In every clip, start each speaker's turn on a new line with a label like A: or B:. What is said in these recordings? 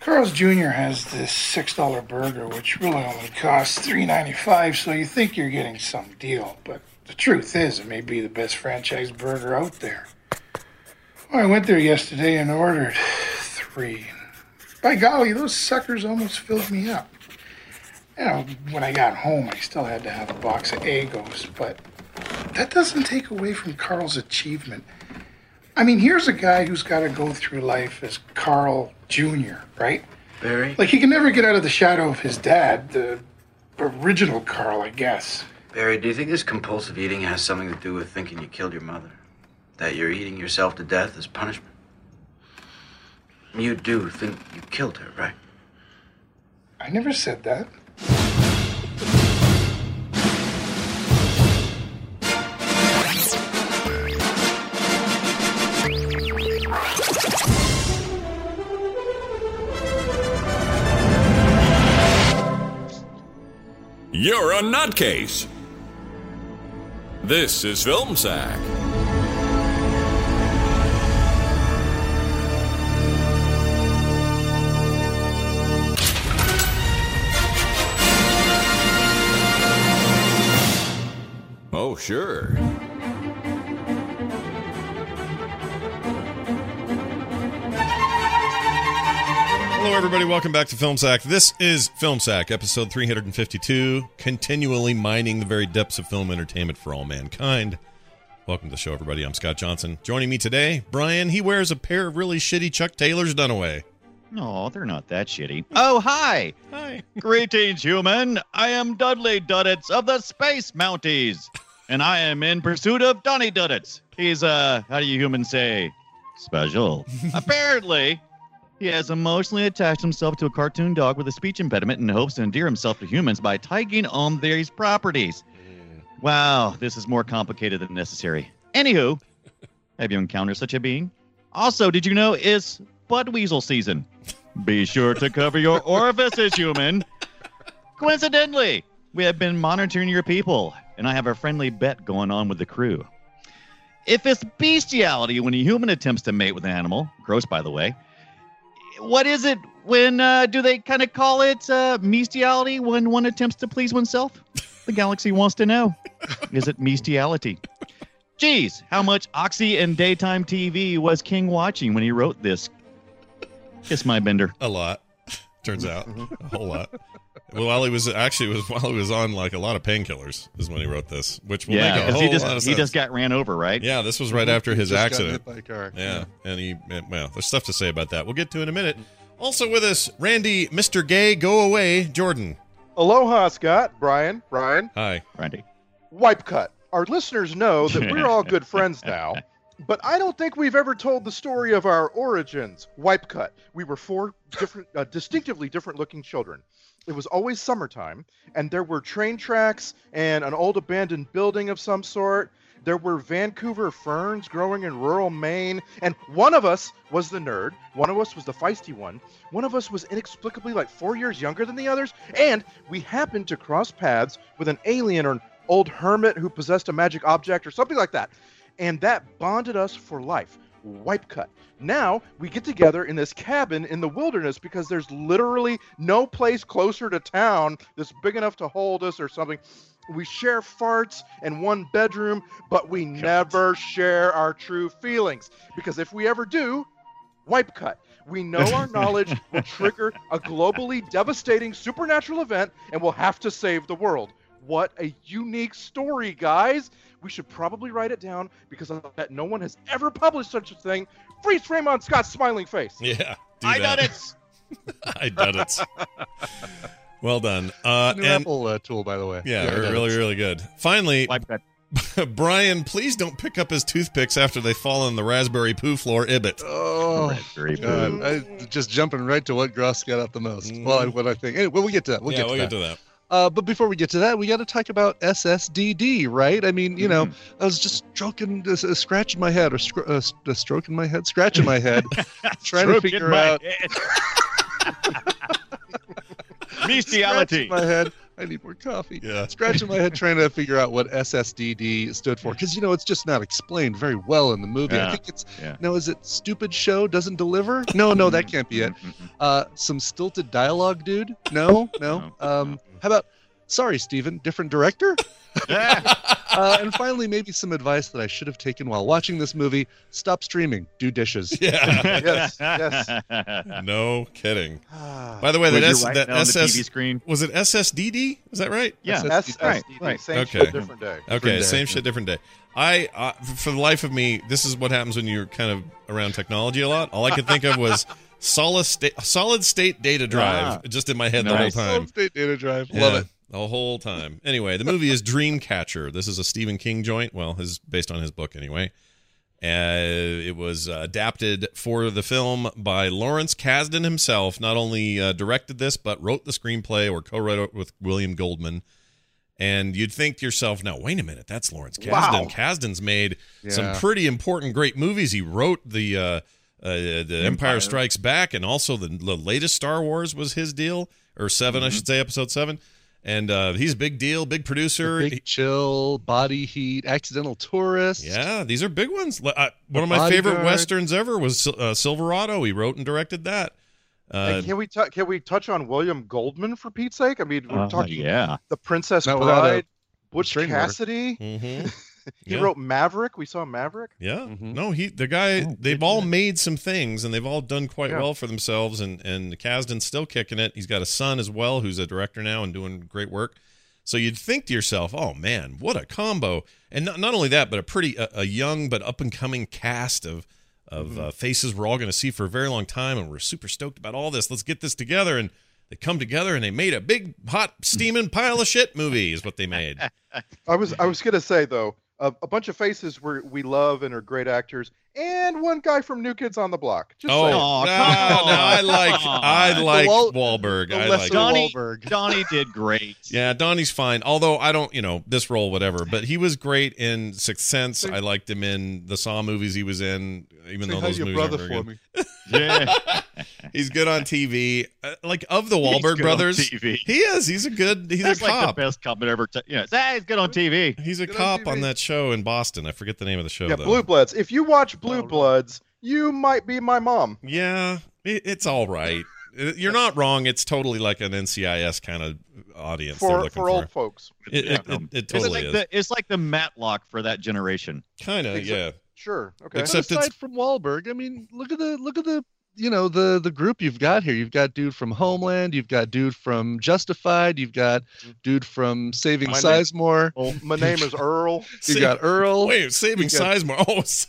A: Carl's Jr. has this six dollar burger, which really only costs three ninety five. So you think you're getting some deal, but the truth is, it may be the best franchise burger out there. Well, I went there yesterday and ordered three. By golly, those suckers almost filled me up. You know, when I got home, I still had to have a box of Egos, but that doesn't take away from Carl's achievement. I mean, here's a guy who's got to go through life as Carl Jr., right?
B: Barry,
A: Like, he can never get out of the shadow of his dad, the original Carl, I guess.
B: Barry, do you think this compulsive eating has something to do with thinking you killed your mother? That you're eating yourself to death as punishment? You do think you killed her, right?
A: I never said that.
C: You're a nutcase. This is Film Sack. Oh, sure.
D: Hello, everybody. Welcome back to Film Sack. This is Film Sack, episode 352, continually mining the very depths of film entertainment for all mankind. Welcome to the show, everybody. I'm Scott Johnson. Joining me today, Brian. He wears a pair of really shitty Chuck Taylor's Dunaway.
E: No, they're not that shitty. Oh, hi!
D: Hi.
E: Greetings, human! I am Dudley Duddits of the Space Mounties, and I am in pursuit of Donny Duddits. He's, uh, how do you humans say, special. Apparently, he has emotionally attached himself to a cartoon dog with a speech impediment and hopes to endear himself to humans by tagging on these properties. Wow, this is more complicated than necessary. Anywho, have you encountered such a being? Also, did you know it's Budweasel season? Be sure to cover your orifices, human. Coincidentally, we have been monitoring your people, and I have a friendly bet going on with the crew. If it's bestiality when a human attempts to mate with an animal, gross by the way, what is it when uh, do they kind of call it uh, bestiality when one attempts to please oneself? The galaxy wants to know. Is it bestiality? Geez, how much oxy and daytime TV was King watching when he wrote this? Kiss my bender.
D: A lot. Turns out,
E: Mm-hmm.
D: a whole lot. Well, while he was actually it was while he was on like a lot of painkillers is when he wrote this, which will
E: Yeah,
D: make a
E: because
D: whole
E: he
D: lot of
E: just
D: sense.
E: he just Mm-hmm. got ran over, right?
D: Yeah, this was right after his
F: Just
D: accident.
F: Got hit by a car.
D: Yeah. And he, eh, well, there's stuff to say about that. We'll get to in a minute. Also with us, Randy, Mr. Gay, go away, Jordan.
F: Aloha, Scott, Brian, Brian.
D: Hi.
E: Randy.
F: Wipe cut. Our listeners know that we're all good friends now, but I don't think we've ever told the story of our origins. Wipe cut. We were four different, uh, distinctively different looking children. It was always summertime, and there were train tracks and an old abandoned building of some sort. There were Vancouver ferns growing in rural Maine, and one of us was the nerd, one of us was the feisty one, one of us was inexplicably like four years younger than the others, and we happened to cross paths with an alien or an old hermit who possessed a magic object or something like that. And that bonded us for life. Wipe cut. Now we get together in this cabin in the wilderness because there's literally no place closer to town that's big enough to hold us or something. We share farts and one bedroom, but we never share our true feelings because if we ever do, Wipe cut. We know our knowledge will trigger a globally devastating supernatural event and we'll have to save the world. What a unique story, guys. We should probably write it down because I bet no one has ever published such a thing. Freeze frame on Scott's smiling face.
D: Yeah. do
E: I
D: that.
E: done it.
D: I done it. Well done. Uh,
G: New
D: and
G: Apple uh, tool, by the way.
D: yeah,
G: I did
D: really,
G: it.
D: really good. Finally,
E: Wipe cut.
D: Brian, please don't pick up his toothpicks after they fall on the raspberry poo floor ibit.
G: Oh,
E: Very
G: God.
E: good.
G: I, Mm. just jumping right to what Gross got out the most. Well, I- what I think. Anyway, we'll get to that. We'll
D: Mm-hmm. yeah,
G: get to
D: we'll
G: that.
D: get to that.
G: Uh, but before we get to that, we got to talk about SSDD, right? I mean, you know,
D: Mm-hmm.
G: I was just stroking, uh, scratching my head, or scr- uh, s- uh, stroking my head, scratching my head, trying to
E: Stroke in
G: figure
E: my
G: out
E: head. Bestiality.
G: Scratching my head. I need more coffee.
D: Yeah.
G: Scratching my head trying to figure out what SSDD stood for because you know it's just not explained very well in the movie.
E: Yeah,
G: I think it's
E: yeah.
G: no, is it stupid show doesn't deliver? No, no, that can't be it.
E: Mm-mm.
G: Uh, some stilted dialogue, dude. No, no.
E: No,
G: Um, how about sorry, Steven, different director?
E: Ah,
G: Uh, and finally, maybe some advice that I should have taken while watching this movie: stop streaming, do dishes.
D: Yeah.
F: Yes, yes.
D: no kidding.
F: Ah.
D: By the way,
E: With
D: that,
E: your
D: S-
E: right
D: that
E: down on the
D: SS
E: TV screen.
D: was it SSDD? Is that right?
E: Yeah.
F: SSDD,
E: Right, right.
F: same
D: Okay.
F: shit, different day.
D: Okay,
G: Different day.
D: same shit, different day. I uh, f- for the life of me, this is what happens when you're kind of around technology a lot. All I could think of was solid state, solid state data drive, just in my head
E: Nice.
D: the whole time.
G: State data drive. Ah. Love it.
D: the whole time. Anyway, the movie is Dreamcatcher. This is a Stephen King joint. Well, his based on his book anyway. Uh, it was uh, adapted for the film by Lawrence Kasdan himself. Not only uh, directed this, but wrote the screenplay or co-wrote it with William Goldman. And you'd think to yourself, now wait a minute, that's Lawrence Kasdan.
F: Wow.
D: Kasdan's made some
G: Yeah.
D: pretty important, great movies. He wrote the uh, uh, the Empire.
E: Empire.
D: Strikes Back, and also the, the latest Star Wars was his deal, or 7
G: Mm-hmm.
D: I should say, episode seven. And uh, he's a big deal, big producer.
G: The
D: He-
G: Big chill, body heat, accidental tourist.
D: yeah, these are big ones. Li- I, one of my favorite
G: Bodyguard.
D: westerns ever was Sil- uh, Silverado. He wrote and directed that. Uh,
F: Hey, can we t- can we touch on William Goldman for Pete's sake? I mean, we're
E: Oh,
F: talking
E: yeah.
F: The Princess
G: Not without a
F: Bride, Butch
G: restraining order.
F: Cassidy.
D: mhm.
F: He
D: Yeah.
F: wrote Maverick. We saw Maverick.
D: Yeah.
G: Mhm.
D: No, he the guy
E: Oh,
D: they've all made some things and they've all done quite
F: Yeah.
D: well for themselves and and Kasdan's still kicking it. He's got a son as well who's a director now and doing great work. So you'd think to yourself, "Oh man, what a combo." And not, not only that, but a pretty a, a young but up and coming cast of of
E: Mm-hmm.
D: uh, faces we're all going to see for a very long time and we're super stoked about all this. Let's get this together and they come together and they made a big hot steaming pile of shit movie is what they made.
F: I was I was gonna say though, a, a bunch of faces we we love and are great actors, and one guy from New Kids on the Block. Just
D: Oh,
F: saying.
E: Aw,
D: no,
E: come
D: no, I like I
E: on.
D: like
G: The Wal-
D: Wahlberg.
G: The
D: I like
G: Leslie
E: Donnie-
G: Wahlberg.
E: Donnie did great.
D: Yeah, Donnie's fine. Although I don't, you know, this role, whatever. But he was great in Sixth Sense. I liked him in the Saw movies he was in, even
G: Say
D: though
G: hi
D: those
G: to your
D: movies
G: brother
D: aren't very
G: for
D: good.
G: me.
E: Yeah.
D: He's good on TV. Uh, like of the
E: He's good on
D: Wahlberg brothers,
E: TV.
D: he is. He's a good. He's
E: That's
D: a
E: like
D: cop.
E: the best comment ever. T- yeah, it's, ah, it's good on TV.
D: he's a
F: Good on
D: cop on,
F: TV.
D: that show in Boston. I forget the name of the show
F: yeah,
D: though.
F: Blue Bloods. If you watch Blue
G: Oh.
F: Bloods, you might be my mom.
D: Yeah, it, it's all right. Uh, You're not wrong. It's totally like an NCIS kind of audience they're
F: For
D: looking
F: for old folks.
D: It, it, it, it totally
E: it's
D: is.
E: like The, it's like the Matlock for that generation.
D: Kind of,
F: Exa-
D: yeah.
F: Sure. Okay.
G: But
D: Except
G: aside
D: it's-
G: from Wahlberg, I mean, look at the look at the you know the the group you've got here. You've got dude from Homeland. You've got dude from Justified. You've got dude from Saving
F: My name-
G: Sizemore.
F: Well, my name is Earl.
G: You've got Earl.
D: Wait, saving
G: you
D: Sizemore. Oh, s-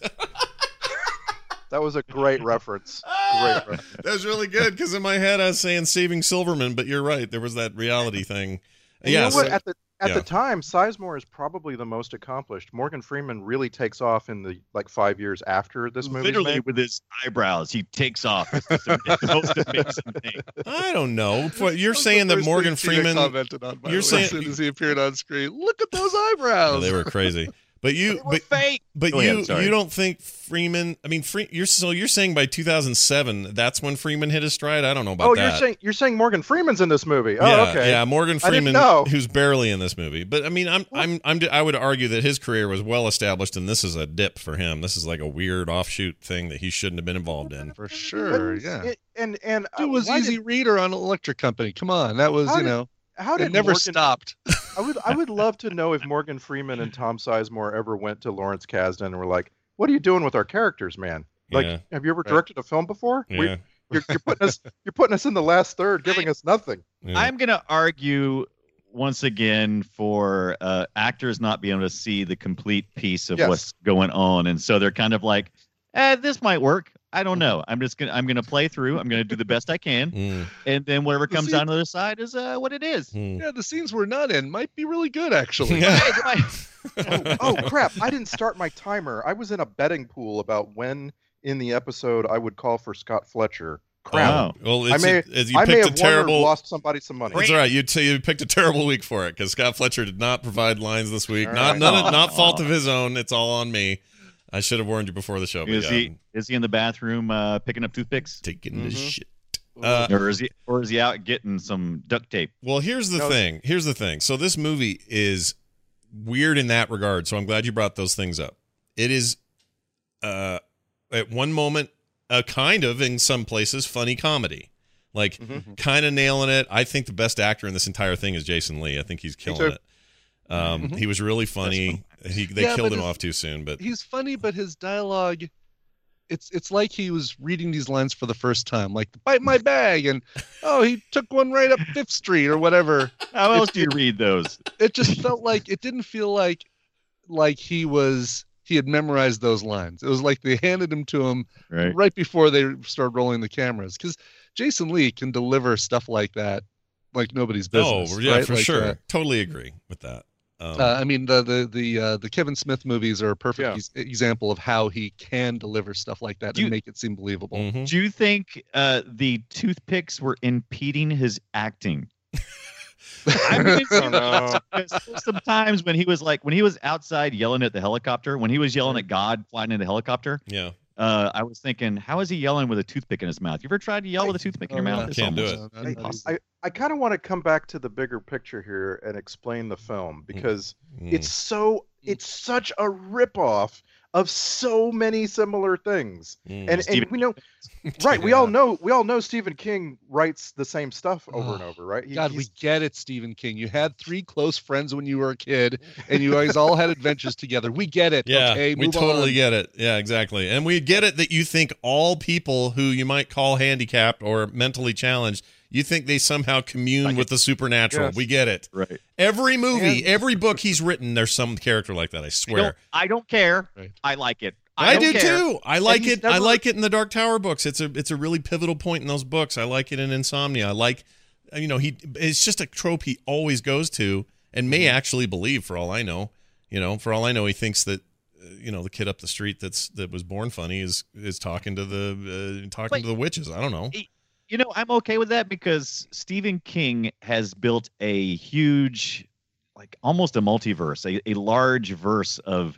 F: That was a great reference. Great reference.
D: That was really good because in my head I was saying saving Silverman, but you're right. There was that reality thing.
F: And
D: yeah,
F: you know what?
D: so-
F: At the at
D: yeah.
F: the time, Sizemore is probably the most accomplished. Morgan Freeman really takes off in the like five years after this movie.
E: Literally with his eyebrows, he takes off. It's just a- it's the most amazing thing.
D: I don't know. For- You're
G: was
D: saying
G: the
D: that
G: first
D: Morgan
G: thing Tina
D: Freeman.
G: commented on. By
D: you're
G: you're the way,
D: saying-
G: as soon as he appeared on screen, look at those
D: Oh,
G: eyebrows.
D: they were crazy, but you,
E: It was
D: but
E: fake.
D: but
E: Go ahead,
D: you,
E: sorry.
D: you don't think Freeman? I mean, Free, you're so you're saying by 2007 that's when Freeman hit his stride. I don't know about
F: oh,
D: that.
F: you're saying you're saying Morgan Freeman's in this movie. Oh,
D: yeah,
F: okay.
D: yeah, Morgan
F: I didn't
D: Freeman,
F: know.
D: who's barely in this movie, but I mean, I'm, I'm, I'm, I would argue that his career was well established, and this is a dip for him. This is like a weird offshoot thing that he shouldn't have been involved in.
G: for
F: But
G: sure. Yeah,
F: it- and and uh,
G: dude was
F: why
G: Easy
F: Did,
G: Reader on Electric Company. Come on, that was
F: How
G: you
F: did-
G: know
F: how did
G: it never
F: Morgan,
G: stopped.
F: I would I would love to know if Morgan Freeman and Tom Sizemore ever went to Lawrence Kasdan and were like, "What are you doing with our characters, man? Like,
D: Yeah.
F: have you ever
E: Right.
F: directed a film before? We-
D: Yeah.
F: you're, you're putting us you're putting us in the last third, giving us nothing.
D: yeah.
E: I'm going to argue once again for uh, actors not being able to see the complete piece of
F: Yes.
E: what's going on, and so they're kind of like, eh, "This might work. I
G: Mm-hmm.
E: don't know. I'm just gonna I'm gonna play through. I'm gonna do the best I can,
D: Mm,
E: and then whatever comes
G: See-
E: out on the other side is uh, what it is."
D: mm.
G: Yeah, the scenes we're not in might be really good, actually.
D: Yeah.
E: Hey, goodbye.
F: oh crap! I didn't start my timer. I was in a betting pool about when in the episode I would call for Scott Fletcher. Crap!
E: Oh.
D: Well, it's,
F: may-
D: it- you
F: I may
D: picked a
F: have won or
D: terrible.
F: lost somebody some money.
D: That's all right. You'd say you picked a terrible week for it because Scott Fletcher did not provide lines this week.
F: All
D: not
F: right.
D: none, of- not
E: Aw.
D: fault of his own. It's all on me. I should have warned you before the show. But
E: Is
D: yeah,
E: he
D: I'm
E: is he in the bathroom uh, picking up toothpicks,
D: taking
E: Mm-hmm.
D: the
F: Mhm.
D: shit? Uh,
E: or is he or is he out getting some duct tape?
D: Well, here's the
F: No.
D: thing. Here's the thing. So this movie is weird in that regard. So I'm glad you brought those things up. It is, uh, at one moment, a kind of in some places funny comedy, like
G: Mm-hmm.
F: Mhm.
D: kind of nailing it. I think the best actor in this entire thing is Jason Lee. I think he's killing
F: too.
D: it. Um,
G: Mhm.
D: he was really funny. He, they
G: Yeah,
D: killed
G: but
D: him
G: it's-
D: off too soon, but
G: He's funny, but his dialogue, it's it's like he was reading these lines for the first time, like "bite my bag" and "oh, he took one right up Fifth Street" or whatever.
E: How else do you read those?
G: It just felt like it didn't feel like like he was he had memorized those lines. It was like they handed him to him
E: Right.
G: right before they started rolling the cameras because Jason Lee can deliver stuff like that like nobody's business.
D: oh yeah,
G: right?
D: for
G: Like,
D: sure.
G: uh,
D: totally agree with that. Um,
G: uh, I mean the the the uh, the Kevin Smith movies are a perfect
F: Yeah.
G: ex- example of how he can deliver stuff like that
E: Do you-
G: and make it seem believable.
D: mhm.
E: Do you think uh, the toothpicks were impeding his acting? I mean,
F: Oh, no.
E: sometimes when he was like when he was outside yelling at the helicopter, when he was yelling at God flying in the helicopter,
D: Yeah,
E: uh, I was thinking, how is he yelling with a toothpick in his mouth? You ever tried to yell with a toothpick in your mouth? It's
D: Oh, Can't do
E: almost-
G: Uh,
D: it.
F: I, I, I kind of want to come back to the bigger picture here and explain the film because
D: Mm.
F: it's so it's such a ripoff of so many similar things.
D: Mm.
F: And, and
E: Stephen
F: we know right, we all know we all know Stephen King writes the same stuff over and
G: Oh,
F: over, right? He-
G: God, we
F: he's-
G: get it, Stephen King. You had three close friends when you were a kid, and you guys all had adventures together. We get it.
D: Yeah,
G: okay,
D: we
G: move
D: totally
G: on.
D: get it. Yeah, exactly. And we get it that you think all people who you might call handicapped or mentally challenged, you think they somehow commune
E: Like
D: with the supernatural.
F: Yes.
D: We get it.
E: Right.
D: Every movie,
G: And-
D: every book he's written, there's some character like that. I
E: I don't,
D: swear.
E: I don't care.
G: Right.
E: I like it.
D: I,
E: I, don't
D: do
E: care.
D: too. I like
F: he's
D: it. I
F: never-
D: like it in the Dark Tower books. It's a it's a really pivotal point in those books. I like it in Insomnia. I like, uh, you know, he it's just a trope he always goes to and may actually believe. For all I know, you know, for all I know, he thinks that uh, you know the kid up the street that's that was born funny is is talking to the uh, talking
E: Wait.
D: to the witches. I don't know.
E: you know, I'm okay with that because Stephen King has built a huge, like almost a multiverse, a, a large verse of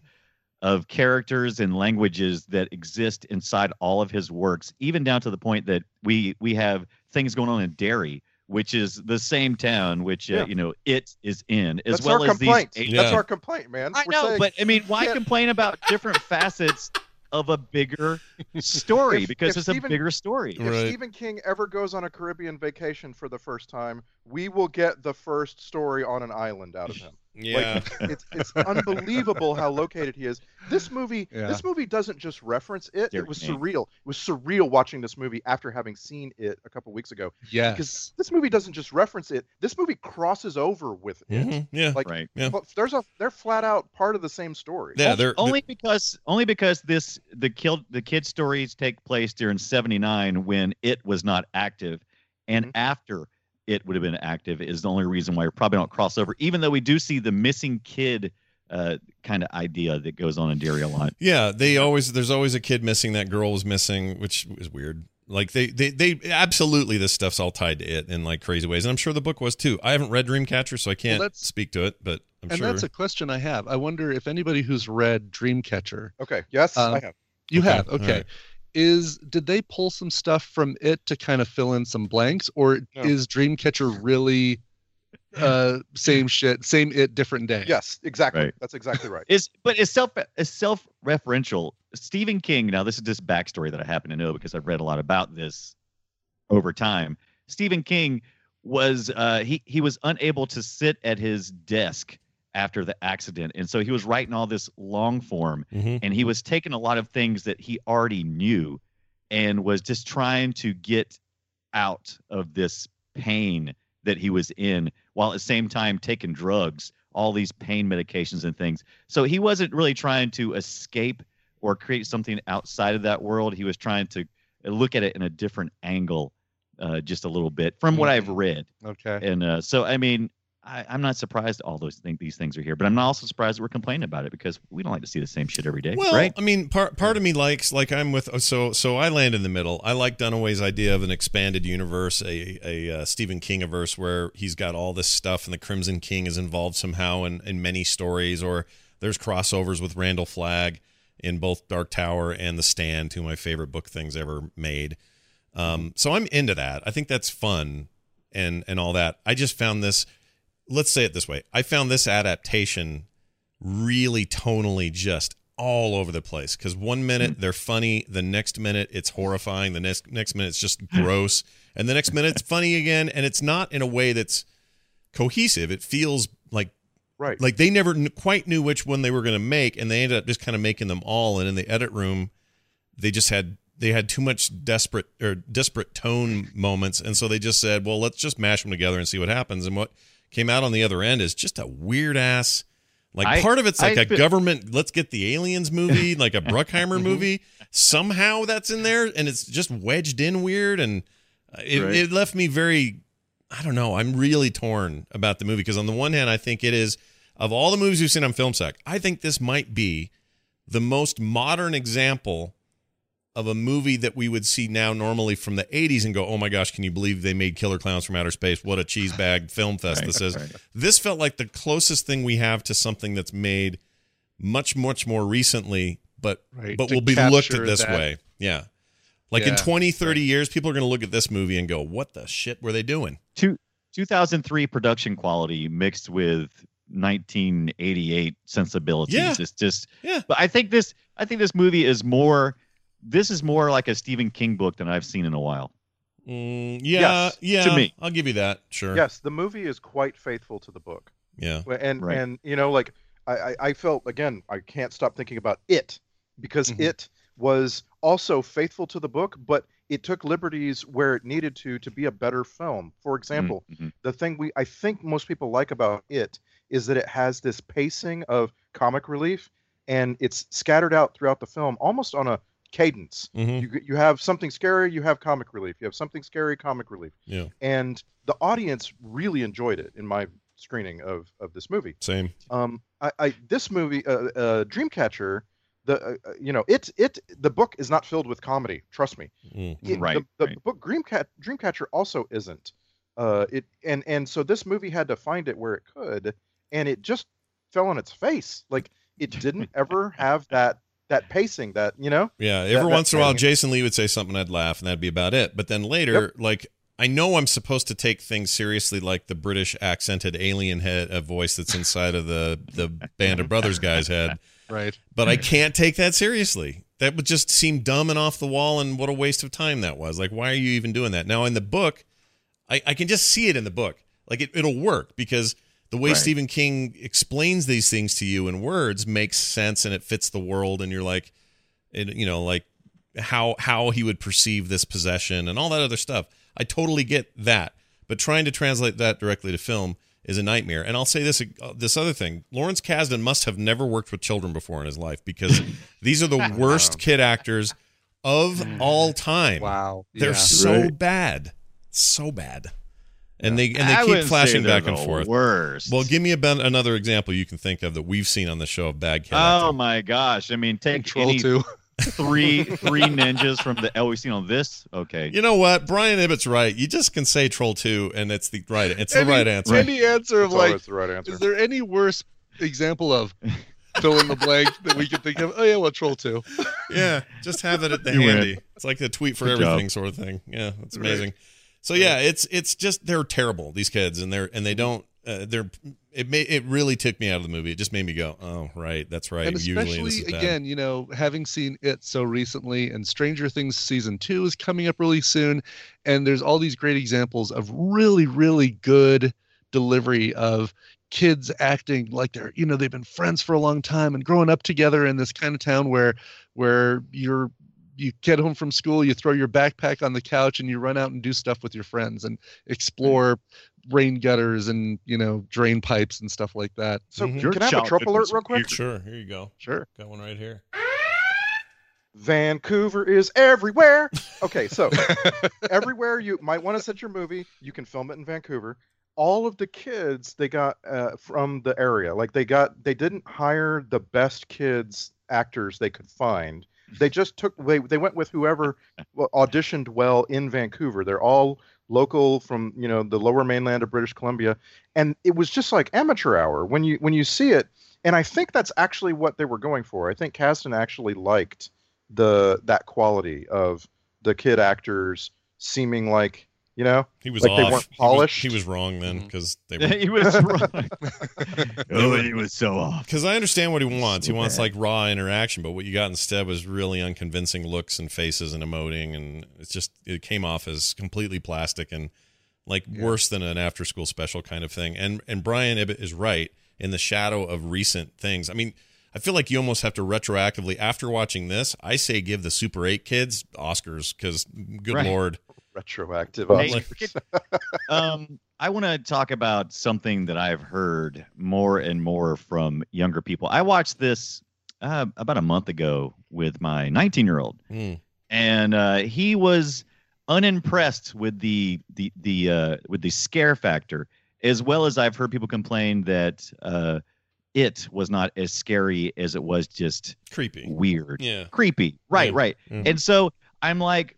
E: of characters and languages that exist inside all of his works, even down to the point that we we have things going on in Derry, which is the same town which uh,
F: Yeah.
E: you know it is in, as
F: that's
E: well
F: our
E: as
F: complaint.
E: these.
D: Yeah.
F: That's our complaint, man.
E: I
F: We're
E: know,
F: saying
E: but I mean, why
F: Yeah.
E: complain about different facets of a bigger story?
F: If-
E: because
F: if
E: it's a
F: Stephen-
E: bigger story.
F: if
D: Right.
F: Stephen King ever goes on a Caribbean vacation for the first time, we will get the first story on an island out of him.
D: Yeah,
F: it's, it's unbelievable how located he is. This movie,
G: Yeah.
F: this movie doesn't just reference it.
E: Derek
F: it was
E: Nate.
F: surreal. It was surreal watching this movie after having seen it a couple weeks ago.
G: Yes.
F: This movie doesn't just reference it. This movie crosses over with it.
D: Mhm. yeah,
F: Like,
E: Right.
D: Yeah.
F: but there's a they're flat out part of the same story.
D: yeah. They're
E: only because only because this the killed the kid stories take place during 79 when it was not active and
G: Mm-hmm.
F: Mhm.
E: after it would have been active is the only reason why we probably don't cross over even though we do see the missing kid uh, kind of idea that goes on in Dairy a lot
D: Yeah,
G: Mm-hmm.
D: they always there's always a kid missing. That girl was missing, which is weird. Like they they they absolutely this stuff's all tied to it in like crazy ways, and I'm sure the book was too. I haven't read Dreamcatcher, so I can't
G: that's-
D: speak to it, but I'm
G: and
D: sure.
G: that's a question I have. I wonder if anybody who's read Dreamcatcher,
F: Okay. Yes,
G: Uh,
F: I have.
G: you
D: Okay,
G: have,
D: all
G: okay,
D: right.
G: is did they pull some stuff from it to kind of fill in some blanks, or
F: No.
G: is Dreamcatcher really uh same shit, same it, different day?
F: Yes, exactly.
E: Right.
F: That's exactly right.
E: is but it's self it's self referential Stephen King now this is just backstory that I happen to know because I've read a lot about this over time Stephen King was uh, he he was unable to sit at his desk after the accident. And so he was writing all this long form
D: Mhm.
E: and he was taking a lot of things that he already knew and was just trying to get out of this pain that he was in while at the same time taking drugs, all these pain medications and things. So he wasn't really trying to escape or create something outside of that world. He was trying to look at it in a different angle, uh, just a little bit from what I've read.
G: Okay.
E: And uh, so, I mean, I, I'm not surprised all those things, these things are here, but I'm also surprised that we're complaining about it because we don't like to see the same shit every day,
D: Well,
E: right?
D: I mean, part part of me likes like I'm with so so I land in the middle. I like Dunaway's idea of an expanded universe, a a uh, Stephen King verse where he's got all this stuff, and the Crimson King is involved somehow in in many stories, or there's crossovers with Randall Flagg in both Dark Tower and The Stand, two of my favorite book things ever made. Um, so I'm into that. I think that's fun and and all that. I just found this. Let's say it this way. I found this adaptation really tonally just all over the place because one minute they're funny the next minute it's horrifying the next next minute it's just gross and the next minute it's funny again and it's not in a way that's cohesive it feels like
F: Right.
D: like they never kn- quite knew which one they were going to make and they ended up just kind of making them all and in the edit room they just had they had too much desperate or disparate tone moments and so they just said well let's just mash them together and see what happens and what came out on the other end is just a weird ass like
E: I-
D: part of it's
E: I
D: like a
E: feel- Mm-hmm.
D: government let's get the aliens movie like a bruckheimer movie somehow that's in there and it's just wedged in weird and uh, it,
B: Right.
D: it left me very I don't know. I'm really torn about the movie because on the one hand, I think it is of all the movies we've seen on FilmSack, I think this might be the most modern example of a movie that we would see now normally from the 80s and go, "Oh my gosh, can you believe they made Killer Clowns from Outer Space? What a cheese bag film fest this is." This felt like the closest thing we have to something that's made much much more recently, but
G: Right,
D: but
G: to
D: will be looked
G: capture
D: at this
G: that.
D: way. Yeah. Like in
G: Yeah.
D: 20, 30 years, people are going to look at this movie and go, "What the shit were they doing?"
E: Two, 2003 production quality mixed with 1988 sensibilities.
D: Yeah.
E: It's just,
D: Yeah.
E: but I think this, I think this movie is more, this is more like a Stephen King book than I've seen in a while.
D: Mm, yeah,
F: Yes,
D: yeah.
E: to me.
D: I'll give you that. Sure.
F: Yes, the movie is quite faithful to the book.
D: Yeah.
F: Well, and
E: Right.
F: and you know like I, I i felt again i can't stop thinking about it because
E: Mm-hmm.
D: Mhm.
F: it was also faithful to the book but it took liberties where it needed to to be a better film for example
E: Mhm.
F: the thing we i think most people like about it is that it has this pacing of comic relief and it's scattered out throughout the film almost on a cadence
D: Mm-hmm.
F: you, you have something scary you have comic relief you have something scary comic relief
D: Yeah.
F: and the audience really enjoyed it in my screening of of this movie
D: Same.
F: um i, I this movie uh, uh dreamcatcher the uh, uh, you know it it the book is not filled with comedy trust me
D: Mm.
F: It-
E: Right,
F: the, the
E: right.
F: book dreamcat dreamcatcher also isn't uh it and and so this movie had to find it where it could and it just fell on its face like it didn't ever have that that pacing that you know
D: Yeah. Every
F: That- that-
D: once in a while, Jason Lee would say something, I'd laugh, and that'd be about it. But then later, like, I know I'm supposed to take things seriously, like the British accented alien head a voice that's inside of the the Band of Brothers guy's head,
G: Right.
D: but I can't take that seriously. That would just seem dumb and off the wall, and what a waste of time that was. Like, why are you even doing that? Now, in the book, I, I can just see it in the book. Like it, it'll work because the way
E: Right.
D: Stephen King explains these things to you in words makes sense and it fits the world. And you're like, and you know, like how how he would perceive this possession and all that other stuff. I totally get that, but trying to translate that directly to film is a nightmare. And I'll say this uh, this other thing: Lawrence Kasdan must have never worked with children before in his life because these are the worst kid actors of
E: Mm.
D: all time.
G: Wow.
D: They're
G: Yeah.
D: so
B: Right.
D: bad, so bad, and they and
E: I
D: they keep
E: wouldn't say
D: flashing
E: they're
D: back and
E: the
D: forth.
E: Worst.
D: Well, give me a ben- another example you can think of that we've seen on the show of bad kid.
E: Oh
D: acting.
E: my gosh! I mean, take
G: Control
E: any
G: two.
E: three three ninjas from the L we've seen on this. Okay,
D: You know what, Brian Ibbett's right. You just can say Troll Two, and it's the right. It's the
G: Any-
D: right answer.
G: Any answer of
F: It's
G: like,
F: always the right answer
G: is there any worse example of fill in the blank that we could think of? Oh yeah, well, Troll Two.
D: Yeah, just have it at the
E: You win.
D: handy. It's like the tweet for
E: Good
D: everything sort of thing. Yeah, it's amazing. So yeah, it's it's just they're terrible these kids, and they're and they don't. Uh, they're it may it really took me out of the movie. It just made me go, oh right, that's right.
G: and
D: Usually this
G: especially
D: is bad.
G: again you know having seen it so recently and stranger things season two is coming up really soon and there's all these great examples of really really good delivery of kids acting like they're you know they've been friends for a long time and growing up together in this kind of town where where you're you get home from school you throw your backpack on the couch and you run out and do stuff with your friends and explore rain gutters and you know drain pipes and stuff like that
F: So
D: Mhm.
E: Your
F: can I have a
E: childhood
F: trope alert
E: was
F: real quick?
E: weird.
D: Sure. Here you go.
G: sure
D: Got one right here.
F: Vancouver is everywhere. Okay, so everywhere you might want to set your movie, you can film it in Vancouver. All of the kids they got uh, from the area, like they got, they didn't hire the best kids actors they could find. They just took they they went with whoever wa- auditioned well in Vancouver. They're all local from you know the lower mainland of British Columbia, and it was just like amateur hour when you when you see it. And I think that's actually what they were going for. I think Kasdan actually liked the that quality of the kid actors seeming like you know
D: He was
F: Like
D: off.
F: they weren't
D: He was-
F: polished?
D: He was, wrong then because they were.
E: Mm-hmm. he was wrong. oh, he was so off.
D: Because I understand what he wants. He wants like raw interaction, but what you got instead was really unconvincing looks and faces and emoting, and it's just it came off as completely plastic and like worse than an after-school special kind of thing. And and Brian Ibbett is right in the shadow of recent things. I mean, I feel like you almost have to retroactively after watching this. I say give the Super Eight kids Oscars because good
E: Right.
D: lord,
F: retroactive
E: Hey,
F: Oscars.
E: get- um, I want to talk about something that I've heard more and more from younger people. I watched this uh, about a month ago with my 19 year old,
D: Mm.
E: and uh, he was unimpressed with the the the uh, with the scare factor, as well as I've heard people complain that uh, it was not as scary as it was just
D: creepy.
E: weird,
D: Yeah.
E: creepy. Right,
D: Yeah.
E: right.
D: Mhm.
E: And so I'm like,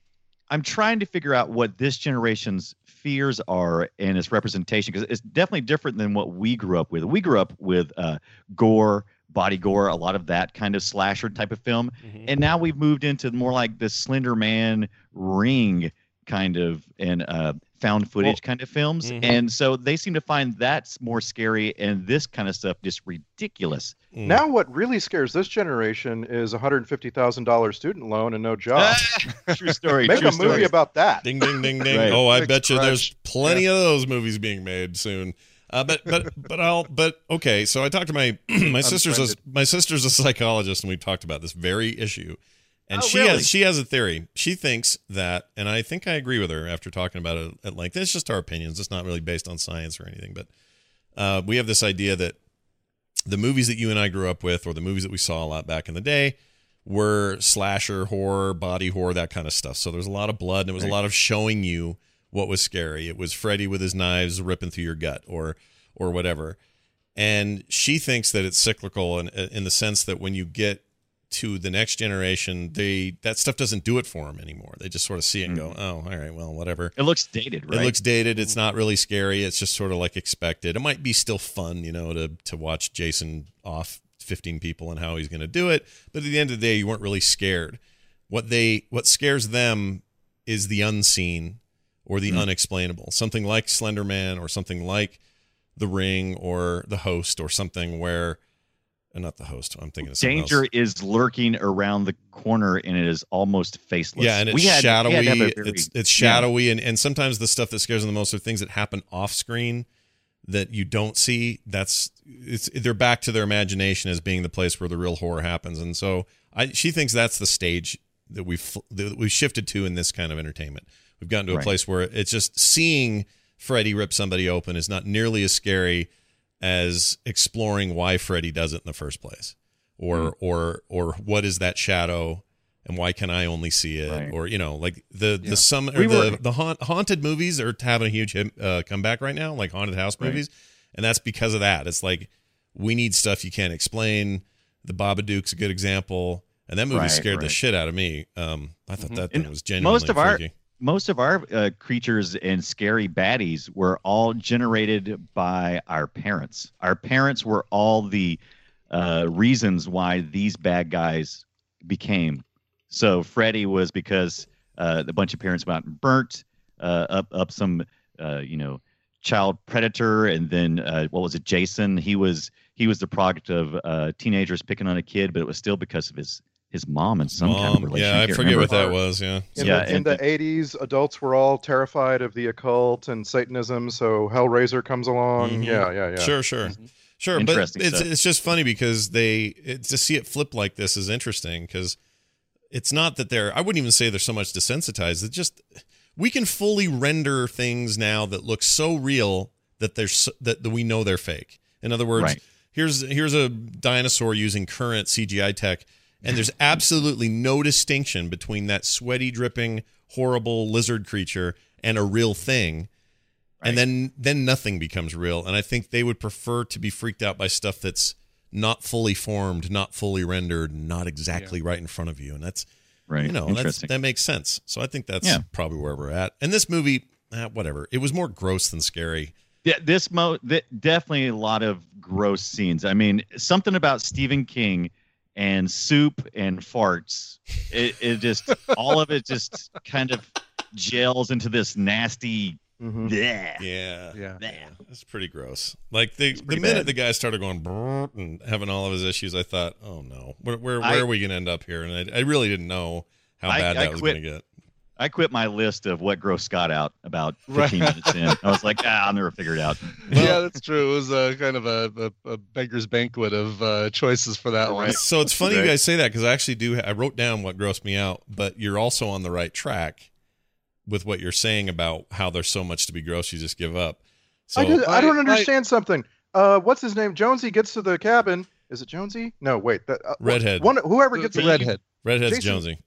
E: I'm trying to figure out what this generation's fears are and its representation because it's definitely different than what we grew up with. We grew up with uh, gore, body gore, a lot of that kind of slasher type of film,
D: Mhm.
E: and now we've moved into more like the Slender Man ring kind of and uh, found footage kind of films,
D: Mhm.
E: and so they seem to find that's more scary and this kind of stuff just ridiculous.
D: Mm.
F: Now, what really scares this generation is $150,000 student loan and no job.
E: Ah, true story.
F: Make
E: true
F: a
E: story.
F: movie about that.
D: Ding ding ding ding.
E: Right.
D: Oh, I
G: Big
D: bet you there's
G: scratch.
D: plenty of those movies being made soon. Uh, but but but I'll but okay. So I talked to my my sister's a, my sister's a psychologist, and we talked about this very issue. And
E: Oh,
D: she
E: really?
D: has she has a theory. She thinks that, and I think I agree with her after talking about it at length. It's just our opinions. It's not really based on science or anything. But uh, we have this idea that the movies that you and I grew up with, or the movies that we saw a lot back in the day, were slasher horror, body horror, that kind of stuff. So there's a lot of blood, and it was a lot of showing you what was scary. It was Freddy with his knives ripping through your gut, or or whatever. And she thinks that it's cyclical, in, in the sense that when you get to the next generation, they that stuff doesn't do it for them anymore. They just sort of see it and go, "Oh, all right, well, whatever."
E: It looks dated, right?
D: It looks dated. It's not really scary. It's just sort of like expected. It might be still fun, you know, to to watch Jason off 15 people and how he's going to do it. But at the end of the day, you weren't really scared. What they what scares them is the unseen or the
E: Hmm.
D: unexplainable. Something like Slender Man or something like The Ring or The Host or something where uh, not The Host. I'm thinking of something else.
E: danger is lurking around the corner and it is almost faceless.
D: Yeah, and it's
E: we
D: shadowy.
E: had to have a very-
D: it's it's
E: yeah.
D: shadowy, and and sometimes the stuff that scares them the most are things that happen off screen that you don't see. That's it's they're back to their imagination as being the place where the real horror happens, and so I she thinks that's the stage that we have that we've shifted to in this kind of entertainment. We've gotten to a
E: Right.
D: place where it's just seeing Freddy rip somebody open is not nearly as scary as exploring why Freddy does it in the first place, or
E: Hmm.
D: or or what is that shadow and why can I only see it?
E: Right.
D: Or you know, like the the some or
E: We
D: the
E: were-
D: the haunt, haunted movies are having a huge hit- uh, comeback right now, like haunted house
E: Right.
D: movies, and that's because of that. It's like we need stuff you can't explain. The Babadook's a good example, and that movie
E: Right,
D: scared the
E: right. Mm-hmm.
D: shit out of me. Um, I thought that thing
E: And
D: was genuinely
E: of our-
D: freaky.
E: Most of our uh, creatures and scary baddies were all generated by our parents. Our parents were all the uh, reasons why these bad guys became. So Freddy was because uh, a bunch of parents went out and burnt uh, up up some uh, you know child predator, and then uh, what was it, Jason? He was he was the product of uh, teenagers picking on a kid, but it was still because of his his mom in some kind of
D: Mom.
E: relation.
D: Um, Yeah, I
E: can't
D: forget what
E: remember.
D: that was. Yeah.
F: In,
E: Yeah,
F: the, in
E: and-
F: the 80s, adults were all terrified of the occult and Satanism, so Hellraiser comes along.
E: Mm-hmm.
D: Mhm.
F: Yeah, yeah, yeah.
D: Sure, sure. Sure, but it's
E: Interesting stuff.
D: it's just funny because they it, to see it flip like this is interesting because it's not that they're I wouldn't even say they're so much desensitized. It's just we can fully render things now that look so real that they're s that we know they're fake. In other words,
E: Right.
D: here's here's a dinosaur using current CGI tech, and there's absolutely no distinction between that sweaty, dripping, horrible lizard creature and a real thing and then then nothing becomes real and i think they would prefer to be freaked out by stuff that's not fully formed not fully rendered not exactly right in front of you and that's
E: Right.
D: you know that's,
E: Interesting.
D: that makes sense so i think that's
E: Yeah.
D: probably where we're at and this movie eh, whatever it was more gross than scary
E: Yeah, this mo th- definitely a lot of gross scenes. I mean, something about Stephen King and soup and farts. It, it just all of it just kind of gels into this nasty.
F: Mhm.
E: Yeah.
D: yeah
F: Yeah.
D: that's pretty gross like the, the
E: pretty
D: minute
E: bad.
D: the guy started going brrrt and having all of his issues i thought oh no where, where, where
E: I-
D: are we gonna end up here and i, I really didn't know how
E: I-
D: bad
E: I
D: that was
E: quit-
D: gonna get
E: I quit my list of what gross Scott out about 15
G: Right.
E: minutes in. I was like, ah, I'll never figure it out.
G: yeah, that's true. It was a kind of a, a, a beggar's banquet of uh, choices for that one.
D: So it's funny you
E: Right.
D: guys say that because I actually do. I wrote down what grossed me out, but you're also on the right track with what you're saying about how there's so much to be gross, you just give up. So
F: I, did, I don't
G: I- I-
F: understand something. Uh, what's his name? Jonesy gets to the cabin. Is it Jonesy? No, wait. That, uh,
D: Redhead.
F: One, whoever gets
G: The
F: to
G: redhead.
D: redhead's
F: Jason-
D: Jonesy.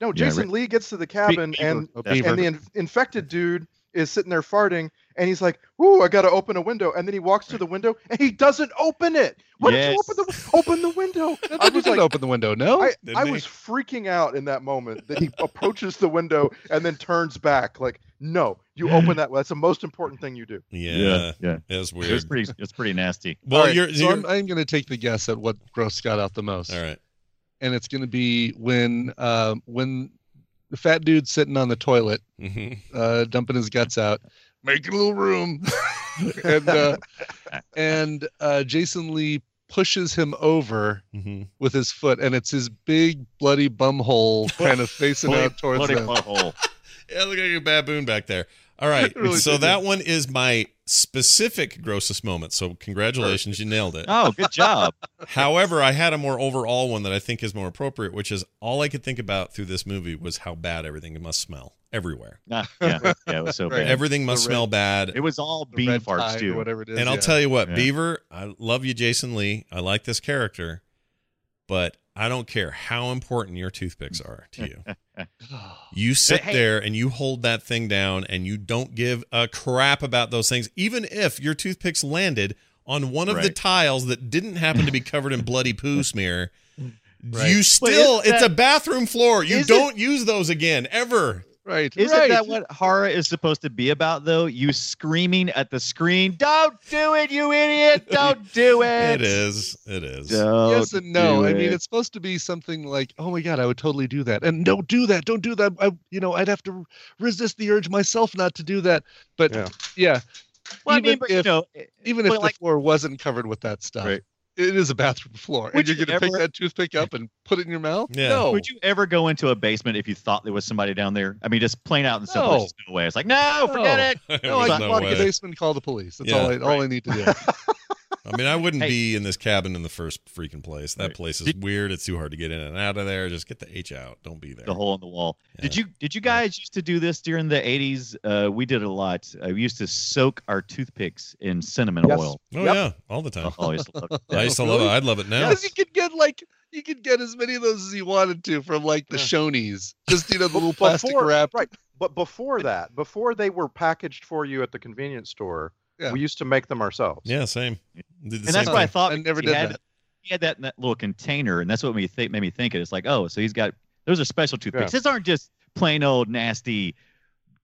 F: No,
E: Yeah,
F: Jason
E: Red-
F: Lee gets to the cabin and
G: Oh,
E: That's-
G: Beaver.
F: and the in- infected dude is sitting there farting and he's like ooh i gotta open a window and then he walks to the window and he doesn't open it why did
E: Yes.
F: you open the open the window
G: I
F: i
G: didn't
F: was like
G: open the window. No,
F: I,
D: Didn't
F: I
D: he?
F: was freaking out in that moment that he approaches the window and then turns back like no you open that that's the most important thing you do
D: Yeah,
E: Yeah. Yeah.
D: that's
E: It was
D: weird.
E: pretty, it's pretty nasty.
D: Well,
G: All right,
D: you're,
G: so
D: you're-
G: I'm, I'm going to take the guess at what gross got out the most,
D: all right.
G: and it's going to be when uh, when the fat dude sitting on the toilet
D: Mhm.
G: uh, dumping his guts out, make a little room, and uh, and uh, Jason Lee pushes him over
D: Mhm.
G: with his foot, and it's his big bloody bumhole kind of facing
E: Bloody-
G: out towards
E: bloody
G: them.
E: butthole.
D: Yeah, look at your baboon back there. All right,
G: Really
D: so
G: did.
D: that one is my specific grossest moment. So congratulations, you nailed it.
E: Oh, good job.
D: However, I had a more overall one that I think is more appropriate, which is all I could think about through this movie was how bad everything must smell everywhere.
E: Nah, yeah, yeah, it was so
G: Right.
E: bad.
D: Everything must
G: The
D: smell
G: red-
D: bad.
E: it was all
G: The
E: bean
G: red
E: farts
G: tide
E: too.
G: or whatever it is.
D: And I'll
G: yeah.
D: tell you what,
E: Yeah.
D: Beaver, I love you, Jason Lee. I like this character, but I don't care how important your toothpicks are to you. You sit
E: Hey.
D: there and you hold that thing down and you don't give a crap about those things, even if your toothpicks landed on one of the
E: Right.
D: tiles that didn't happen to be covered in bloody poo smear.
G: Right.
D: You still,
E: isn't
D: it's
E: that-
D: a bathroom floor. You
E: Isn't-
D: don't use those again, ever.
G: Right,
E: Isn't
G: right.
E: that what horror is supposed to be about, though? You screaming at the screen, "Don't do it, you idiot! Don't do it!"
D: It is. It is.
E: Don't
G: yes and no.
E: Oh, do
G: I mean,
E: it.
G: it's supposed to be something like, "Oh my God, I would totally do that," and "Don't do that, don't do that." I, you know, I'd have to resist the urge myself not to do that. But yeah,
F: Yeah.
E: Well, I
G: even
E: mean, but, you
G: if-
E: know,
G: even if
E: Well,
G: the
E: like-
G: floor wasn't covered with that stuff,
F: Right.
G: it is a bathroom floor, and
E: Would
G: you're
E: you
G: going to pick
E: ever-
G: that toothpick up and put it in your mouth.
D: Yeah.
G: No,
E: would you ever go into a basement if you thought there was somebody down there? I mean, just plain out in some
G: No.
E: places, no way. It's like, no, forget
G: No.
E: it.
G: no, I
D: There's
G: can
D: no
G: walk in
D: way.
G: the basement, and call the police. That's
D: Yeah,
G: all. I, all I need to do.
D: I mean, I wouldn't
E: Hey.
D: be in this cabin in the first freaking place. That
E: Right.
D: place is weird. It's too hard to get in and out of there. Just get the H out. Don't be there.
E: The hole in the wall. Did
D: Yeah.
E: you did you guys used to do this during the '80s? Uh, we did a lot. Uh, we used to soak our toothpicks in cinnamon
F: Yes.
E: oil.
D: oh
F: Yep.
D: yeah, all the time.
E: I always loved that.
D: I used to love it. I'd love it now.
G: Because you could get like you could get as many of those as you wanted to from like the
F: Yeah.
G: Shoney's, just you know the
F: But
G: little plastic
F: before-
G: wrap.
F: right but before that before they were packaged for you at the convenience store
G: Yeah.
F: we used to make them ourselves
D: Yeah, same. Did the
E: and that's
D: same
E: what I
D: thing.
E: thought.
G: I
E: because
G: never
E: he
G: did
E: had,
G: that.
E: He had that in that little container, and that's what made, th- made me think it. It's like, oh, so he's got those are special toothpicks. These aren't just plain old nasty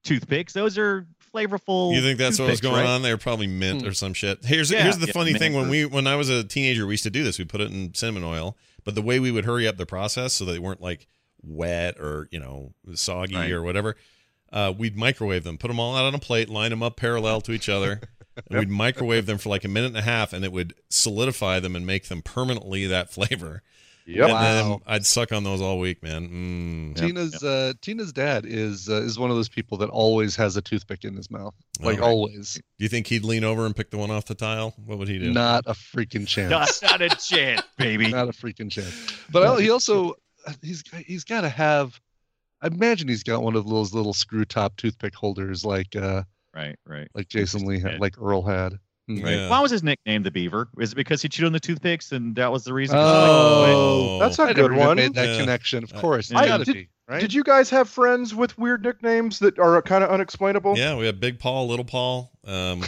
E: toothpicks. Those are flavorful.
D: You think that's what was
E: toothpicks,
D: going
E: right?
D: on there? Probably mint
G: Hmm.
D: or some shit. Here's
E: Yeah.
D: here's the
E: Yeah,
D: funny
E: mint.
D: thing. When we when I was a teenager, we used to do this. We put it in cinnamon oil, but the way we would hurry up the process so they weren't like wet or you know soggy
E: Right.
D: or whatever, uh, we'd microwave them, put them all out on a plate, line them up parallel to each other, and we'd microwave them for like a minute and a half, and it would solidify them and make them permanently that flavor.
F: Yep.
D: And then
G: Wow.
D: I'd suck on those all week, man. Mm.
G: Tina's Uh, Tina's dad is uh, is one of those people that always has a toothpick in his mouth, like
D: All right.
G: always.
D: Do you think he'd lean over and pick the one off the tile? What would he do?
G: Not a freaking chance.
E: Not, not a chance, baby.
G: Not a freaking chance. But I- he also Uh, he's he's got to have. I imagine he's got one of those little screw top toothpick holders, like uh,
E: Right, right.
G: like Jason Lee, had,
E: Yeah.
G: like Earl had. Mhm.
D: Right.
E: Why was his nickname the Beaver? Is it because he chewed on the toothpicks and that was the reason?
G: Oh.
F: That's a
G: I never
F: good
G: would've
F: one.
G: Made that
D: Yeah.
G: connection, of
D: I-
G: course.
E: I-
G: It's gotta
F: did-
G: be, right?
F: Did you guys have friends with weird nicknames that are kind of unexplainable?
D: Yeah, we have Big Paul, Little Paul. Um,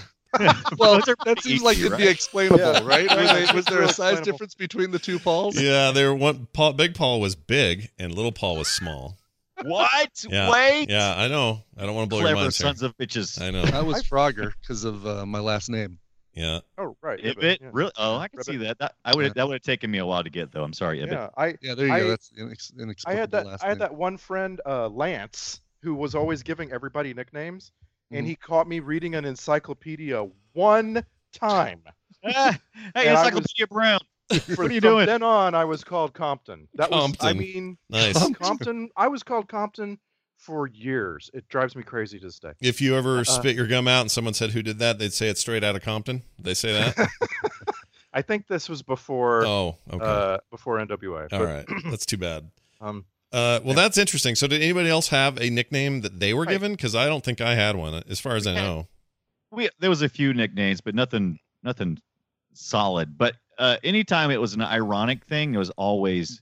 G: well, that seems like
E: easy,
G: it'd Oh, be explainable,
F: Yeah.
G: right?
F: Yeah,
G: Were they-
F: it's
G: was there a
F: real
G: size
F: explainable.
G: difference between the two Pauls?
D: yeah, there one Paul, Big Paul was big and Little Paul was small.
E: what?
D: Yeah,
E: Wait.
D: Yeah, I know. I don't want to blow your
E: Clever
D: mind. Sarah.
E: sons of bitches.
D: I know.
G: I was Frogger because of uh, my last name.
D: Yeah.
F: Oh, right.
E: Ibbit,
F: Ibbit, yeah.
E: really? Oh, I can see that. That I would
G: Yeah.
E: that would have taken me a while to get though. I'm sorry, Ibbit.
F: Yeah, I,
G: Yeah, there you
F: I-
G: go. That's inex-
F: I
G: inexplicable.
F: had that.
G: last
F: I
G: name.
F: had that one friend, uh, Lance, who was always giving everybody nicknames, and
G: Mhm.
F: he caught me reading an encyclopedia one time.
E: Ah, hey,
F: And I
E: Encyclopedia Brown.
F: For-
E: are you
F: from
E: doing?
F: Then on, I was called Compton. That was. I
D: Compton.
F: mean,
D: Nice.
F: Compton. I was called Compton for years. It drives me crazy to this day.
D: If you ever spit your gum out and someone said who did that, they'd say it's straight out of Compton. They say that.
F: I think this was before.
D: oh, okay.
F: Uh, before NWA.
D: All
F: but,
D: right. That's too bad.
F: Um,
D: Uh, well, that's interesting. So, did anybody else have a nickname that they were
F: Right.
D: given? Because I don't think I had one, as far as I know.
E: We there was a few nicknames, but nothing nothing solid. But uh, anytime it was an ironic thing, it was always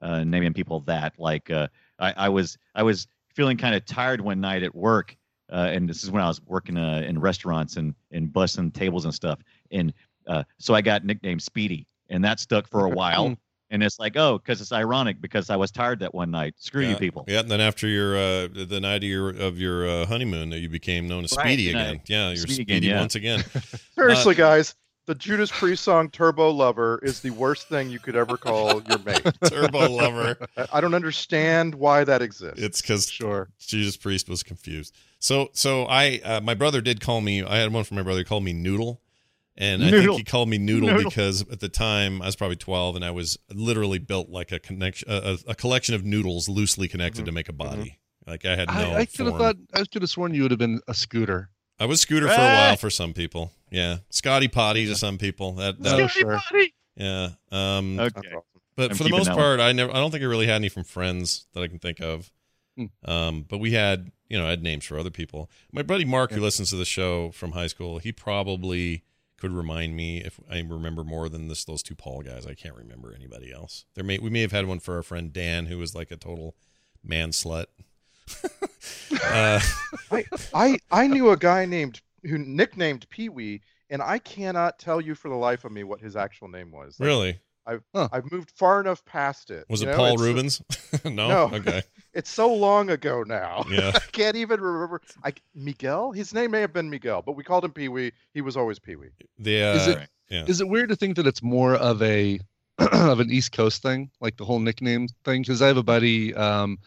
E: uh, naming people that. Like uh, I, I was I was feeling kind of tired one night at work, uh, and this is when I was working uh, in restaurants and and busing tables and stuff. And uh, so I got nicknamed Speedy, and that stuck for a while. And it's like, oh, because it's ironic because I was tired that one night. Screw
D: yeah.
E: you people.
D: Yeah. And then after your uh, the night of your of your uh, honeymoon, that you became known as
E: Right,
D: Speedy
E: and I-
D: again. Yeah, you're Speedy,
E: Speedy again, yeah.
D: once again. Uh,
F: seriously, guys, the Judas Priest song "Turbo Lover" is the worst thing you could ever call your mate.
D: Turbo lover.
F: I- I don't understand why that exists.
D: It's because
G: Sure.
D: Jesus Priest was confused. So so I uh, my brother did call me. I had one from my brother he called me Noodle, and I think
E: Noodle.
D: he called me Noodle,
E: Noodle.
D: because at the time I was probably twelve, and I was literally built like a connection a, a- a collection of noodles loosely connected to make a body. Like I had no.
G: I, I could have
D: form.
G: thought. I could have sworn you would have been a scooter.
D: I was Scooter for a
E: Ah!
D: while for some people. Yeah, Scotty Potty to some people. That, that
G: Scotty sure.
E: Everybody!
D: yeah. Um,
E: Okay.
D: but
E: I'm
D: for the
E: keeping
D: most
E: that one.
D: part, I never. I don't think I really had any from friends that I can think of.
G: Hmm.
D: Um, but we had, you know, I had names for other people. My buddy Mark, who listens to the show from high school, he probably could remind me if I remember more than this. Those two Paul guys, I can't remember anybody else. There may we may have had one for our friend Dan, who was like a total man slut. uh,
F: I, I I knew a guy named who nicknamed Pee Wee, and I cannot tell you for the life of me what his actual name was. Like,
D: really,
F: I've moved far enough past it.
D: was
F: you
D: it
F: know?
D: Paul
F: It's-
D: Rubens? no?
F: No.
D: okay,
F: It's so long ago now.
D: yeah.
F: I can't even remember. I Miguel. His name may have been Miguel, but we called him Pee Wee. He was always Pee Wee.
D: The uh,
G: Is it-
D: Yeah.
G: Is it weird to think that it's more of a of an East Coast thing, like the whole nickname thing? Because I have a buddy um,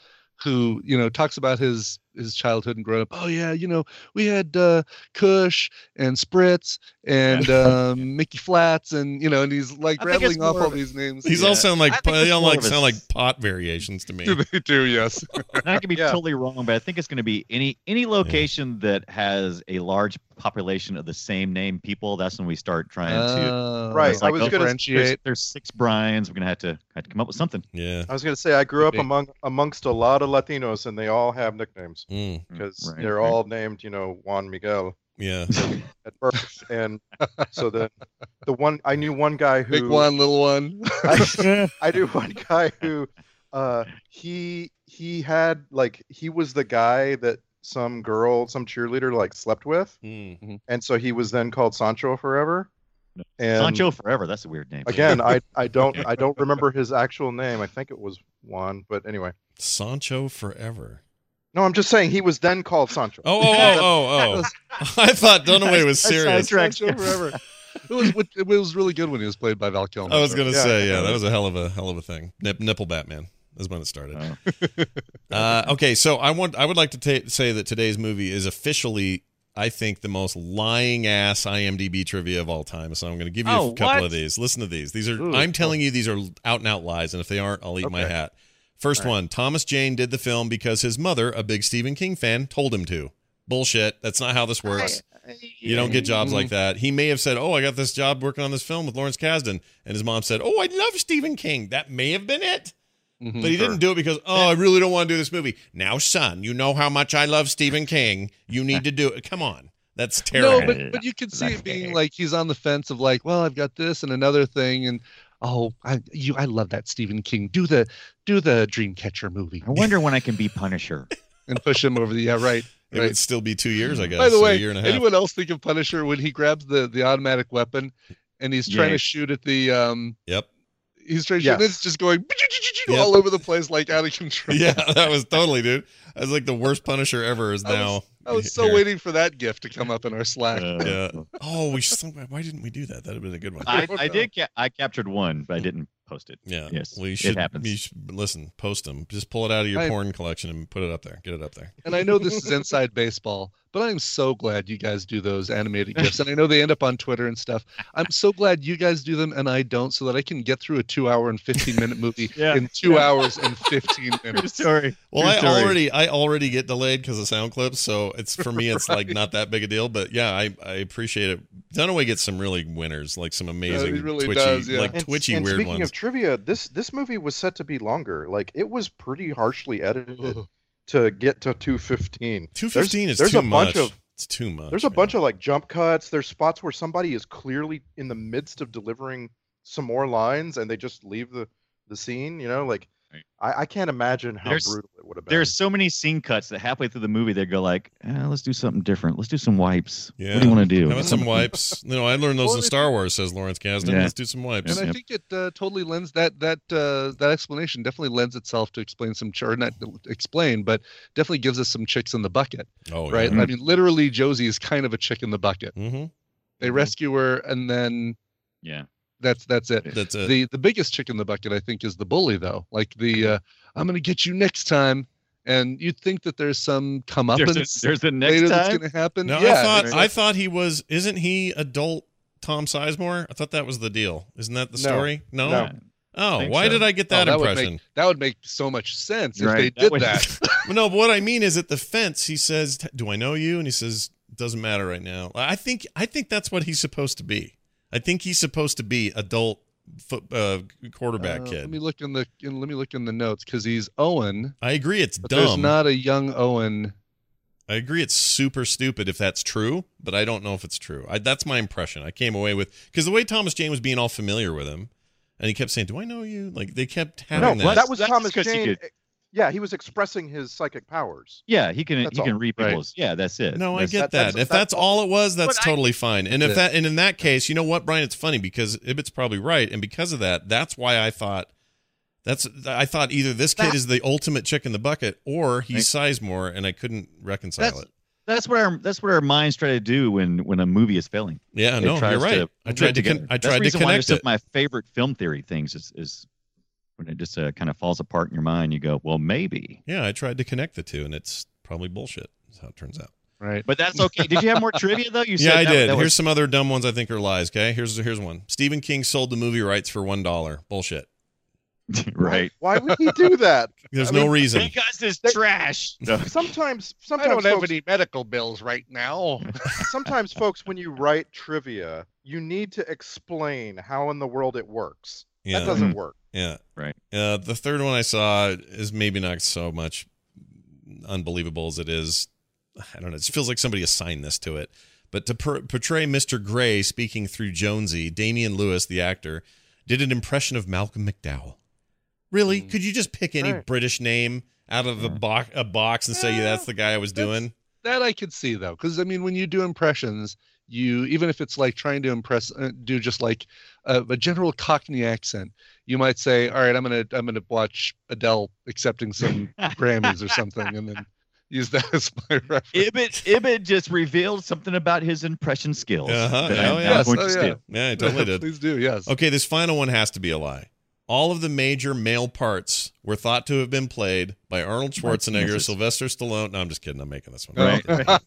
G: who you know talks about his his childhood and growing up. Oh yeah, you know we had uh, Kush and Spritz and um, Mickey Flats and you know, and he's like
E: I think it's
G: rattling off
E: more
G: all
E: of a-
G: these names.
D: These
E: Yeah.
D: all sound
E: I
D: like
E: think
D: they
E: it's
D: all
E: more
D: like
E: of a
D: sound
E: s-
D: like pot variations to me.
G: they do? Yes.
E: And I could be
F: Yeah.
E: totally wrong, but I think it's going to be any any location that has a large population of the same name people. That's when we start trying to.
F: Right,
E: It's
F: I was gonna-
E: There's,
G: differentiate.
E: there's six Brian's. We're going to have to have to come up with something.
D: Yeah.
F: I was gonna say I grew up
G: Could be.
F: among amongst a lot of Latinos, and they all have nicknames
G: Hmm.
D: Mm,
F: because
E: Hmm, Right,
F: they're
E: right.
F: all named, you know, Juan Miguel
D: yeah.
F: at birth, and so the the one I knew one guy who
G: Big one, little one.
F: I, I knew one guy who uh he he had like he was the guy that some girl some cheerleader like slept with
G: Hmm,
D: Mm.
F: and so he was then called sancho forever and
E: Sancho forever. That's a weird name.
F: again i i don't i don't remember his actual name i think it was juan but anyway
D: Sancho forever.
F: no i'm just saying he was then called sancho
D: Oh, oh, oh, oh, oh. I thought Dunaway was
E: I
D: serious.
E: sidetracked.
G: Sancho forever. It was it was really good when he was played by Val Kilmer.
D: I was gonna
F: Yeah.
D: say, yeah, that was a hell of a hell of a thing. Nip, nipple Batman is when it started.
E: Oh.
D: Uh, okay, so I want I would like to ta say that today's movie is officially I think, the most lying ass IMDb trivia of all time. So I'm going to give you
E: Oh,
D: a couple
E: what?
D: of these. Listen to these. These are,
G: Ooh,
D: I'm telling you, these are out and out lies. And if they aren't, I'll eat my
G: Okay.
D: hat. First
E: All right.
D: one Thomas Jane did the film because his mother, a big Stephen King fan, told him to. Bullshit. That's not how this works. You don't get jobs like that. He may have said, "Oh, I got this job working on this film with Lawrence Kasdan," and his mom said, "Oh, I love Stephen King." That may have been it,
G: Mhm.
D: but he didn't do it because, "Oh, I really don't want to do this movie." Now, son, you know how much I love Stephen King. You need to do it. Come on, that's terrible.
G: No, but but you could see it being like he's on the fence of like, well, I've got this and another thing, and oh, I you, I love that Stephen King. Do the do the Dreamcatcher movie
E: I wonder when I can be Punisher.
G: and push him over the yeah right.
D: it
G: right.
D: would still be two years, I guess.
G: By the
D: or
G: way,
D: a year and a half.
G: anyone else think of Punisher when he grabs the the automatic weapon and he's trying
E: Yeah.
G: to shoot at the um
D: Yep.
G: he's trying to shoot
F: Yes.
G: and it's just going
D: Yep.
G: all over the place like out of control.
D: yeah, that was totally, dude. That was like the worst Punisher ever. Is
G: I was-
D: now.
G: I was so
D: here.
G: waiting for that gift to come up in our Slack.
E: Uh,
D: Yeah. Oh, we. Should, why didn't we do that? That'd have been a good one.
E: I, I did. Ca- I captured one, but I didn't post it.
D: Yeah.
E: Yes,
D: Well, you
E: it
D: should,
E: happens.
D: You should listen. Post them. Just pull it out of your
G: I-
D: porn collection and put it up there. Get it up there.
G: And I know this is inside baseball, but I'm so glad you guys do those animated gifts. And I know they end up on Twitter and stuff. I'm so glad you guys do them and I don't, so that I can get through a two hour and 15 minute movie
E: Yeah,
G: in two
E: yeah.
G: hours and 15
E: True
G: minutes.
E: story.
D: Well,
E: True
D: I
E: story.
D: already I already get delayed because of sound clips, so it's for me it's like not that big a deal. But yeah, I, I appreciate it. Dunaway gets some really winners, like some amazing
G: he really
D: twitchy
G: does, yeah.
D: like
F: And,
D: twitchy
F: and
D: weird
F: speaking
D: ones.
F: of trivia, this this movie was set to be longer. Like it was pretty harshly edited to get to 215.
D: Two fifteen is
F: there's
D: too
F: a
D: much.
F: bunch of-
D: it's too much.
F: There's a bunch
D: man.
F: of like jump cuts. There's spots where somebody is clearly in the midst of delivering some more lines and they just leave the the scene. You know, like
E: Right.
F: I, I can't imagine how
E: There's-
F: brutal it would have been.
E: There's so many scene cuts that halfway through the movie they go like, eh, "Let's do something different. Let's do some wipes. What
D: Yeah.
E: do you want to do?"
D: How about some wipes. No, I learned those
G: Well,
D: in
G: they-
D: Star Wars. Says Lawrence Kasdan.
E: Yeah.
D: Let's do some wipes.
G: And I
E: Yep.
G: think it uh, totally lends that that uh, that explanation definitely lends itself to explain some ch- or not explain, but definitely gives us some chicks in the bucket,
D: oh
G: right?
D: Yeah.
G: I mean, literally, Josie is kind of a chick in the bucket.
D: hmm
G: They rescue her, and then
E: Yeah.
G: that's that's it.
D: That's it.
G: the the biggest chick in the bucket i think is the bully though like the uh, i'm gonna get you next time and you'd think that there's some come up
E: There's, a, there's the
G: later
E: next
G: that's
E: time.
G: gonna happen
D: No,
G: yeah
D: I thought
G: it's
D: I
G: like-
D: thought he was. Isn't he adult Tom Sizemore? I thought that was the deal. Isn't that the
F: No.
D: story? No.
F: No.
D: Oh,
E: Think
D: why
E: so.
D: did I get
G: Oh,
D: that,
G: that would
D: impression?
G: make that would make so much sense
E: Right.
G: if
E: That
G: they did
E: would-
G: that.
D: Well, no, but what I mean is at the fence. He says, "Do I know you?" And he says, "Doesn't matter right now." I think I think that's what he's supposed to be. I think he's supposed to be adult foot, uh, quarterback
G: Uh, Let
D: kid.
G: me look in the in, let me look in the notes because he's Owen,
D: I agree. It's
G: but there's
D: dumb.
G: not a young Owen.
D: I agree it's super stupid if that's true, but I don't know if it's true. I, that's my impression. I came away with because the way Thomas Jane was being all familiar with him, and he kept saying, "Do I know you?" Like they kept
F: no,
D: having
F: that,
D: that.
F: was
E: That's
F: Thomas
E: because he
F: Jane. e,
E: could-
F: Yeah, he was expressing his psychic powers.
E: Yeah, he can.
F: That's
E: he
F: all.
E: can read
G: Right.
E: people's. Yeah, that's it.
D: no, I
E: That's-
D: get
F: that- that's-
D: that. if that's
F: that's-
D: all it was, that's
E: But I-
D: totally fine. And if
G: Yeah.
D: that and in that case, you know what, Brian, it's funny because Ibbitt's probably right, and because of that, that's why I thought that's I thought either this kid
E: That-
D: is the ultimate chick in the bucket or he's Sizemore, and I couldn't reconcile
E: That's-
D: it.
E: That's what our that's what our minds try to do when when a movie is failing.
D: Yeah,
E: It
D: no,
E: tries
D: you're right.
E: to
D: I
E: put it
D: tried to
E: together.
D: con- I
E: That's
D: tried
E: the
D: to
E: reason why
D: connect
E: it's one
D: it.
E: of my favorite film theory things is is when it just uh, kind of falls apart in your mind. You go, well, maybe,
D: Yeah, I tried to connect the two, and it's probably bullshit. Is how it turns out.
G: Right.
E: but that's okay. did you have more trivia though? You
D: yeah,
E: said
D: I
E: that-
D: did.
E: that was-
D: here's some other dumb ones I think are lies. Okay, here's here's one. Stephen King sold the movie rights for one dollar. Bullshit.
E: right.
F: Why would he do that?
D: There's
F: I
D: no
F: mean,
D: reason.
E: Because it's
F: They-
E: trash.
F: Sometimes, sometimes folks-
G: medical bills right now.
F: sometimes folks when you write trivia you need to explain how in the world it works
D: Yeah,
F: that doesn't work
D: yeah,
E: Right.
D: Uh, the third one I saw is maybe not so much unbelievable as it is. I don't know. It just feels like somebody assigned this to it. But to per- portray Mr. Gray speaking through Jonesy, Damian Lewis, the actor, did an impression of Malcolm McDowell. Really? Could you just pick any
F: Mm. Right.
D: British name out of a, box a box and say yeah, that's the guy I was doing?
G: that I could see though, because I mean, when you do impressions, you even if it's like trying to impress, uh, do just like a, a general Cockney accent, you might say, "All right, I'm gonna I'm gonna watch Adele accepting some Grammys or something," and then use that as my reference.
E: Ibbit Ibbit just revealed something about his impression skills.
D: Uh-huh.
E: that I'm
D: Oh,
E: not
D: yes.
E: going
G: Oh,
E: to
G: yeah.
E: steal.
D: Yeah, I totally did.
G: Please do, yes.
D: Okay, this final one has to be a lie. All of the major male parts were thought to have been played by Arnold Schwarzenegger,
E: Martinuses.
D: Sylvester Stallone. No, I'm just kidding. I'm making this one.
E: Right.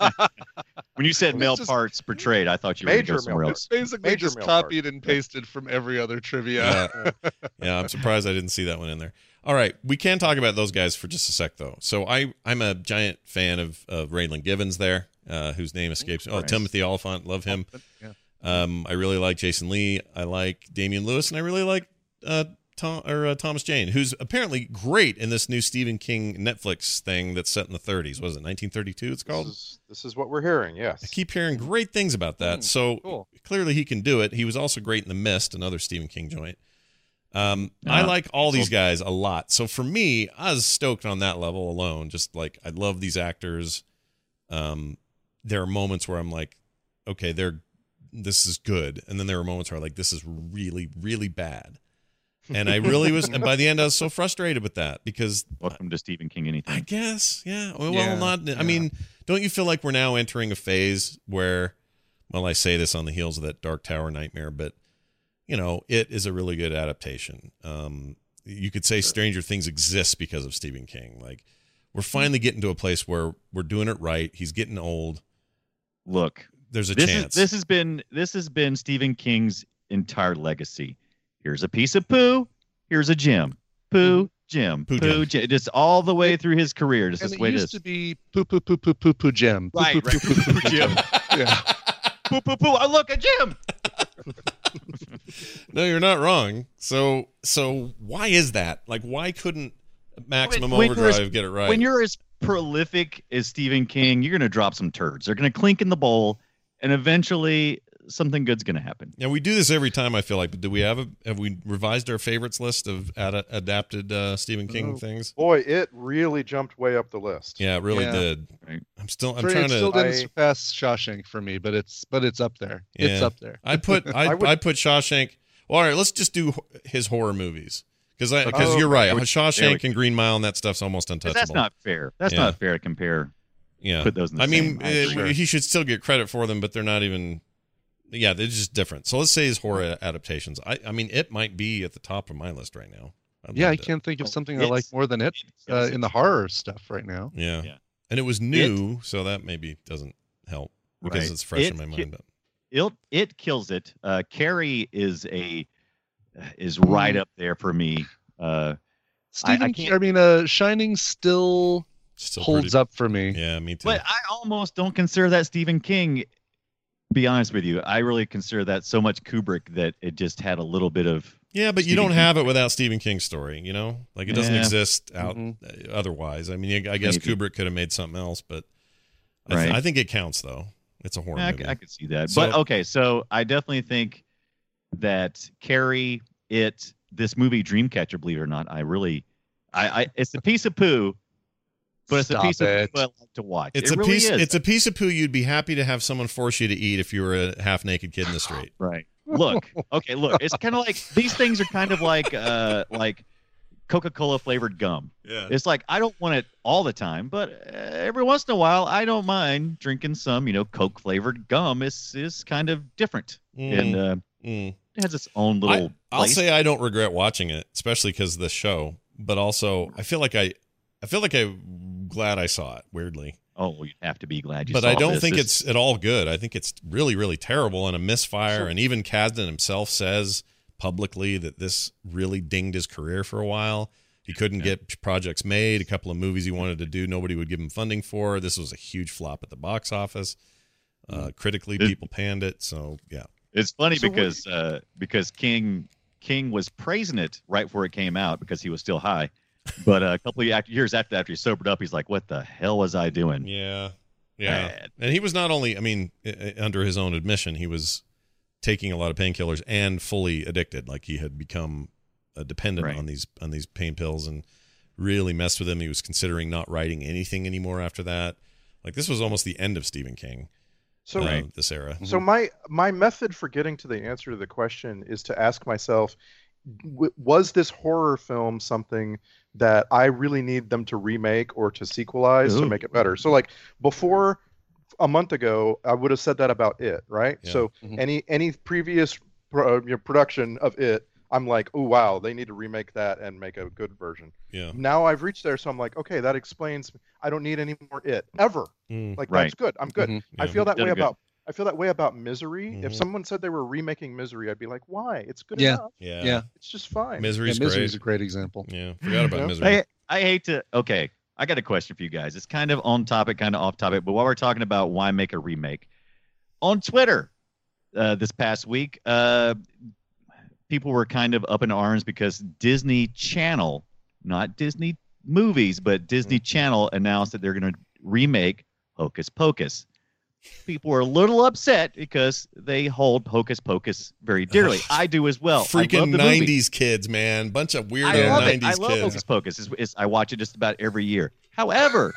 E: When you said
G: It's
E: male
G: just-
E: parts portrayed, I thought you were going to
F: Major
E: go
F: male
E: somewhere
F: parts.
E: else.
G: It's basically
F: Major
G: just
F: mail part.
G: copied and pasted from every other trivia.
D: Yeah. yeah, I'm surprised I didn't see that one in there. All right, we can talk about those guys for just a sec though. So I I'm a giant fan of of Raylan Givens there, uh, whose name escapes. Oh,
E: Nice.
D: Timothy Oliphant, love him.
G: Yeah.
D: Um, I really like Jason Lee. I like Damian Lewis, and I really like uh, Tom or uh, Thomas Jane, who's apparently great in this new Stephen King Netflix thing that's set in the 30s. Was it 1932? It's
F: This
D: called.
F: is, this is what we're hearing. Yes.
D: I keep hearing great things about that.
G: Hmm,
D: so
G: cool.
D: clearly he can do it. He was also great in The Mist, another Stephen King joint. Um, I
E: Yeah.
D: like all these guys a lot. So for me, I was stoked on that level alone. Just like I love these actors. Um, there are moments where I'm like, okay, they're this is good, and then there are moments where I'm like, this is really, really bad. And I really was, and by the end, I was so frustrated with that because
E: Welcome to Stephen King. Anything?
D: I guess, yeah. Well,
G: Yeah,
D: well not.
G: yeah.
D: I mean, don't you feel like we're now entering a phase where, well, I say this on the heels of that Dark Tower nightmare, but you know, it is a really good adaptation. Um, you could say Stranger Things exists because of Stephen King. Like, we're finally getting to a place where we're doing it right. He's getting old.
E: Look,
D: There's a
E: this
D: chance.
E: Is, this has been this has been Stephen King's entire legacy. Here's a piece of poo. Here's a gym. Poo, gym.
D: Poo,
E: Poo,
D: gym.
E: gym. Just all the way through his career. Just
G: and
E: this
G: it
E: way it
G: used
E: is.
G: to be poo poo poo poo poo poo gem. Poo,
E: Right,
G: poo,
E: right.
G: poo, poo, poo, poo,
E: Jim.
G: gem. yeah.
E: Poo, poo, poo. I look at Jim.
D: no, you're not wrong. So, so why is that? Like, why couldn't Maximum
E: when you're as-
D: Overdrive get it right?
E: When you're as prolific as Stephen King, you're going to drop some turds. They're going to clink in the bowl, and eventually something good's going to happen.
D: Yeah, we do this every time. I feel like, but do we have a have we revised our favorites list of ad- adapted uh, Stephen King
G: Oh.
D: things?
F: Boy, it really jumped way up the list.
D: Yeah, it really
G: Yeah.
D: did.
E: Right.
D: I'm still I'm
G: Three,
D: trying
G: it
D: to.
G: still didn't
F: I-
G: surpass Shawshank for me, but it's but it's up there. It's
D: Yeah.
G: up there.
D: I put I, I,
F: I would-
D: put Shawshank. Well, all right, let's just do h- his horror movies because I because
G: Oh,
F: Okay.
D: you're right.
E: Which- there we
D: Shawshank
E: go.
D: and Green Mile and that stuff's almost
E: 'Cause
D: untouchable.
E: That's not fair. That's
D: Yeah.
E: not fair to compare.
D: yeah.
E: Put those in the
D: I
E: same.
D: mean, it-
E: agree.
D: he should still get credit for them, but they're not even. Yeah, they're just different. So let's say his horror adaptations. I I mean, it might be at the top of my list right now. I
G: Yeah, I
D: loved it.
G: can't think of
E: Oh,
G: something I like
E: it's-
G: more than it uh, in the horror stuff right now.
D: Yeah.
E: Yeah.
D: And it was new, so that maybe doesn't help because
E: Right.
D: it's fresh in
E: It
D: my
E: ki-
D: mind. But
E: it it kills it. Uh, Carrie is a uh, is
D: Hmm.
E: right up there for me. Uh, I- I
G: Stephen, King- I,
E: can't-
G: mean, uh, Shining still
D: still
G: holds up for me.
D: Yeah, me too.
E: but I almost don't consider that Stephen King. Be honest with you, I really consider that so much Kubrick that it just had a little bit of
D: yeah, but you
E: Stephen
D: don't
E: King.
D: have it without Stephen King's story. You know, like it doesn't
E: Yeah.
D: exist out
G: Mhm.
D: uh, otherwise. I mean, I I guess
E: Mm-hmm. Maybe.
D: Kubrick could have made something else, but I, th-
E: Right.
D: I think it counts though. It's a horror
E: I,
D: movie.
E: I could see that. but
D: So-
E: okay, so I definitely think that Carrie, it, this movie Dreamcatcher, believe it or not, I really, I, I it's a piece of poo, but it's
G: Stop
E: a piece
G: it.
E: of poo I like to watch.
D: it's
E: It
D: a
E: really
D: piece.
E: Is.
D: It's a piece of poo you'd be happy to have someone force you to eat if you were a half-naked kid in the street.
E: right. Look, okay, look, it's kind of like these things are kind of like uh like Coca-Cola flavored gum.
D: Yeah.
E: It's like I don't want it all the time, but uh, every once in a while I don't mind drinking some, you know, Coke flavored gum. Is is kind of different
D: Mm,
E: and
D: Hmm.
E: uh, it has its own little
D: I'll
E: place.
D: say I don't regret watching it, especially because the show. But also, I feel like I, I feel like I'm glad I saw it. Weirdly,
E: Oh, well, you'd have to be glad you
D: but
E: saw
D: I don't
E: this.
D: think
E: This-
D: it's at all good. I think it's really, really terrible and a misfire. And even Kasdan himself says publicly that this really dinged his career for a while. He couldn't
E: Yeah.
D: get projects made. A couple of movies he wanted to do, nobody would give him funding for. This was a huge flop at the box office.
E: Mm.
D: Uh, critically,
E: It-
D: people panned it. So yeah,
E: it's funny
F: So what-
E: because uh, because King King was praising it right before it came out because he was still high, but uh, a couple of act- years after after he sobered up, he's like, "What the hell was I doing?"
D: yeah, yeah.
E: Uh,
D: And he was not only, I mean, i- i- under his own admission, he was taking a lot of painkillers and fully addicted. Like he had become uh, dependent
E: Right.
D: on these on these pain pills and really messed with him. He was considering not writing anything anymore after that. Like this was almost the end of Stephen King.
F: So
D: uh, This era.
F: So
E: Mm-hmm.
F: my my method for getting to the answer to the question is to ask myself, w- was this horror film something that I really need them to remake or to sequelize to
E: Ooh.
F: make it better? So like before a month ago, I would have said that about it, right?
D: Yeah.
F: So
G: Mhm.
F: any any previous pro, uh, you know, production of it, I'm like, oh wow, they need to remake that and make a good version.
D: Yeah.
F: Now I've reached there, so I'm like, okay, that explains. I don't need any more it ever.
D: Mm.
F: Like
E: Right.
F: that's good. I'm good.
G: Mhm.
F: I
D: Yeah.
F: feel that
E: Did
F: way
E: it good.
F: about. I feel that way about Misery.
D: Mhm.
F: If someone said they were remaking Misery, I'd be like, why? It's good
G: Yeah.
F: enough.
D: Yeah.
G: Yeah.
F: It's just fine.
D: Misery's
G: Yeah, Misery's a
D: great.
G: great example.
D: Yeah. Forgot about
F: Yeah.
D: misery.
E: I, I hate to. Okay, I got a question for you guys. It's kind of on topic, kind of off topic, but while we're talking about why make a remake, on Twitter uh, this past week, uh, people were kind of up in arms because Disney Channel, not Disney movies, but Disney Channel announced that they're going to remake Hocus Pocus. People were a little upset because they hold Hocus Pocus very dearly. I do as well. I love
D: Freaking
E: the movie.
D: nineties kids, man. Bunch of weirdo
E: I love it.
D: nineties
E: I love
D: kids.
E: Hocus Pocus. It's, it's, I watch it just about every year. However,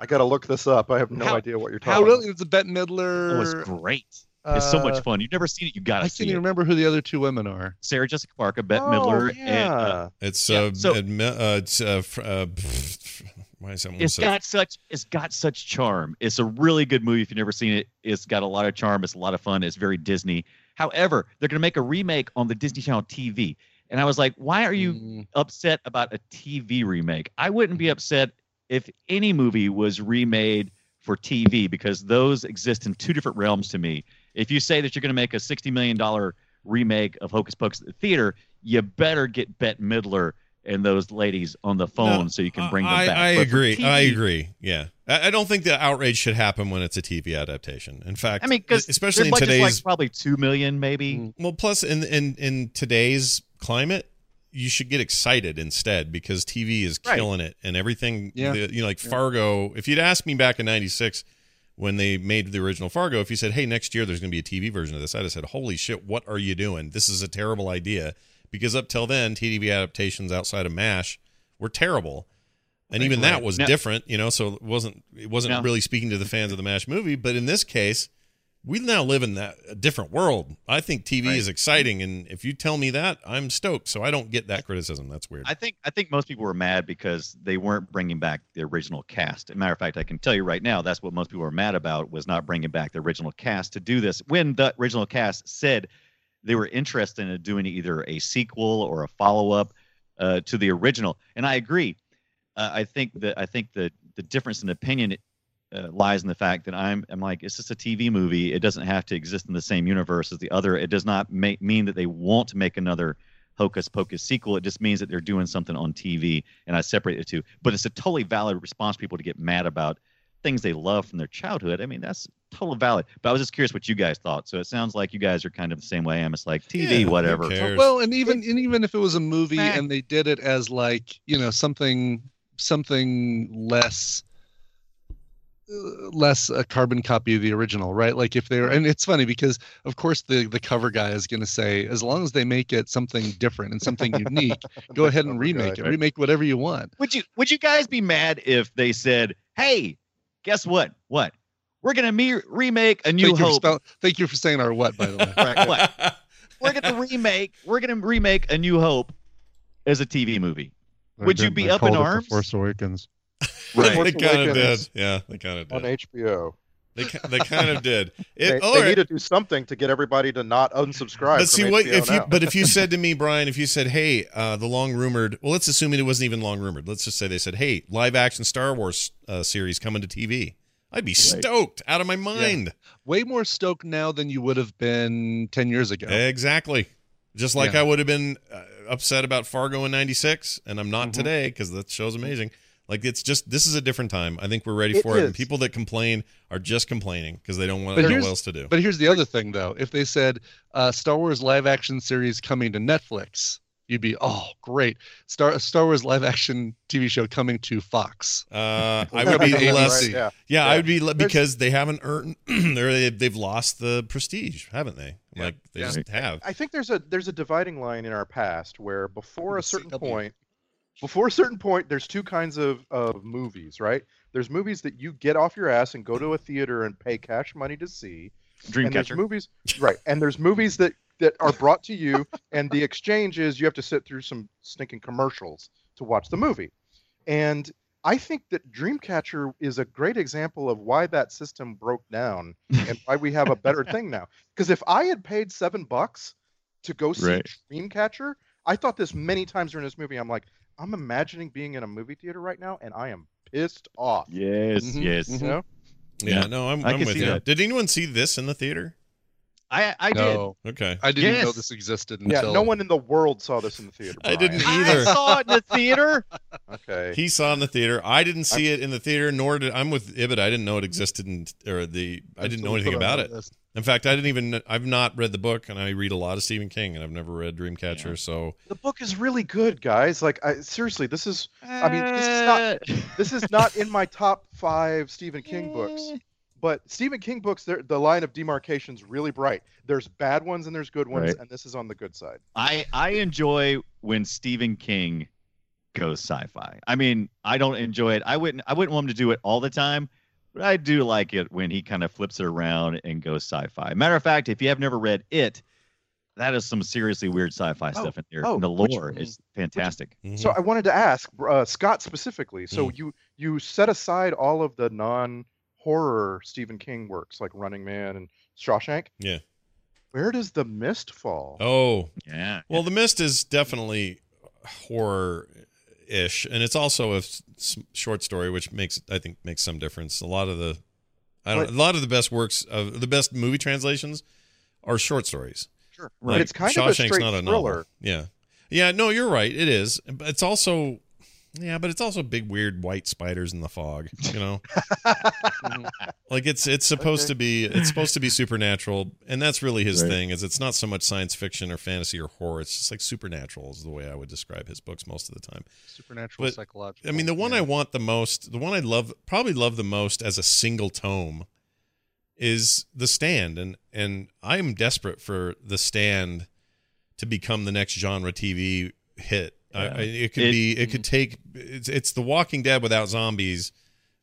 F: I gotta look this up. I have no
E: How-
F: idea what you're
G: How
F: talking.
G: really? It
F: about.
G: was a Bette
E: it was
G: Midler.
E: great. It's so much
F: Uh,
E: fun. You've never seen it.
G: I
E: You gotta
G: can't
E: see it.
G: even remember who the other two women are.
E: Sarah Jessica Parker, Bette
F: Oh,
E: Midler, and
F: yeah.
E: uh,
D: It's
E: Yeah,
D: uh,
E: so-
D: admi- uh, it's uh, fr- uh, pff, why is someone
E: it's
D: so
E: got such it's got such charm. It's a really good movie if you've never seen it. It's got a lot of charm. It's a lot of fun. It's very Disney. However, they're gonna make a remake on the Disney Channel TV, and I was like, why are you
G: Mm,
E: upset about a TV remake. I wouldn't be upset if any movie was remade for TV because those exist in two different realms to me. If you say that you're going to make a $60 million remake of Hocus Pocus at the theater, you better get Bette Midler and those ladies on the phone so you can bring them
D: I,
E: back.
D: I
E: But for
D: agree. I
E: TV
D: agree. Yeah, I, I don't think the outrage should happen when it's a TV adaptation. In fact,
E: I mean, because
D: especially in
E: like
D: today's
E: probably two million, maybe.
G: Mm.
D: well, plus in in in today's climate, you should get excited instead because TV is
E: Right.
D: killing it and everything.
G: Yeah.
D: the- you know, like
G: Yeah.
D: Fargo. If you'd asked me back in '96 when they made the original Fargo, if you said, "Hey, next year there's going to be a TV version of this," I'd have said, "Holy shit, what are you doing? This is a terrible idea." Because up till then, TV adaptations outside of MASH were terrible and
E: Right,
D: even that
E: right.
D: was
E: Now-
D: different, you know. So it wasn't it wasn't
E: No.
D: really speaking to the fans of the Mash movie, but in this case, we now live in that a different world. I think TV
E: Right.
D: is exciting, and if you tell me that, I'm stoked. So I don't get that criticism. That's weird.
E: I think I think most people were mad because they weren't bringing back the original cast. As a matter of fact, I can tell you right now, that's what most people were mad about was not bringing back the original cast to do this. When the original cast said they were interested in doing either a sequel or a follow up uh, to the original, and I agree. Uh, I think that I think the the difference in opinion uh, lies in the fact that I'm I'm like it's just a TV movie. It doesn't have to exist in the same universe as the other. It does not make, mean that they won't make another Hocus Pocus sequel. It just means that they're doing something on TV, and I separate the two. But it's a totally valid response for people to get mad about things they love from their childhood. I mean, that's totally valid. But I was just curious what you guys thought. So it sounds like you guys are kind of the same way I am. It's like TV,
D: Yeah, who
E: whatever.
D: cares?
G: Well, and even and even if it was a movie
E: Meh.
G: and they did it as like you know something something less uh, less a carbon copy of the original right like if they were and it's funny because of course the the cover guy is going to say as long as they make it something different and something unique go ahead and
F: Cover
G: remake
F: guy.
G: it remake whatever you want
E: Would you Would you guys be mad if they said, "Hey, guess what? What we're gonna me- remake a New
G: thank you, for
E: Hope."
G: spell- thank you for saying our what by the way
E: what? we're gonna remake we're gonna remake a new hope as a tv movie Would you be up in arms?
G: Force Awakens.
F: Right.
D: they kind of did.
F: Awakens
D: Yeah, they kind of
F: on
D: did.
F: HBO.
D: They, ki- they kind of did. It,
F: they,
D: all
F: they
D: right.
F: need to do something to get everybody to not unsubscribe.
D: But see
F: from
D: what
F: HBO
D: if you
F: now.
D: but if you said to me, Brian, if you said, "Hey, uh, the long rumored," well, let's assume it wasn't even long rumored. Let's just say they said, "Hey, live action Star Wars uh, series coming to TV." I'd be stoked out of my mind.
G: Way more stoked now than you would have been ten years ago.
D: Exactly. Just like
G: Yeah.
D: I would have been uh, upset about Fargo in '96, and I'm
G: Mm-hmm.
D: not today because that show's amazing. Like it's just this is a different time. I think we're ready
F: It
D: for it. And
F: is.
D: people that complain are just complaining because they don't want
G: But
D: to know
G: here's-
D: what else to do.
G: But here's the other thing, though. If they said uh, Star Wars live action series coming to Netflix, you'd be oh great. Star Star Wars live action TV show coming to Fox.
D: Uh, I would be
G: Right,
D: less.
G: yeah.
D: Yeah, I
F: Yeah.
D: would be le-
F: There's-
D: because they haven't earned. they're- they they've lost the prestige, haven't they?
G: Yeah.
D: Like they
G: Yeah.
D: just have.
F: I think there's a there's a dividing line in our past where before a
G: The
F: certain
G: CW.
F: point, before a certain point, there's two kinds of of movies, right? There's movies that you get off your ass and go to a theater and pay cash money to see, and there's
E: dreamcatcher
F: movies, right? And there's movies that that are brought to you, and the exchange is you have to sit through some stinking commercials to watch the movie, and I think that Dreamcatcher is a great example of why that system broke down and why we have a better thing now. Because if I had paid seven bucks to go see
E: Right.
F: Dreamcatcher, I thought this many times during this movie. I'm like, I'm imagining being in a movie theater right now, and I am pissed off.
E: Yes,
G: Mhm,
E: yes.
G: mhm.
F: You know?
D: Yeah,
E: Yeah.
D: no, I'm,
E: I
D: I'm
E: can
D: with
E: see
D: you.
E: that.
D: Did anyone see this in the theater?
E: I I
G: no,
D: Okay.
G: I didn't even know
E: Yes.
G: this existed
F: Yeah,
G: until
F: no one in the world saw this in the theater.
D: I
F: Brian.
D: didn't
E: did.
D: either.
E: I saw it in the theater.
F: Okay.
D: He saw it in the theater. I didn't see it in the theater, nor did I'm with Ibbot. I didn't know it existed, in, or the I didn't know anything about it. In fact, I didn't even. I've not read the book, and I read a lot of Stephen King, and I've never read Dreamcatcher. So
F: the book is really good, guys. Like, I, seriously, this is I mean, this is not-
E: Uh,
F: this is not in my top five Stephen King books. But Stephen King books, they're- the line of demarcation's really bright. There's bad ones and there's good ones,
E: Right.
F: and this is on the good side.
E: I I enjoy when Stephen King goes sci-fi. I mean, I don't enjoy it. I wouldn't I wouldn't want him to do it all the time, but I do like it when he kind of flips it around and goes sci-fi. Matter of fact, if you have never read it, that is some seriously weird sci-fi stuff in there.
F: oh,
E: and the
F: which-
E: lore is fantastic.
F: So I wanted to ask uh, Scott specifically. So you you set aside all of the non horror Stephen King works like Running Man and Shawshank.
D: Yeah.
F: Where does The Mist fall?
D: oh
E: yeah.
D: well, The Mist is definitely horror ish, and it's also a s- s- short story, which makes I think makes some difference. A lot of the I don't,
F: But-
D: a lot of the best works of the best movie translations are short stories.
F: sure.
D: Like,
F: But it's kind of a
D: Shawshank's
F: straight
D: not a novel.
F: thriller.
D: Yeah, yeah. No, you're right. It is. But It's also, yeah, but it's also big weird white spiders in the fog. You know, like it's it's supposed to be it's supposed to be supernatural, and that's really his
E: Right.
D: thing. Is it's not so much science fiction or fantasy or horror. It's just like supernatural is the way I would describe his books most of the time.
G: supernatural
D: But,
G: psychological.
D: I mean, the one I want the most, the one I love, probably love the most as a single tome, is The Stand, and and I am desperate for The Stand to become the next genre TV hit. I,
E: Yeah.
D: I, it could
E: It- Mm-hmm.
D: be, it could take, it's it's The Walking Dead without zombies,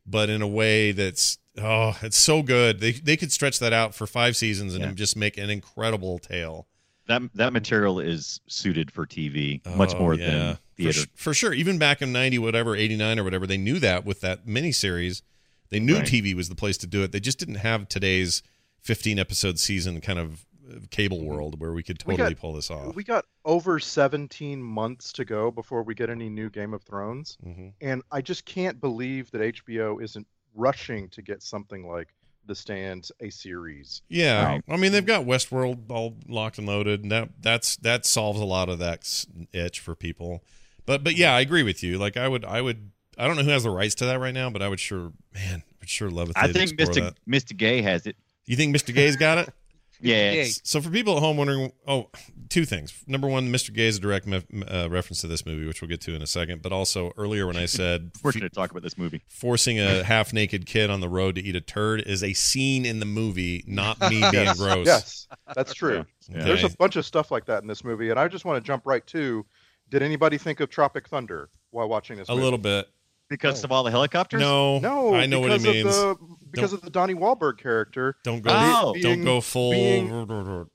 D: but in a way that's oh, it's so good. They they could stretch that out for five seasons and
E: Yeah.
D: just make an incredible tale.
E: That that material is suited for TV much
D: Oh,
E: more
D: yeah.
E: than theater.
D: For, su- for sure. Even back in 90, whatever, 89 or whatever, they knew that with that miniseries. They knew
E: Right.
D: TV was the place to do it. They just didn't have today's 15 episode season kind of uh, cable world where we could
F: Mm-hmm. We
D: totally
F: got-
D: pull this off.
F: We got over 17 months to go before we get any new Game of Thrones,
D: Mhm.
F: and I just can't believe that HBO isn't rushing to get something like The Stand a series.
D: Yeah.
E: Right.
D: I mean, they've got Westworld all locked and loaded, and that, that's, that solves a lot of that s- itch for people. But, but yeah, I agree with you. Like, I would, I would, I don't know who has the rights to that right now, but I would sure, man, would sure love if
E: I
D: they'd
E: think
D: explore
E: Mr.
D: that.
E: Mr. Gay has it.
D: You think Mr. Gay's got it?
E: Yeah.
G: Gay.
D: S- So for people at home wondering, oh, two things. Number one, Mr. Gay is a direct mef- m- uh, reference to this movie, which we'll get to in a second. But also earlier when I said
E: We're
D: f-
E: going to talk about this movie.
D: forcing a half-naked kid on the road to eat a turd is a scene in the movie, not me being gross.
F: Yes, that's true.
E: Yeah.
D: Okay.
F: There's a bunch of stuff like that in this movie, and I just want to jump right to. Did anybody think of Tropic Thunder while watching this?
D: a
F: movie?
D: little bit.
E: Because
G: Oh.
E: of all the helicopters?
D: No,
F: No,
D: I know what it
F: because
D: means.
F: Of the, because of the Donnie Wahlberg character.
D: Don't go.
E: Oh.
D: don't
F: being-
D: go full.
F: being-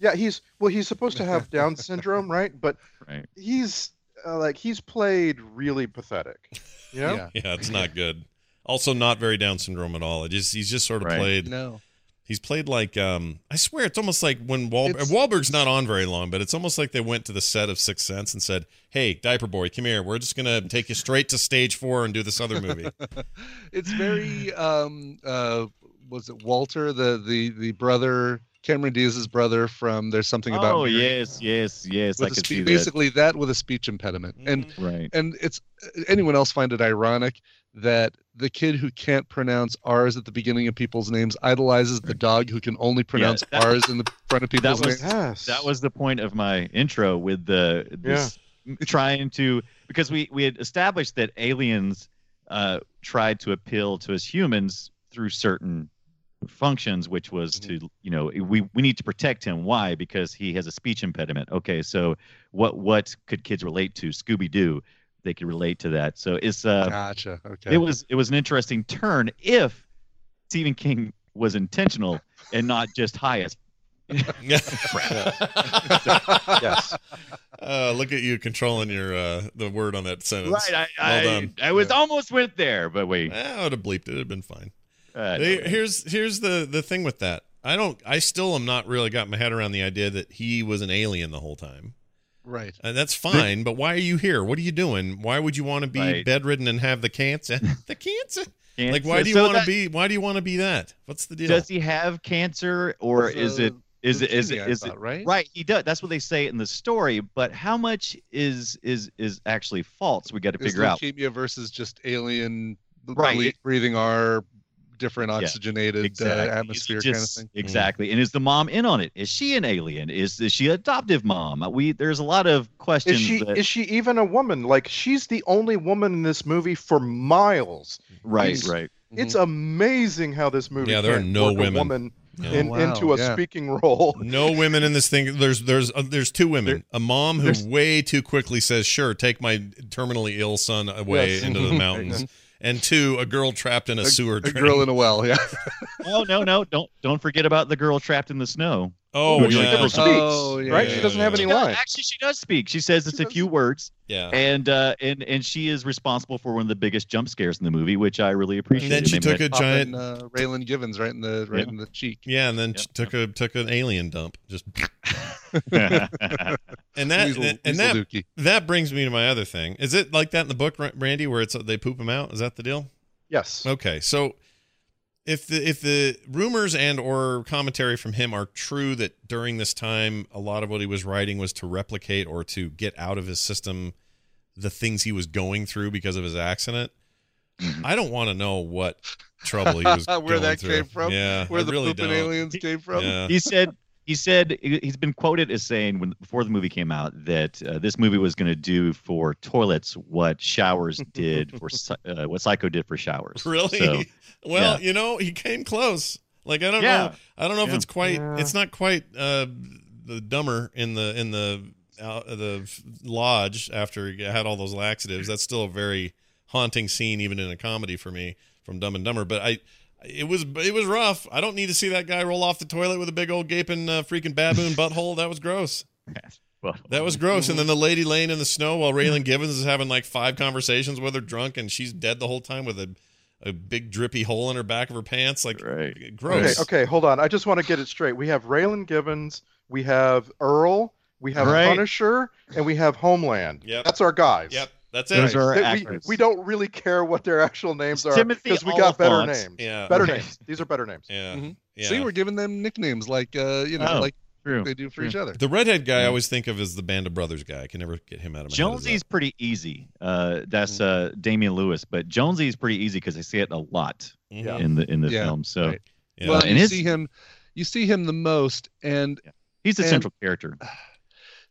F: Yeah, he's well, he's supposed to have Down syndrome, right? But
E: Right.
F: he's uh, like he's played really pathetic. You know?
G: yeah.
D: yeah, it's not good. Also, not very Down syndrome at all. It just he's just sort of
E: Right.
D: played.
G: No.
D: He's played like um I swear it's almost like when Wahlberg
G: It's-
D: Wahlberg's not on very long, but it's almost like they went to the set of Sixth Sense and said, "Hey, diaper boy, come here. We're just gonna take you straight to stage four and do this other movie."
G: it's very um uh was it Walter the the the brother Cameron Diaz's brother from There's Something About
E: Oh,
G: Mary,
E: yes, yes, yes.
G: with a
E: I can
G: spe-
E: see that.
G: basically that. with a speech impediment and
D: Mm-hmm.
E: Right.
G: and it's anyone else find it ironic that the kid who can't pronounce R's at the beginning of people's names idolizes the dog who can only pronounce
E: that-
G: R's in the front of people's
E: was-
G: names.
F: Yes.
E: That was the point of my intro with the this trying to because we we had established that aliens uh, tried to appeal to us humans through certain functions, which was
G: Mm-hmm.
E: to you know we we need to protect him. Why? Because he has a speech impediment. Okay, so what what could kids relate to? Scooby Doo, they could relate to that. So it's uh,
G: Gotcha. Okay.
E: it was it was an interesting turn if Stephen King was intentional and not just high as
F: yes.
D: uh, look at you controlling your uh the word on that sentence.
E: Right, I
D: Well
E: I,
D: done.
E: I was almost went there, but wait.
D: Eh, I would have bleeped it. It'd been fine.
E: Uh,
D: Hey, here's here's the the thing with that. I don't. I still am not really got my head around the idea that he was an alien the whole time.
G: Right.
D: Uh, that's fine, but why are you here? What are you doing? Why would you want to be
E: Right.
D: bedridden and have the cancer? the cancer? Like,
E: Cancer.
D: why do you
E: So
D: want to
E: that-
D: be? Why do you want to be that? What's the deal?
E: Does he have cancer, or
G: It's,
E: is
G: uh,
E: it is it is
G: leukemia,
E: it
G: I
E: is it
G: thought, right?
E: right? He does. That's what they say in the story. But how much is is is actually false? We got to
G: Is
E: figure
D: uh,
E: out.
G: leukemia versus just alien
E: Right.
G: ble- breathing our different
E: Yeah,
G: oxygenated
E: Exactly.
G: uh,
E: Is
G: atmosphere
E: he
G: kind of
E: just- Mm.
G: thing.
E: Exactly. And is the mom in on it? Is she an alien? Is is she adoptive mom? Uh, We there's a lot of questions.
F: Is she
E: that,
F: is she even a woman? Like she's the only woman in this movie for miles.
E: right,
F: is-
E: right.
G: Mm-hmm.
F: It's amazing how this movie.
D: Yeah, there are
F: can't
D: no
F: work a
D: women.
F: woman
D: No.
F: in-
G: Oh, wow,
F: into a
G: yeah. Mm-hmm.
F: speaking role.
D: no women in this thing. There's there's uh, there's two women.
E: There-
D: a mom
E: there's-
D: who way too quickly says, "Sure, take my terminally ill son away
G: Yes.
D: into the mountains," and two, a girl trapped in a, sewer.
G: A
D: drain.
G: girl in a well, yeah.
E: Oh no, no, don't don't forget about the girl trapped in the snow.
D: oh
E: Who
F: she
D: yeah,
F: never
G: Oh,
F: speaks,
G: yeah,
F: right?
D: yeah,
F: she doesn't
D: yeah.
F: have any
E: She does-
F: lines.
E: actually, she does speak. She says it's
F: She
E: a
F: does.
E: few words,
D: yeah.
E: and uh, and and she is responsible for one of the biggest jump scares in the movie, which I really appreciate.
D: And then she took a giant
G: Popping, uh, Raylan Givens right in the right in the cheek.
D: yeah, and then
E: Yep.
D: she took a took an alien dump. Just
E: a.
D: and that
G: Weasel-
D: and
G: Weasel
D: that
G: Dookie.
D: that brings me to my other thing. Is it like that in the book, Ra- Randy, where it's they poop them out? Is that the deal?
F: Yes.
D: Okay, so if the if the rumors and or commentary from him are true that during this time a lot of what he was writing was to replicate or to get out of his system the things he was going through because of his accident, I don't want to know what trouble he was
G: Mm-hmm. Where
D: going
G: that
D: through.
G: came from?
D: Yeah,
G: Where
D: I
G: the
D: really
G: pooping
D: don't.
G: aliens came from?
D: Yeah.
E: he said he said he's been quoted as saying when before the movie came out that uh, this movie was going to do for toilets what showers did for Psy- uh, what Psycho did for showers.
D: Really?
E: So,
D: well,
E: yeah.
D: you know, he came close. Like I don't
E: Yeah.
D: know. I don't know if
E: Yeah.
D: it's quite. It's not quite uh, the dumber in the in the out the lodge after he had all those laxatives. That's still a very haunting scene, even in a comedy for me from Dumb and Dumber. But I. It was it was rough. I don't need to see that guy roll off the toilet with a big old gaping uh, freaking baboon butthole. That was gross.
E: well,
D: That was gross. And then the lady laying in the snow while
E: Mm.
D: Raylan Givens is having like five conversations with her drunk, and she's dead the whole time with a, a big drippy hole in her back of her pants. Like
E: right.
F: Okay,
D: gross.
F: okay, hold on. I just want to get it straight. We have Raylan Givens, we have Earl, we have
E: Right.
F: Punisher, and we have Homeland.
D: Yep.
F: That's our guys.
D: Yep. That's it.
E: Those are our
F: They- we,
E: actors.
F: we don't really care what their actual names are
E: Timothy
F: because we got better
E: Oliphant. Mm-hmm.
F: names.
D: Yeah.
F: Better
E: Right.
F: names. These are better names.
D: Yeah.
G: Mhm.
D: yeah.
G: See, we're giving them nicknames like uh, you know,
E: Oh.
G: like
E: True.
G: they do for
E: True.
G: each other.
D: the redhead guy I always think of as the Band of Brothers guy. I can never get him out of my
E: Jonesy's pretty easy. Uh, that's uh,
D: Mm-hmm.
E: Damian Lewis, but Jonesy's pretty easy because I see it a lot
D: Head
E: in the in the
G: Yeah,
E: film. So
G: right.
D: Yeah.
G: Well,
E: Uh,
G: you
E: and his-
G: see him, you see him the most. And
E: he's the
G: And-
E: central character.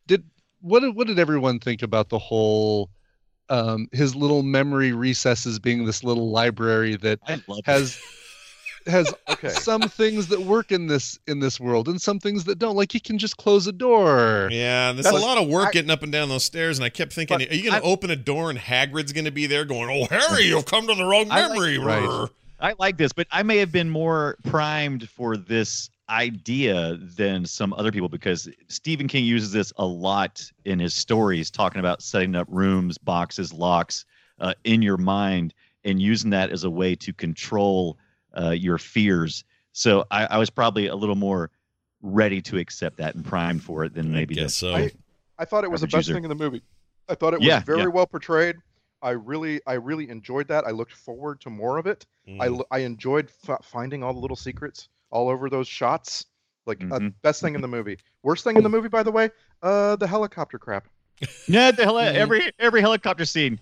G: did what did what did everyone think about the whole um, his little memory recesses being this little library that
E: I love
G: has has
F: Okay.
G: some things that work in this in this world and some things that don't. Like he can just close a door.
D: Yeah, there's
F: That's-
D: a lot of work
F: I-
D: getting up and down those stairs, and I kept thinking,
E: But
D: are you going to open a door and Hagrid's going to be there going, "Oh, Harry, you've come to the wrong
E: I like-
D: memory."
G: Right.
D: rrr."
E: I like this, but I may have been more primed for this idea than some other people because Stephen King uses this a lot in his stories, talking about setting up rooms, boxes, locks uh, in your mind and using that as a way to control uh, your fears. So I, I was probably a little more ready to accept that and primed for it than
D: I
E: maybe.
D: guess
E: the-
D: so.
F: I- I thought it was the
E: Average
F: best
E: user.
F: thing in the movie. I thought it was
E: Yeah,
F: very
E: yeah.
F: well portrayed. I really, I really enjoyed that. I looked forward to more of it. I
D: Mm.
F: l I I, enjoyed f- finding all the little secrets all over those shots. Like
D: Mm-hmm.
F: uh,
E: Mhm.
F: best thing in the movie. Worst thing in the movie, by the way, uh, the helicopter crap.
E: Yeah, the heli- every every helicopter scene.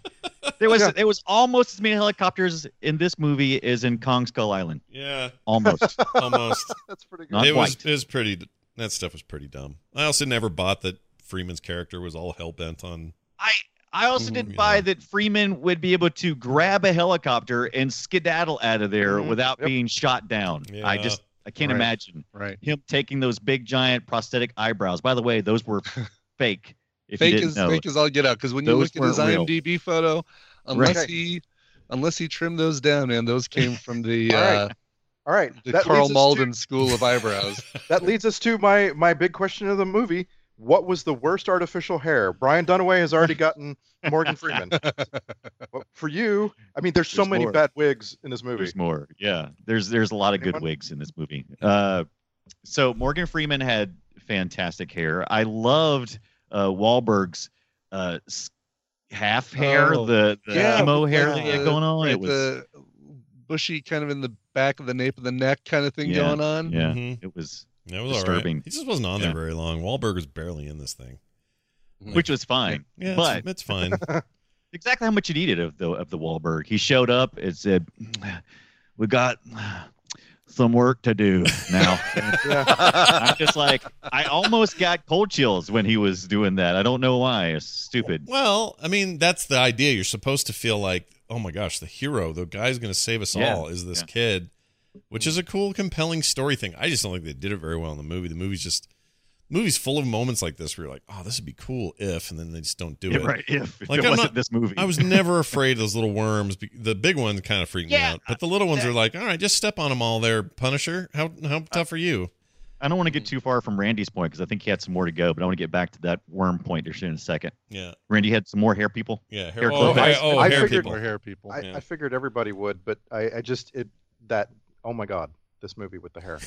E: There was
F: Yeah.
E: there was almost as many helicopters in this movie as in Kong Skull Island.
D: yeah,
E: Almost.
D: almost.
F: That's pretty good.
E: Not
D: it was
E: quite.
D: it was pretty that stuff was pretty dumb i also never bought that freeman's character was all hell-bent on
E: I also
D: Mm,
E: didn't
D: yeah.
E: buy that Freeman would be able to grab a helicopter and skedaddle out of there
F: Mhm,
E: without
F: yep.
E: being shot down. I
D: Yeah.
E: just I can't
G: Right.
E: imagine
G: Right.
E: him taking those big giant prosthetic eyebrows. By the way, those were fake. If you
G: fake
E: didn't
G: is
E: know.
G: fake is all get out because when you
E: Those
G: look at his
E: weren't real.
G: IMDb photo, unless he unless he trimmed those down, man, those came from the
F: All right.
G: uh,
F: All right,
G: the
F: that
G: Carl
F: leads us to-
G: Malden School of Eyebrows.
F: that leads us to my my big question of the movie. What was the worst artificial hair? Brian Dunaway has already gotten Morgan Freeman. Well, for you, I mean, there's so
E: There's
F: many
E: more.
F: bad wigs in this movie.
E: There's more. Yeah. There's there's a lot of good
F: Anyone?
E: wigs in this movie. Uh, so Morgan Freeman had fantastic hair. I loved uh, Wahlberg's uh, s- half hair,
G: Oh,
E: the, the emo hair that he
G: the-
E: had going on.
G: right,
E: it was
G: the bushy kind of in the back of the nape of the neck kind of thing
E: Yeah,
G: going on. Mm-hmm.
E: yeah,
D: Mhm.
E: it was
D: That was all
E: Disturbing.
D: right. He just wasn't on
E: Yeah.
D: there very long. Wahlberg was barely in this thing.
G: Mm-hmm.
E: which was fine,
D: Yeah,
E: but
D: it's, it's fine.
E: exactly how much you needed of the of the Wahlberg. He showed up and said, "We got some work to do now." I'm just like, I almost got cold chills when he was doing that. I don't know why. It's stupid.
D: Well, I mean, that's the idea. You're supposed to feel like, oh my gosh, the hero, the guy's going to save us
E: Yeah.
D: all, is this
E: Yeah.
D: kid, which is a cool, compelling story thing. I just don't think they did it very well in the movie. The movie's just, the movie's full of moments like this where you're like, oh, this would be cool if, and then they just don't do
E: Yeah,
D: it.
E: right? If, if
D: Like,
E: it
D: I'm
E: wasn't
D: not-
E: this movie,
D: I was never afraid of those little worms. be- The big ones kind of freaked me
E: Yeah.
D: out, but the little ones are like, all right, just step on them all there, Punisher. How how
E: Uh,
D: tough are you?
E: I don't want to get too far from Randy's point because I think he had some more to go, but I want to get back to that worm point here soon in a second.
D: Yeah,
E: Randy you had some more hair people.
D: yeah.
E: Hair
D: Hair, oh,
E: club.
D: hair,
F: I-
D: oh,
F: I
D: hair
F: figured-
D: people.
G: Or hair people.
F: I,
D: Yeah.
F: I figured everybody would, but I, I just it that oh my god, this movie with the hair.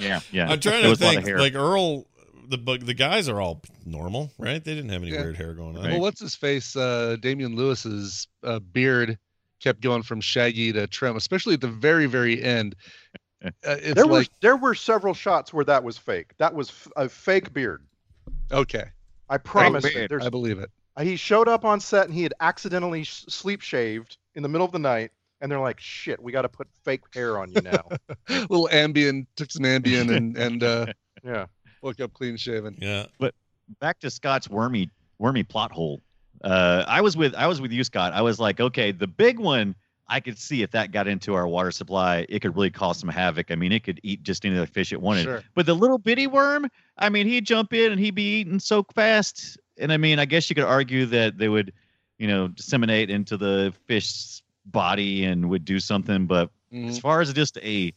E: Yeah, yeah.
D: I'm trying
E: There
D: to
E: was a lot of
D: think.
E: hair.
D: Like Earl, the bu- the guys are all normal, right? They didn't have any
G: Yeah.
D: weird hair going on.
G: Well, what's his face? Uh, Damian Lewis's uh, beard kept going from shaggy to trim, especially at the very, very end. Uh, it's
F: There were
G: like
F: there were several shots where that was fake. That was f- a fake beard.
G: okay,
F: I promise.
E: beard.
F: you. There's uh,
G: I believe it.
F: he showed up on set and he had accidentally s sleep shaved in the middle of the night and they're like shit we got to put fake hair on you now
G: Little Ambien took some Ambien and and uh,
F: yeah
G: woke up clean shaven.
D: Yeah,
E: back to Scott's wormy wormy plot hole. Uh, I was with I was with you, Scott. I was like, okay, the big one. I could see if that got into our water supply, it could really cause some havoc. I mean, it could eat just any of the fish it wanted.
G: Sure.
E: But the little bitty worm, I mean, he'd jump in and he'd be eating so fast. And I mean, I guess you could argue that they would, you know, disseminate into the fish's body and would do something. But as
G: Mm.
E: far as just a
G: A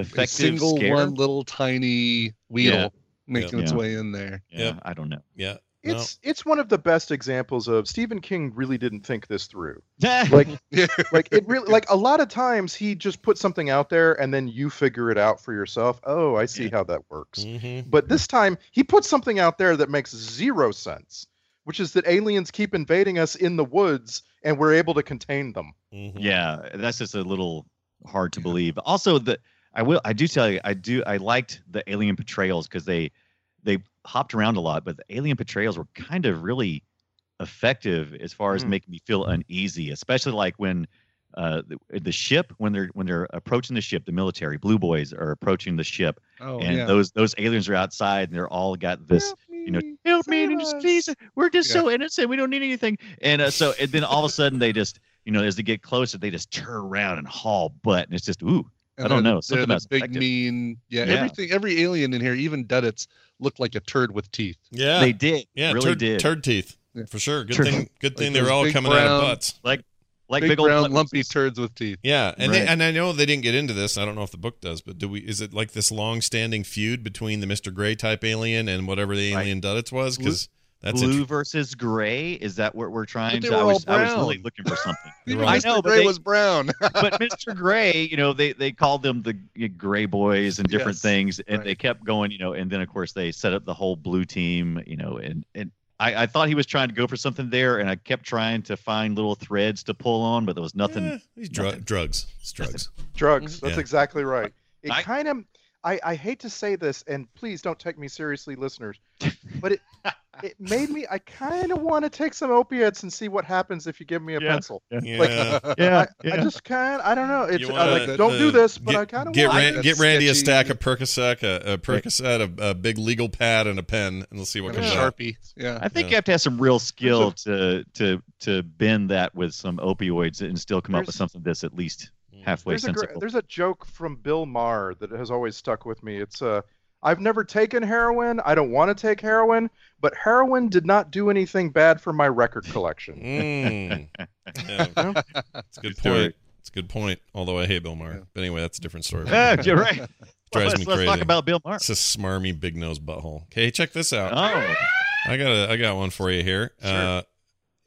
E: effective
G: single
E: scare,
G: one little tiny weedle
E: Yeah.
G: making its
E: Yeah.
G: way in there.
E: yeah,
D: Yep.
E: I don't know.
D: yeah. No.
F: it's it's one of the best examples of Stephen King really didn't think this through
E: like,
F: like like it really like a lot of times he just put something out there and then you figure it out for yourself oh I see
D: Yeah.
F: how that works
D: Mhm.
F: but this time he put something out there that makes zero sense which is that aliens keep invading us in the woods and we're able to contain them
D: Mhm.
E: Yeah, that's just a little hard to believe. Also, the I will I do tell you I do I liked the alien portrayals because they they hopped around a lot, but the alien portrayals were kind of really effective as far as
F: Hmm.
E: making me feel uneasy, especially like when uh the, the ship when they're when they're approaching the ship, the military blue boys are approaching the ship,
G: Oh
E: and
G: yeah.
E: those those aliens are outside and they're all got this you know, help me,
F: save
E: and just,
F: us."
E: please, we're just
G: Yeah.
E: so innocent, we don't need anything. And uh, so, and then all of a sudden, they just, you know, as they get closer, they just turn around and haul butt, and it's just, ooh,
G: And
E: I
G: they're-
E: don't know,
G: they're
E: something
G: the
E: that's
G: big
E: effective.
G: mean. Yeah,
E: Yeah.
G: everything. Every alien in here, even Duddits, looked like a turd with teeth.
D: yeah,
E: they did,
D: yeah.
E: really
D: turd,
E: did,
D: turd teeth
G: Yeah.
D: for sure. Good
E: Turd-
D: thing. Good thing they
G: those
D: were all
G: big
D: coming out
G: brown-
D: of butts.
E: like
G: big,
E: big, old
G: round
E: butt-
G: lumpy turds with teeth.
D: Yeah, and they,
E: Right.
D: and I know they didn't get into this. I don't know if the book does, but do we? Is it like this long-standing feud between the Mister Gray type alien and whatever the
E: Right.
D: alien Duddits was? Because that's
E: blue
D: inter-
E: versus gray. Is that what we're trying
G: they
E: to? I
G: were
E: was,
G: all
E: I was really
G: brown.
E: looking for something.
D: You're
G: Even
D: right.
E: I
G: Mr.
E: know, but
G: Gray
E: they-
G: was brown.
E: but Mr. Gray, you know, they they called them the you know, Gray Boys and different
G: Yes,
E: things, and they
G: right.
E: kept going, you know. And then of course they set up the whole blue team, you know, and and I, I thought he was trying to go for something there, and I kept trying to find little threads to pull on, but there was nothing.
D: Yeah, these Eh, dru-
E: nothing.
D: drugs. It's drugs.
F: drugs that's
D: Yeah.
F: exactly right it
E: I-
F: kind of I, I hate to say this and please don't take me seriously listeners but it it made me i kind of want to take some opiates and see what happens if you give me a
E: Yeah.
F: pencil
D: Yeah.
E: Yeah,
F: i just kind i don't know it's
D: You
F: I
D: wanna,
F: like don't do
D: uh,
F: this but
D: get,
F: i kind of
D: get,
F: want
G: Ran-
D: Ran-
G: that
D: get Randy a
G: sketchy-
D: stack of Percocet, a, a Percocet, a, a big legal pad, and a pen, and we'll see what
G: Like
D: comes
G: a
D: out.
G: sharpie. Yeah.
E: I think
D: Yeah.
E: you have to have some real skill to to to bend that with some opioids and still come up
F: There's-
E: with something that's at least halfway
F: there's a, gr-
E: sensible.
F: there's a joke from bill maher that has always stuck with me it's uh i've never taken heroin i don't want to take heroin but heroin did not do anything bad for my record collection
D: Mm. Yeah. It's a good
E: story.
D: point. It's a good point. Although I hate Bill Maher,
G: Yeah.
D: but anyway, that's a different story.
E: Yeah, you're right.
D: Drives
E: let's
D: me
E: let's
D: crazy.
E: talk about Bill Maher.
D: It's a smarmy big nose butthole. Okay, check this out.
E: Oh,
D: I got a I got one for you here. Uh,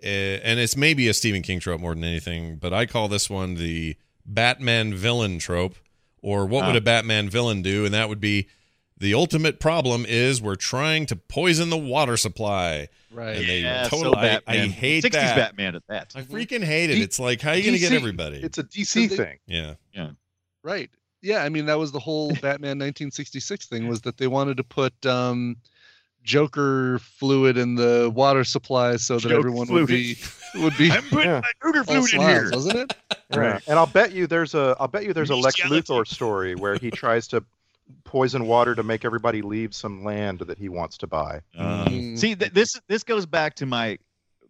D: eh, and it's maybe a Stephen King trope more than anything, but I call this one the Batman villain trope, or what would
E: Ah.
D: a Batman villain do? And that would be The ultimate problem is we're trying to poison the water supply.
G: Right.
D: And they
E: Oh, Yeah,
D: totally.
E: so
D: I, I
E: Batman.
D: hate
E: 60s
D: that.
E: Batman at that.
D: I freaking hate it.
G: D-
D: It's like how are you gonna get
G: DC
D: everybody?
F: It's a DC
G: So they-
F: thing.
D: yeah.
G: Right. Yeah, I mean that was the whole Batman 1966 thing was that they wanted to put um Joker fluid in the water supply so that
E: Joke
G: everyone
E: fluid.
G: would be would be
E: I'm putting
F: Yeah.
E: my Cougar
G: all
E: flute in
G: smiles,
E: here.
G: wasn't it?
F: Right. And I'll bet you there's a I'll bet you there's a
E: Me
F: Lex
E: skeleton.
F: Luthor story where he tries to poison water to make everybody leave some land that he wants to buy.
E: Uh, see, th- this this goes back to my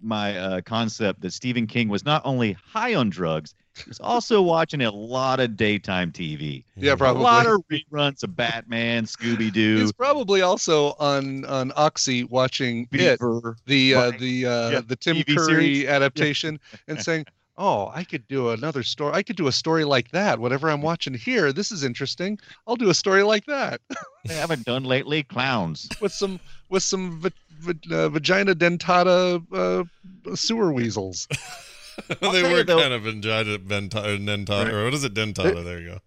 E: my uh, concept that Stephen King was not only high on drugs, he was also watching a lot of daytime TV,
G: Yeah,
E: a
G: probably.
E: lot of reruns of Batman, Scooby Doo,
G: He's probably also on on Oxy watching it,
E: Beaver.
G: the uh,
E: Right.
G: the uh,
E: Yeah,
G: the Tim
E: TV
G: Curry
E: series.
G: adaptation, and saying, "Oh, I could do another story. I could do a story like that. Whatever I'm watching here, this is interesting. I'll do a story like that
E: I haven't done lately. Clowns.
G: with some with some va- va- uh, vagina dentata uh, sewer weasels."
E: I'll
D: they
E: tell you
D: were
E: though-
D: kind of vengina, ventata, dentata,
E: Right.
D: or what is it, dentata? There you go.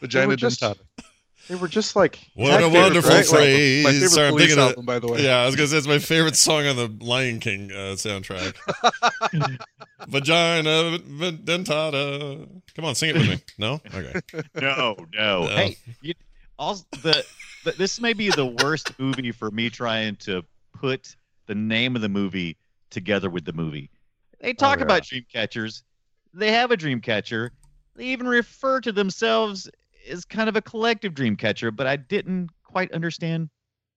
G: Vagina
F: were just-
G: dentata.
F: They were just like
D: What a
F: actors,
D: wonderful
F: right? Like,
D: phrase.
G: My favorite
D: Sorry, I'm
G: police
D: thinking of-
G: album, by the way.
D: Yeah, I was gonna say it's my favorite song on the Lion King uh, soundtrack. Vagina v- dentata. Come on, sing it with me. No, okay.
E: No, no. Hey, you, also the, the this may be the worst movie for me trying to put the name of the movie together with the movie. They talk
F: yeah.
E: about dream catchers. They have a dream catcher. They even refer to themselves as kind of a collective dream catcher, but I didn't quite understand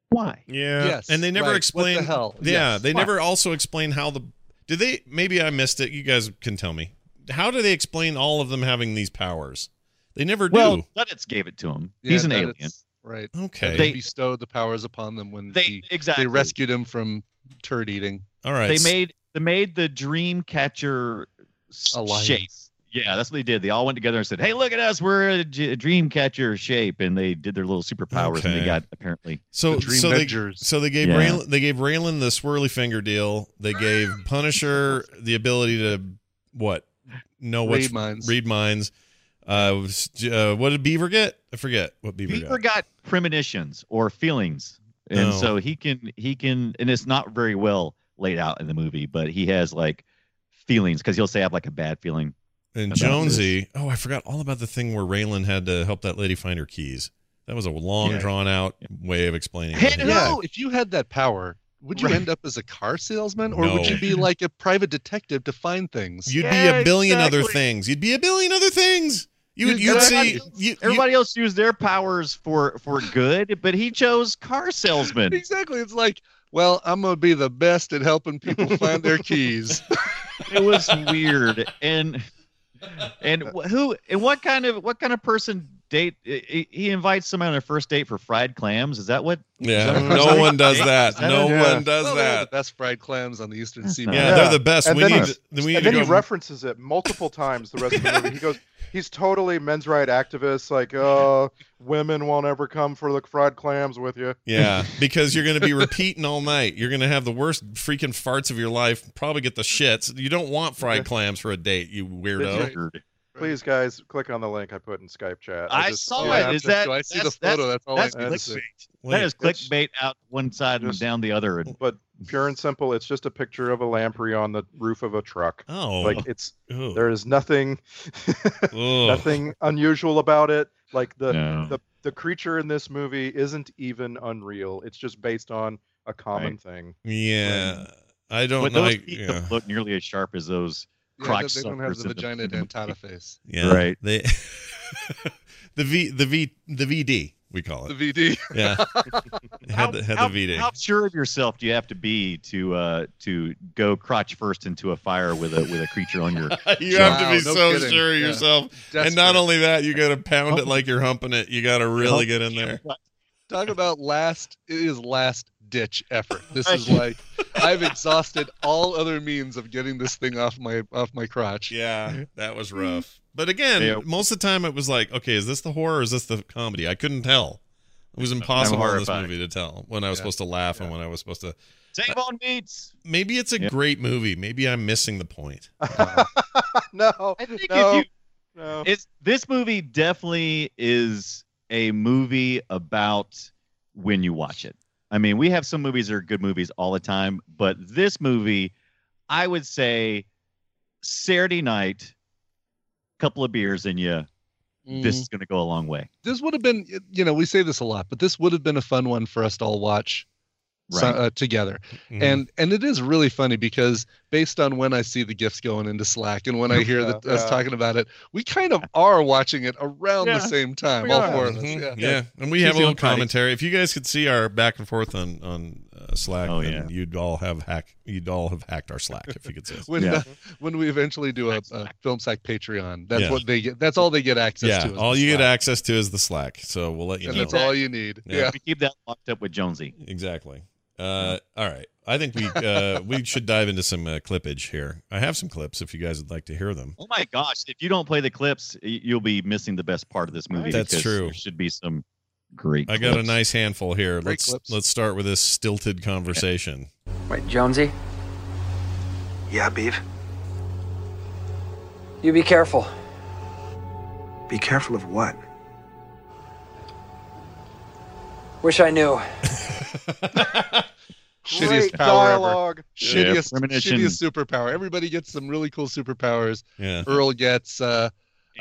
E: why.
D: Yeah.
G: Yes,
D: and they never
G: right. What the
D: explain.
G: hell?
D: Yeah,
G: Yes.
D: they
E: Why?
D: never also explain how the. Do they? Maybe I missed it. You guys can tell me. How do they explain all of them having these powers? They never
E: Well, Duddits gave it to him. He's
G: Yeah,
E: an
G: that
E: alien.
G: it's- Right.
D: do.
G: They,
D: Okay.
E: They-
G: bestowed the powers upon them when
E: They
G: he-
E: exactly
G: they rescued him from turd eating.
D: all right.
E: They made they made the dream catcher s-
G: Alliance.
E: shape. Yeah, that's what they did. They all went together and said, "Hey, look at us! We're a j- dream catcher shape," and they did their little superpowers, and
D: Okay.
E: they got apparently
D: so
G: the Dream
D: so they
G: Vengers.
D: so they gave
E: Yeah.
D: Raylan, they gave Raylan the swirly finger deal. They gave Punisher the ability to what know what's
G: Raid mines.
D: read minds. Uh, was- uh, what did Beaver get? I forget what Beaver,
E: Beaver
D: got.
E: got premonitions or feelings, and
D: Oh.
E: so he can he can, and it's not very well laid out in the movie, but he has like feelings because he'll say, "I have like a bad feeling."
D: And
E: about
D: Jonesy. Oh, I forgot all about the thing where Raylan had to help that lady find her keys. That was a long,
E: Yeah.
D: drawn out way of explaining.
E: Hey,
D: what he-
E: no!
G: Yeah, if you had that power, would you
E: Right.
G: end up as a car salesman or
D: No.
G: would you be like a private detective to find things?
D: You'd be
E: Yeah,
D: a billion other
E: exactly.
D: things. You'd be a billion other things. You would
G: You'd-
D: you'd
E: everybody
D: see
E: else-
D: you, you,
E: Everybody else used their powers for for good, but he chose car salesman.
G: exactly. It's like, well, I'm going to be the best at helping people find their keys.
E: it was weird and and wh- who and what kind of what kind of person date he he invites somebody on their first date for fried clams is that what
D: Yeah,
E: Is that
D: no
E: right?
D: one does
E: Is
D: that.
E: that
D: No
F: right?
D: one does
G: Well, they're the
D: that.
G: best fried clams on the Eastern
D: Yeah,
G: Seaboard.
F: Yeah.
D: they're the best.
F: And
D: we
F: then
D: need.
F: he-
D: To, we need
F: and
D: to
F: then he
D: go.
F: references it multiple times the rest of the movie. He goes, he's totally men's right activist, like, uh, women won't ever come for the fried clams with you.
D: yeah, because you're going to be repeating all night. You're going to have the worst freaking farts of your life. Probably get the shits. You don't want fried
F: Yeah.
D: clams for a date, you
F: That's
D: weirdo.
F: right. Please, guys, click on the link I put in Skype chat.
E: I saw
G: yeah,
E: it.
G: I'm
E: Is
G: just-
E: that
G: do I see the
E: that's-
G: photo? That's, all
E: That's,
G: I
E: that's
G: see.
E: clickbait.
D: Wait.
E: That is
F: It's-
E: clickbait out one side and
F: Just-
E: down the other. And
F: But pure and simple, it's just a picture of a lamprey on the roof of a truck.
D: Oh,
F: Like it's
D: ugh.
F: there is nothing,
D: Ugh.
F: nothing unusual about it. Like the
E: No.
F: the the creature in this movie isn't even unreal. It's just based on a common thing.
D: Yeah, I don't
E: but
D: know.
E: those
D: I-
E: feet
D: Yeah.
E: don't look nearly as sharp as those.
G: Yeah,
E: crotch
G: they don't have
E: suckers
G: the
E: in the-
G: vagina dentata face.
D: yeah,
E: Right.
D: They, the V, the V, the VD. We call
G: The
D: it.
G: VD.
D: Yeah, It had the, had
E: how,
D: the VD.
E: how sure of yourself do you have to be to uh to go crotch first into a fire with a with a creature on your
D: you have to
G: Wow,
D: be
G: no
D: so
G: kidding.
D: sure of
G: Yeah.
D: yourself. And
G: Desperate.
D: not only that, you got to pound it like you're humping it. You got to really get in there.
G: Talk about last it is last ditch effort. This is like I've exhausted all other means of getting this thing off my off my crotch.
D: Yeah, that was rough. But again,
E: Yeah.
D: most of the time it was like, okay, is this the horror or is this the comedy? I couldn't tell. It was impossible in this
E: horrified.
D: movie to tell when I was
G: Yeah.
D: supposed to laugh and when I was supposed to.
E: Save on meats.
D: Maybe it's a
E: Yeah.
D: great movie. Maybe I'm missing the point.
F: no,
E: I think
F: no,
E: if
F: no.
E: you, it's this movie definitely is a movie about when you watch it. I mean, we have some movies that are good movies all the time, but this movie, I would say Saturday night, couple of beers in you,
D: Mm.
E: this is going to go a long way.
G: this would have been you know we say this a lot but this would have been a fun one for us to all watch so-
E: Right.
G: uh, together
D: Mhm.
G: and and it is really funny because based on when i see the gifts going into slack and when i hear that
F: Yeah.
G: us talking about it we kind of are watching it around
E: Yeah.
G: the same time
F: We
G: all
F: are.
G: four of us
D: Mhm.
G: yeah.
D: yeah. and we
E: Tuesday
D: have a little
E: on Fridays.
D: commentary. If you guys could see our back and forth on on uh, Slack,
E: Oh,
D: then
E: yeah.
D: you'd all have hack. You'd all have hacked our Slack if you could see. us.
G: when
E: Yeah.
G: uh, when we eventually do a, a
E: Slack.
G: film sack patreon that's
D: Yeah.
G: what they get that's all they get access
D: yeah,
G: to is
D: all
G: the
D: you get
G: Slack.
D: access to is the Slack. So we'll let you
G: and
D: know.
G: that's all you need
D: Yeah.
G: yeah
E: We keep that locked up with Jonesy.
D: Exactly. Uh, all right. I think we uh, we should dive into some uh, clippage here. I have some clips if you guys would like to hear them.
E: Oh my gosh! If you don't play the clips, y- you'll be missing the best part of this movie.
D: That's
E: because
D: true.
E: There should be some great.
D: I got a
E: clips.
D: nice handful here.
G: Great
D: Let's
G: clips.
D: let's start with this stilted conversation.
B: Wait, Jonesy,
H: Yeah, Beef.
B: you be careful.
H: Be careful of what?
B: Wish I knew.
G: shittiest power ever.
F: Great dialogue.
G: shittiest,
E: premonition.
G: shittiest superpower everybody gets some really cool superpowers
D: Yeah.
G: Earl gets uh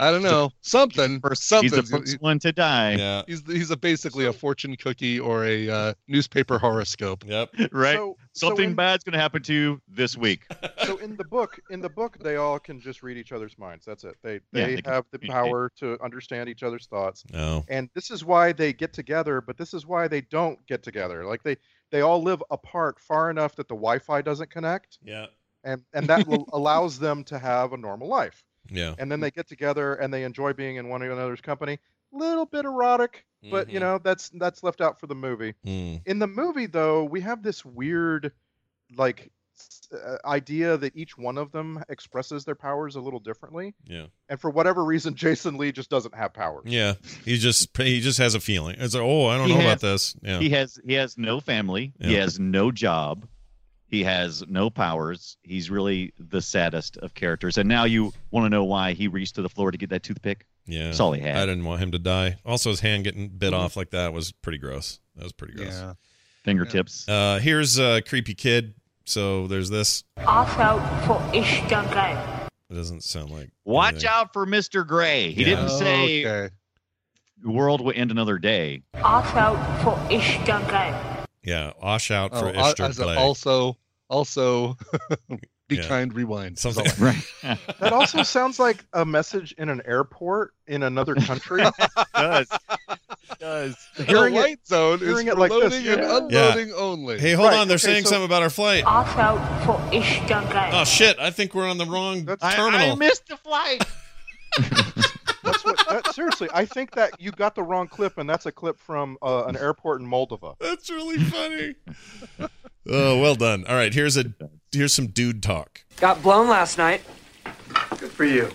G: I don't know something or something.
E: He's the first one to die.
D: Yeah.
G: he's, he's a basically a fortune cookie or a uh, newspaper horoscope.
D: Yep.
E: Right.
F: So,
E: Something
F: so in,
E: bad's going to happen to you this week.
F: So in the book, in the book, they all can just read each other's minds. That's it. They
E: Yeah,
F: they
E: they can
F: have the
E: communicate.
F: power to understand each other's thoughts.
D: No.
F: and this is why they get together but this is why they don't get together like they they all live apart far enough that the wi-fi doesn't connect
D: Yeah.
F: and and that will, allows them to have a normal life
D: Yeah.
F: and then they get together and they enjoy being in one another's company little bit erotic but you
D: Mhm.
F: know that's that's left out for the movie
D: Mm.
F: in the movie though we have this weird like s- uh, idea that each one of them expresses their powers a little differently
D: Yeah.
F: and for whatever reason jason lee just doesn't have powers
D: Yeah. He just he just has a feeling. It's like, oh, I don't
E: He
D: know
E: has-
D: about this. Yeah.
E: He has he has no family. He
D: Yeah.
E: has no job. He has no powers. He's really the saddest of characters. And now you want to know why he reached to the floor to get that toothpick?
D: yeah.
E: That's all he had. Mm-hmm.
D: I didn't want him to die. Also, his hand getting bit off like that was pretty gross. That was pretty gross.
E: Fingertips.
D: Uh, here's uh, creepy kid. So there's this.
H: Watch out for Ishtangai.
D: It doesn't sound like.
E: Watch
D: anything.
E: out for Mr. Gray. He
D: Yeah.
E: didn't say
G: Oh, okay.
E: the world will end another day.
H: Watch out for Ishtangai.
D: Yeah, Osh out for
G: Oh,
D: oh,
G: I- I said also also be
D: Yeah.
G: kind rewind. is
D: Something-
G: all
E: Right.
F: That also sounds like a message in an airport in another country.
E: does. does.
G: I-
F: Hearing
G: the
F: it-
G: light zone is
F: hearing
G: for
F: it like this,
G: loading and
F: yeah.
D: Yeah.
G: unloading only.
D: Hey, hold
F: Right,
D: on. They're
F: okay,
D: saying
F: so-
D: something about our flight.
H: Watch out for Ishtangai.
D: Oh shit! I think we're on the wrong
F: That's-
E: I, I
D: terminal.
E: missed the flight.
F: That's what. That, seriously, I think that you got the wrong clip, and that's a clip from uh, an airport in Moldova.
D: That's really funny. oh, well done. All right, here's a here's some dude talk.
B: Got blown last night.
H: Good for you.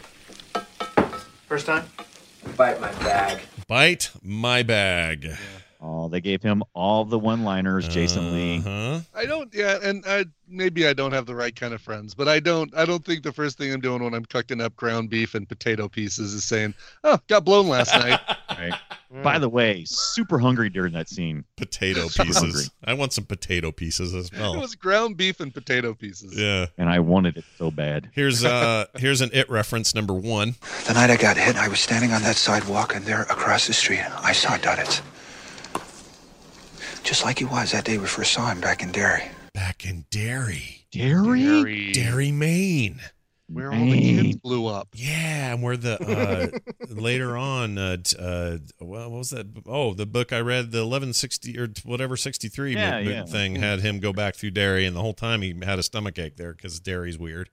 H: First time?
B: Bite my bag.
D: Bite my bag.
E: Oh, they gave him all the one-liners, Jason Lee.
D: Huh?
G: I don't yeah, and I maybe I don't have the right kind of friends, but I don't I don't think the first thing I'm doing when I'm cooking up ground beef and potato pieces is saying, Oh, got blown last night.
E: Right. By the way, super hungry during that scene.
D: Potato
E: Super hungry.
D: pieces. I want some potato pieces as
G: It
D: well.
G: was ground beef and potato pieces.
D: Yeah.
E: and I wanted it so bad.
D: Here's uh here's an it reference number one.
H: The night I got hit, I was standing on that sidewalk, and there across the street, I saw Duddits. Just like he was that day we first saw him back in Derry.
D: Back in Derry,
E: Dairy?
D: Derry, Maine.
G: Where all the kids blew up.
D: Yeah, and where the uh, later on, uh, t- uh, well, what was that? Oh, the book I read, the eleven sixty or t- whatever sixty three
E: Yeah, yeah.
D: thing had him go back through dairy, and the whole time he had a stomach ache there because dairy's weird.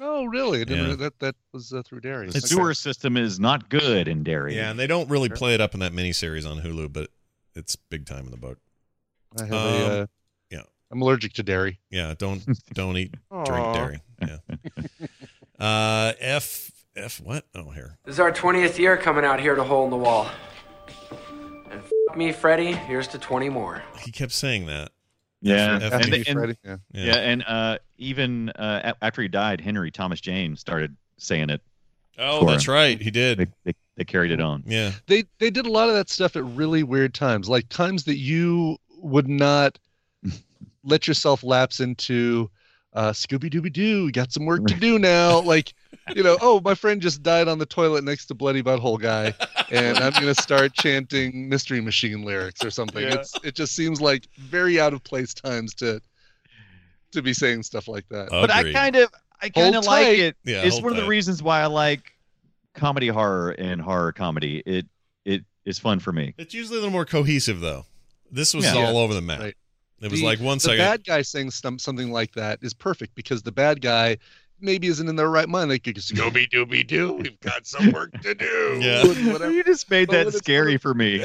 G: Oh, really? I didn't
D: Yeah.
G: know that that was uh, through dairy.
E: The sewer system is not good in Dairy.
D: Yeah, and they don't really play it up in that miniseries on Hulu, but it's big time in the book.
G: I have a,
D: Um,
G: uh,
D: yeah.
G: I'm allergic to dairy.
D: Yeah, don't don't eat drink
F: Aw.
D: dairy. Yeah. Uh, F F what? Oh, here.
B: This is our 20th year coming out here to Hole in the Wall. And f- me, Freddy, here's to 20 more.
D: He kept saying that.
E: Yeah.
D: F-
E: And,
D: F-
E: and-
G: Friday, yeah.
D: Yeah.
E: yeah, and uh, even uh, a- after he died, Henry Thomas James started saying it.
D: Oh,
E: Sure.
D: that's right. He did.
E: They, they, They carried it on.
D: Yeah.
G: They they did a lot of that stuff at really weird times, like times that you would not let yourself lapse into uh, Scooby Dooby Doo. Got some work to do now. Like, you know, oh, my friend just died on the toilet next to Bloody Butthole Guy, and I'm gonna start chanting Mystery Machine lyrics or something.
D: Yeah.
G: It's it just seems like very out of place times to to be saying stuff like that.
E: But I kind of I kind of like it. it's
G: hold
E: one of the
G: tight.
E: reasons why I like comedy horror and horror comedy. It it is fun for me.
D: It's usually a little more cohesive, though. This was
G: Yeah.
D: all
G: Yeah.
D: over the map.
G: Right.
D: It was
G: the-
D: like one
G: the
D: second.
G: bad guy saying some, something like that is perfect because the bad guy maybe isn't in their right mind. They could just go be dooby doo. We've got some work to do.
D: Yeah.
G: and whatever.
E: You just made
G: But
E: that
G: when it's
E: scary for me.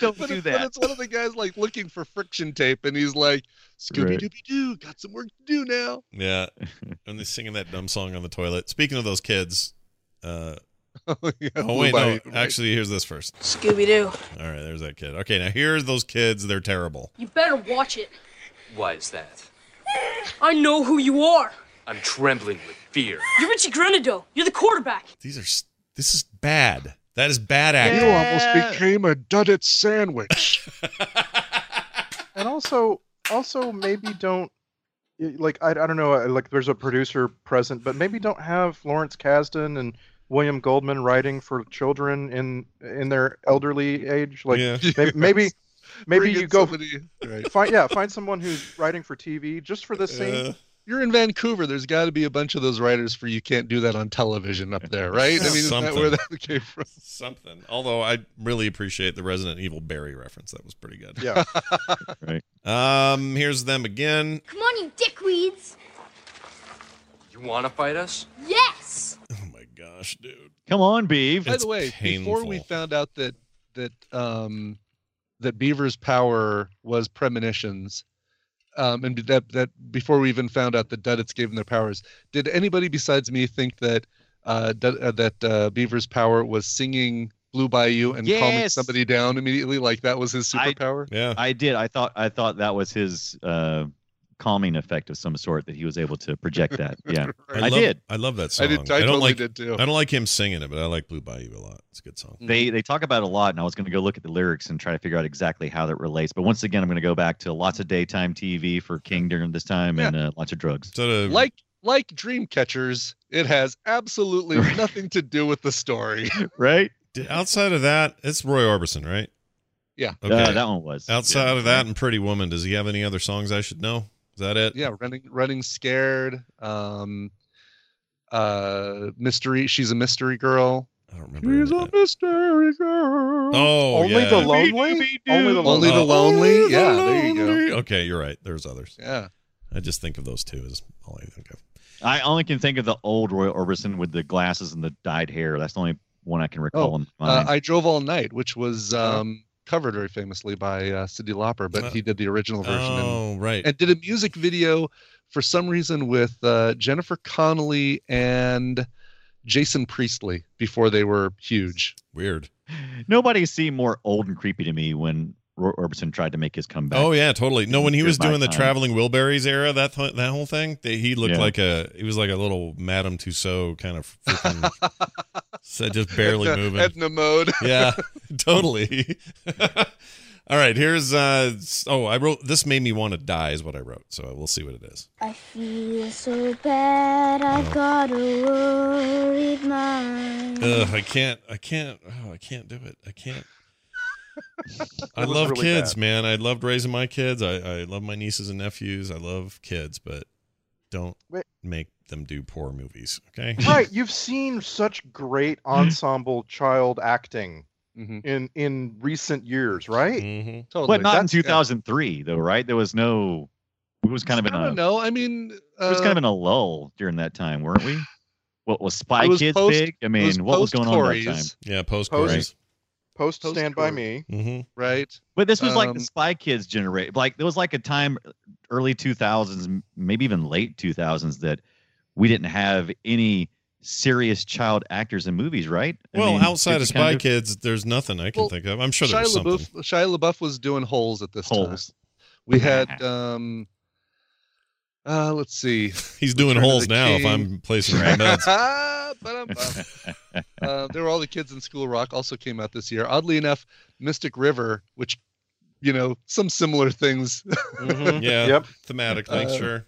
E: Don't
G: but
E: do
G: it's,
E: that.
G: But it's one of the guys like looking for friction tape, and he's like, "Scooby
D: Right.
G: Dooby Doo, got some work to do now."
D: Yeah. and they're singing that dumb song on the toilet. Speaking of those kids, uh,
G: oh,
D: wait,
G: Blue Bayou,
D: no.
G: right.
D: Actually, here's this first.
I: Scooby Doo.
D: All right, there's that kid. Okay, now here's those kids. They're terrible.
I: You better watch it.
J: Why is that?
I: I know who you are.
J: I'm trembling with fear.
I: You're Richie Grenado. You're the quarterback.
D: These are. s- This is bad. That is bad acting.
G: You almost became a dudded sandwich.
F: and also also maybe don't like I, I don't know uh, like there's a producer present but maybe don't have lawrence kasdan and william goldman writing for children in in their elderly age like
D: Yeah.
F: may- maybe maybe
G: Bring
F: you
G: in
F: go
G: somebody- right.
F: find yeah find someone who's writing for tv just for this scene
G: Uh, You're in Vancouver. There's got to be a bunch of those writers for you can't do that on television up there, right? I mean, isn't that where that came from?
D: Something. Although I really appreciate the Resident Evil Barry reference. That was pretty good.
F: Yeah.
D: right. Um. Here's them again.
K: Come on, you dickweeds.
J: You want to fight us?
K: Yes.
D: Oh Gosh, dude.
E: Come on, Beeve.
G: By the way, before we found out that that um, that Beaver's power was premonitions, um, and that that before we even found out that Duddits gave them their powers, did anybody besides me think that uh, Dud- uh, that uh, Beaver's power was singing "Blue Bayou" and calming
E: Yes.
G: somebody down immediately, like that was his
E: I-
G: superpower?
D: yeah.
E: I did. I thought I thought that was his uh, calming effect of some sort that he was able to project that. Yeah. I,
D: love,
E: did.
D: I love that song.
G: I did- I
D: don't
G: totally
D: like.
G: did too.
D: I don't like him singing it, but I like Blue Bayou a lot. It's a good song.
G: Hmm.
E: They they talk about it a lot, and I was going to go look at the lyrics and try to figure out exactly how that relates. But once again, I'm going to go back to lots of daytime TV for King during this time and uh, lots of drugs.
G: Like like Dreamcatchers, it has absolutely nothing to do with the story.
E: right?
D: Outside of that, it's Roy Orbison, right?
G: Yeah.
D: Okay.
E: Uh, that one was.
D: Outside
G: Yeah.
D: of that and Pretty Woman, does he have any other songs I should know? Is that it?
G: yeah running running scared um uh mystery she's a mystery girl
D: i don't
G: remember she's a mystery girl
D: Oh,
F: only
D: yeah.
F: the lonely only the lonely,
G: the lonely yeah there you
D: Lonely.
G: go
D: Okay, you're right. There's others.
G: Yeah.
D: I just think of those two as all I think of.
E: I only can think of the old Roy Orbison with the glasses and the dyed hair. That's the only one I can recall in my
G: uh,
E: mind.
G: i drove all night which was um covered very famously by uh cindy lauper but he did the original version
D: oh, right
G: and did a music video for some reason with uh jennifer connolly and jason priestley before they were huge
D: weird
E: Nobody seemed more old and creepy to me when Roy Orbison tried to make his comeback.
D: Oh yeah, totally. No, when he
E: During
D: was
E: my
D: doing the
E: time.
D: traveling Wilburys era, that th- that whole thing, they, he looked
E: Yeah.
D: like a he was like a little Madame Tussauds kind of freaking, so just barely
G: Etna-
D: moving.
G: Etna mode.
D: yeah, totally. All right, here's uh s- oh I wrote this made me want to die is what I wrote, so we'll see what it is.
K: I feel so bad. I've
D: Oh.
K: got a worried mind.
D: Ugh, I can't, I can't, oh, I can't do it. I can't. I
G: It was
D: love
G: really
D: kids,
G: bad.
D: man. I loved raising my kids. I, I love my nieces and nephews. I love kids, but don't
F: Wait.
D: make them do poor movies. Okay.
F: right you've seen such great ensemble child acting in in recent years right
D: Mm-hmm.
G: totally
E: But not
F: That's-
E: in
F: yeah.
E: 2003 though, right? There was no. It was kind of in
G: i
E: a.
G: don't know i mean
E: It was kind of
G: uh,
E: in a lull during that time, weren't we? What was Spy
G: It was
E: Kids
G: post-
E: big? I
G: it
E: mean,
G: was
E: what was going on at that time?
G: post-Corys.
D: Yeah, post Mm-hmm.
F: Post- post stand by me
G: right?
E: But this was like
G: Um,
E: the Spy Kids generation. Like there was like a time, early two thousands, maybe even late two thousands, that we didn't have any serious child actors in movies, right? I
D: Well,
E: mean,
D: outside
E: it's
D: of
E: kind
D: Spy Kids, there's nothing I can think of. I'm sure
G: Shia
D: there's something.
G: LaBeouf, Shia LaBeouf was doing holes at this
E: Holes.
G: time. We had um, Uh, let's see.
D: He's doing
G: Return of
D: holes
G: the
D: now. If
G: King.
D: I'm placing my meds.
G: Ba-dum-bum. uh, there were all the kids in School Rock also came out this year. Oddly enough, Mystic River, which you know some similar things.
D: Mhm. Yeah, Yep. thematically, sure.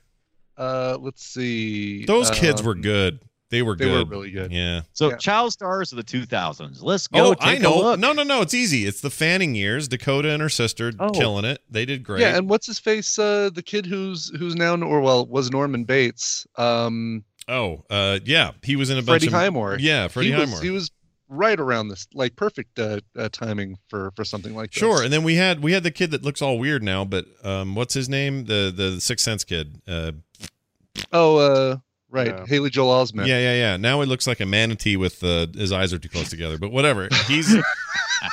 G: Uh, let's see.
D: Those kids
G: um,
D: were good. They were
G: they
D: good.
G: were really good.
D: Yeah.
E: So child stars of the 2000s. Let's go.
D: Oh,
E: take
D: I
E: a
D: know.
E: look.
D: No, no, no. It's easy. It's the Fanning years. Dakota and her sister
G: Oh.
D: killing it. They did great.
G: Yeah, and what's his face? Uh, the kid who's who's now or well was Norman Bates. Um,
D: oh, uh, yeah, he was in a bunch
G: Freddie
D: of-
G: Highmore.
D: Yeah, Freddie
G: he was-
D: Highmore.
G: he was right around this, like perfect uh, uh, timing for for something like this.
D: Sure. And then we had we had the kid that looks all weird now, but um, what's his name? The the Sixth Sense kid. Uh,
G: Oh, uh, right,
D: Yeah.
G: Haley Joel Osment.
D: yeah, yeah, yeah. Now he looks like a manatee with uh, his eyes are too close together. But whatever. He's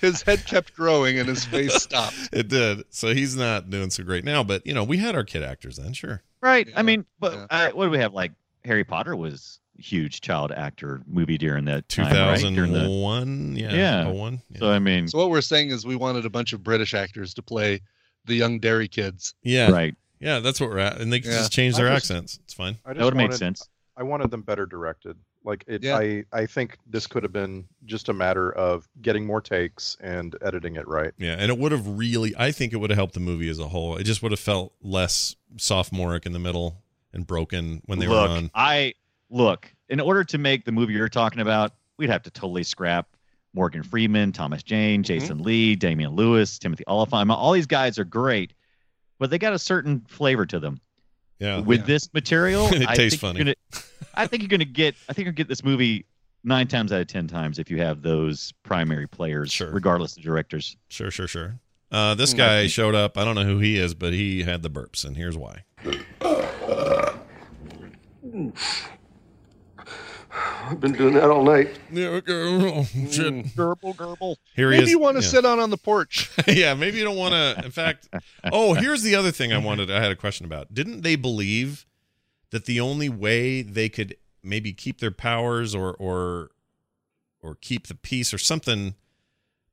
G: his head kept growing and his face stopped.
D: it did. So he's not doing so great now. But you know, we had our kid actors then. Sure.
E: Right. I mean, but uh, what do we have? Like Harry Potter was huge child actor movie during that time, right? During the-
D: 2001, yeah,
E: yeah.
D: 01,
E: So I mean,
G: So what we're saying is we wanted a bunch of British actors to play the young dairy kids.
D: Yeah.
E: Right.
D: Yeah, that's what we're at. And they
G: Yeah.
D: just change their
G: I
F: just-
D: accents. It's fine.
F: I just wanted- I wanted them better directed. Like it,
G: Yeah.
F: I, I think this could have been just a matter of getting more takes and editing it right.
D: Yeah, and it would have really I think it would have helped the movie as a whole. It just would have felt less sophomoric in the middle and broken when they
E: look,
D: were on.
E: I look. In order to make the movie you're talking about, we'd have to totally scrap Morgan Freeman, Thomas Jane, Jason Lee, Damian Lewis, Timothy Oliphant. All these guys are great, but they got a certain flavor to them.
D: Yeah.
E: With
D: Oh, Yeah.
E: this material,
D: It
E: I think
D: tastes
E: you're
D: funny.
E: gonna- I think you're gonna get. I think you're gonna get this movie nine times out of ten times if you have those primary players, regardless of directors.
D: Sure, sure, sure. Uh,
G: Hmm,
D: this guy showed up. I don't know who he is, but he had the burps, and here's why.
L: I've been doing that all night.
D: Yeah,
E: Gerbil, gerbil.
D: Here he
G: Hmm. Maybe
D: is.
G: you want to
D: Yeah.
G: sit out on the porch.
D: yeah, maybe you don't want to. In fact, oh, here's the other thing I wanted. I had a question about. Didn't they believe that the only way they could maybe keep their powers or or or keep the peace or something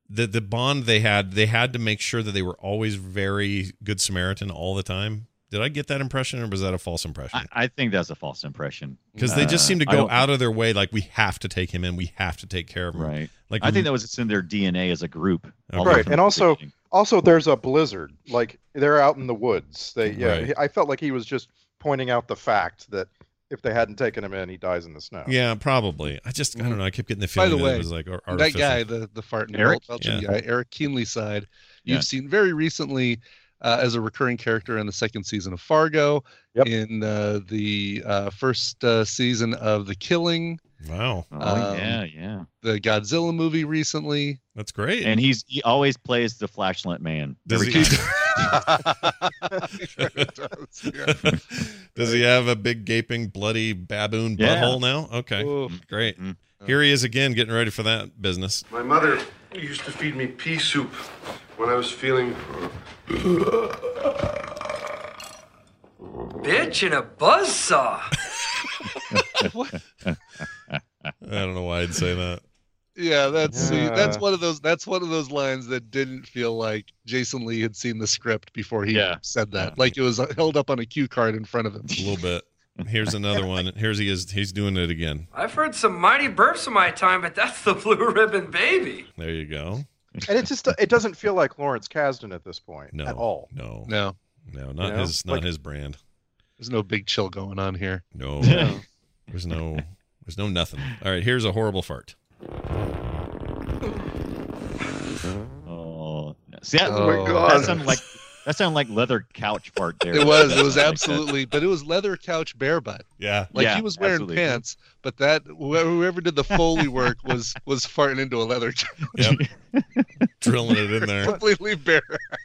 D: the the bond they had they had to make sure that they were always very good Samaritan all the time. Did I get that impression, or was that a false impression?
E: I, I think that's a false impression
D: Because they just
E: Uh,
D: seem to
E: I
D: go
E: don't-
D: out of their way, like we have to take him in, we have to take care of him.
E: Right.
D: Like
E: I think that was just in their DNA as a group. all the way
F: Right,
E: from
F: and
E: the
F: also,
E: beginning.
F: also there's a blizzard. Like they're out in the woods. They, yeah,
D: Right.
F: he- I felt like he was just pointing out the fact that if they hadn't taken him in, he dies in the snow.
D: Yeah, probably. I just I don't know. I kept getting the
G: Mm-hmm. By
D: feeling
G: the
D: that
G: way,
D: it was like ar-
G: that
D: artificial.
G: guy, the the fart and
D: Eric?
G: Eric? Belgian
D: Yeah.
G: guy, Eric Keenly side, you've
D: Yeah.
G: seen very recently uh, as a recurring character in the second season of Fargo, in uh, the uh, first uh, season of The Killing.
D: Wow.
E: Oh,
G: Um,
E: yeah, yeah.
G: The Godzilla movie recently.
D: That's great.
E: and he's he always plays the flashlight man.
D: Does
E: every
D: he-
E: time.
D: Does he have a big gaping bloody baboon
E: Yeah. Mm-hmm.
D: butthole now? Okay, great. Here he is again, getting ready for that business.
L: My mother used to feed me pea soup when I was feeling.
M: uh,
N: Bitch in a buzzsaw.
D: I don't know why I'd say that.
G: Yeah, that's see, that's
D: Yeah.
G: one of those that's one of those lines that didn't feel like Jason Lee had seen the script before he
D: Yeah.
G: said that. Like it was uh, held up on a cue card in front of him.
D: A little bit. Here's another one. Here's he is. He's doing it again.
N: I've heard some mighty burps in my time, but that's the blue ribbon baby.
D: There you go.
F: and it's just uh, it doesn't feel like Lawrence Kasdan at this point
D: No,
F: at all.
D: No,
G: No.
D: no, not
F: You know?
D: his, not
F: Like-
D: his brand.
G: There's no big chill going on here.
D: No, there's no, there's no nothing. All right, here's a horrible fart.
E: Oh, see, that,
D: Oh my God.
E: that sounded like that sounded like leather couch part there.
G: It was. It
E: That
G: was
E: sounded like
G: absolutely, but it was leather couch bare butt.
D: Yeah.
G: Like
E: Yeah,
G: he was wearing
E: absolutely.
G: pants, but that whoever, whoever did the foley work was was farting into a leather couch.
D: Drilling it in there.
G: Completely bare.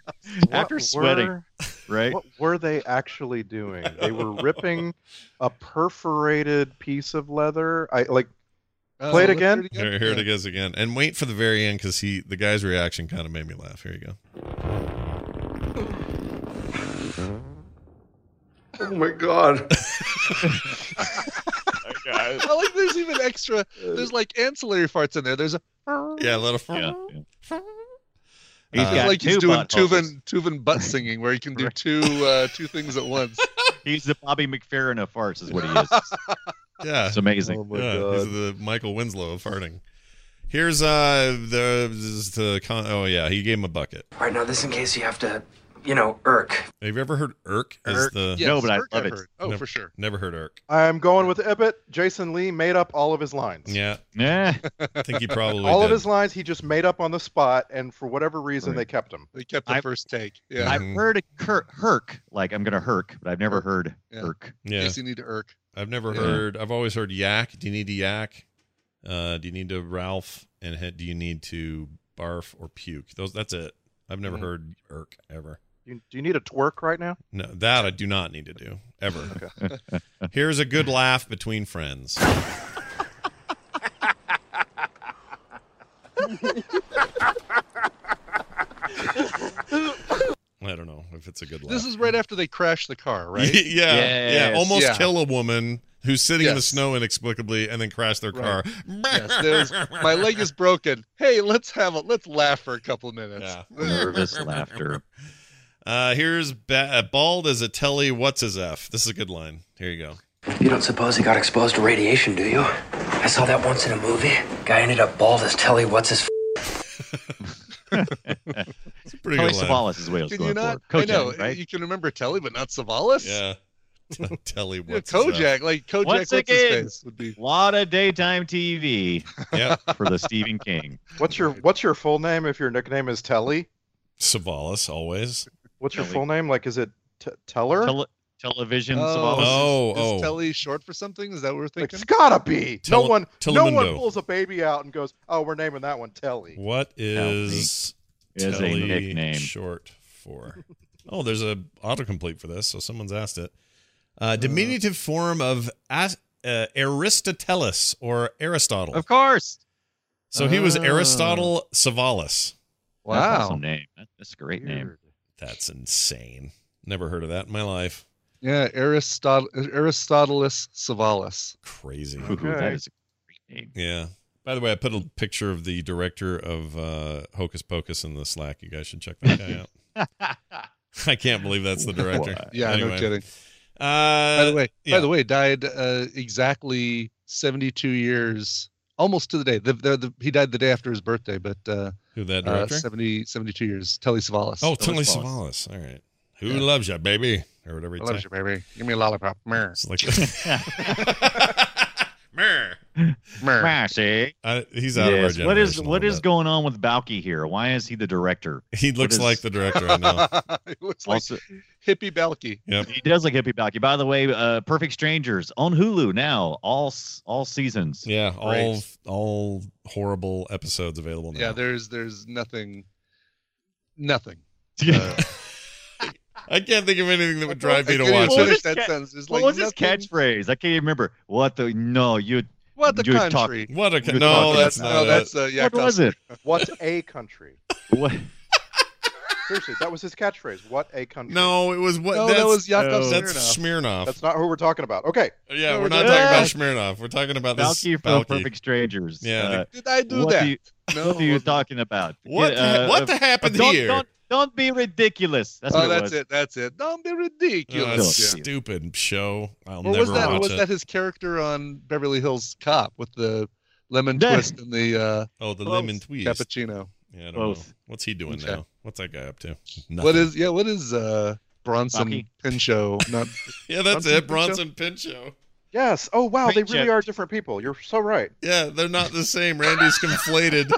E: that. after sweating. right?
F: What were they actually doing? They were ripping a perforated piece of leather. I like
G: Oh,
F: play it
G: let's hear
F: again.
D: Here, here it goes again, and wait for the very end because he, the guy's reaction kind of made me laugh. Here you go.
L: Oh my god.
G: I like there's even extra. There's like ancillary farts in there. There's a
D: Yeah, a little.
G: It's
D: got
G: like Oh. he's
D: two
G: doing
D: buttholes.
G: Tuvan Tuvan butt singing, where he can do two uh, two things at once.
E: He's the Bobby McFerrin of farts, is what he is.
D: Yeah,
E: It's amazing.
G: Oh my
D: yeah, he's
G: God.
D: the Michael Winslow of farting. Here's uh the, this is the con- oh yeah he gave him a bucket.
N: All right, now this in case you have to, you know, irk.
D: Have you ever heard irk? as
N: Irk?
D: the
N: Yes, No, but I irk love I've it.
G: heard. Oh,
D: Never-
G: for sure.
D: Never heard irk.
F: I'm going with Ebbett. Jason Lee made up all of his lines.
D: Yeah,
E: yeah.
D: I think he probably
F: all of
D: did.
F: his lines he just made up on the spot, and for whatever reason they kept Mm-hmm. them.
G: They kept
F: the
G: I- first take. Yeah.
E: I've heard a cur- herk, like I'm gonna herk, but I've never heard
G: Yeah.
E: herk.
D: Yeah.
G: Yes, you need to irk.
D: I've never
E: Yeah.
D: heard. I've always heard yak. Do you need to yak? Uh, do you need to Ralph? And he- do you need to barf or puke? Those. That's it. I've never
G: Mm-hmm.
F: Mhm.
D: heard irk ever.
F: You, do you need a twerk right now?
D: No, that I do not need to do ever. Here's a good laugh between friends. I don't know if it's a good laugh.
G: This is right after they crash the car, right?
D: yeah, yeah, almost
G: Yeah.
D: kill a woman who's sitting in the
G: Yes.
D: snow inexplicably and then crash their car.
G: Right. Yes, there's- my leg is broken. Hey, let's have a let's laugh for a couple of minutes.
E: Nervous laughter.
D: Uh, here's ba- bald as a telly. What's his f? This is a good line. Here you go.
N: You don't suppose he got exposed to radiation, do you? I saw that once in a movie. Guy ended up bald as Telly. What's his?
D: It's a pretty
E: Kelly
D: good line.
E: Savalas is what I was
G: Can
E: going
G: you not?
E: for.
G: I know
E: Kojak, right?
G: you can remember Telly, but not Savalas.
D: Yeah, T- telly.
G: Yeah,
D: What's his
G: Kojak,
D: F?
G: like Kojak,
E: Once
G: what's his
E: again.
G: face would be.
E: A lot of daytime TV
D: Yeah,
E: for the Stephen King.
F: What's your What's your full name if your nickname is Telly?
D: Savalas always.
F: What's your
E: Telly.
F: full name? Like, is it t- Teller?
E: Tele- television
G: Oh.
E: Savalas.
D: Oh,
G: Is
D: oh,
G: Telly short for something? Is that what we're
F: Like,
G: thinking?
F: it's gotta be.
D: Tele-
F: no one, no one
D: Telemundo.
F: pulls a baby out and goes, "Oh, we're naming that one Telly."
D: what is
E: Is a
D: telly
E: nickname.
D: short for? Oh, there's a autocomplete for this, so someone's asked it. Uh, diminutive form of as- uh, Aristotellus or Aristotle.
E: Of course.
D: So he was
G: Oh.
D: Aristotle
E: That's
D: Savalas.
E: an
G: Wow.
E: awesome name. That- That's a great name.
D: That's insane. Never heard of that in my life.
G: Yeah, Aristotle, Aristotelus Savalas.
D: Crazy.
E: Ooh, that
F: Okay.
E: is a great name.
D: Yeah. By the way, I put a picture of the director of uh, Hocus Pocus in the Slack. You guys should check that guy out. I can't believe that's the director.
E: What?
G: Yeah,
D: Anyway.
G: no kidding.
D: Uh,
G: by the way,
D: yeah.
G: by the way, died uh, exactly 72 years, almost to the day. The, the, the, he died the day after his birthday, but uh,
D: who that
G: uh,
D: director?
G: 70, 72 years. Telly Savalas.
D: oh,
E: Telly
D: Tony
E: Savalas.
D: Savalas. All right. Who
G: Yeah.
D: loves you, baby? Or whatever he
G: I love you, baby. Give me a lollipop. Mer,
D: It's like Mer.
G: mer.
E: Smashy.
D: I, he's out
E: Yes.
D: of our
E: What is
D: generation a
E: what
D: little
E: is
D: bit.
E: going on with Balky here? Why is he the director?
D: He looks
E: is-
D: like the director I know.
G: it looks like
E: Also,
G: hippie Balky.
D: Yep.
E: he does look hippie Balky. By the way, uh, Perfect Strangers on Hulu now, all s- all seasons.
D: Yeah, all
G: Great.
D: all horrible episodes available now.
G: Yeah, there's there's nothing, nothing. Uh,
E: Yeah.
D: I can't think of anything that would drive me
G: I
D: to
G: couldn't
D: watch
G: even
E: What was
D: it.
G: Finish
E: his
G: that
E: ca-
G: sentence. There's
E: what
G: like
E: was his
G: nothing-
E: catchphrase? I can't even remember. What the no you
G: What the
E: You're talking-
G: country?
D: What a
E: You're
D: no,
E: talking
D: that's
E: about-
D: not
G: no,
D: it.
G: that's uh, yeah.
E: what was it?
F: What's a country?
E: What
F: Seriously, that was his catchphrase. What a country.
D: No, it was what
G: No, that
D: that's,
G: was
E: Oh.
G: Yakov
D: that's Smirnoff.
F: that's not who we're talking about. Okay,
D: yeah,
G: no,
D: we're not
G: that's-
D: talking about Smirnoff. We're talking about this
E: Balky from
D: Balky.
E: Perfect Strangers.
D: Yeah,
E: Uh,
G: Did I do
E: what
G: that?
E: do you-
G: no.
E: what are you
G: wasn't.
E: talking about?
D: What
E: Get,
D: ha- what happened
E: uh, don't,
D: here?
E: Don't, don't be ridiculous. That's what
G: oh,
E: it
G: that's
E: was.
G: it. That's it. Don't be
D: Oh,
G: ridiculous.
D: that's
E: Yeah.
D: stupid show. I'll
G: Or
D: never
G: was that
D: watch
G: was
D: it.
G: that his character on Beverly Hills Cop with the lemon
E: Yeah.
G: twist and the uh,
D: oh, the
E: Both.
D: lemon twist.
G: cappuccino?
D: yeah, I don't
E: Both.
D: know. What's he doing
G: Okay.
D: now? What's that guy up to? Nothing.
G: What is yeah? What is uh, Bronson
E: Rocky.
G: Pinchot? Not
D: Yeah, that's
G: Bronson
D: it.
G: Pinchot?
D: Bronson Pinchot.
F: Yes. Oh wow, they
E: Paint
F: really
E: jet.
F: are different people. You're so right.
D: Yeah, they're not the same. Randy's conflated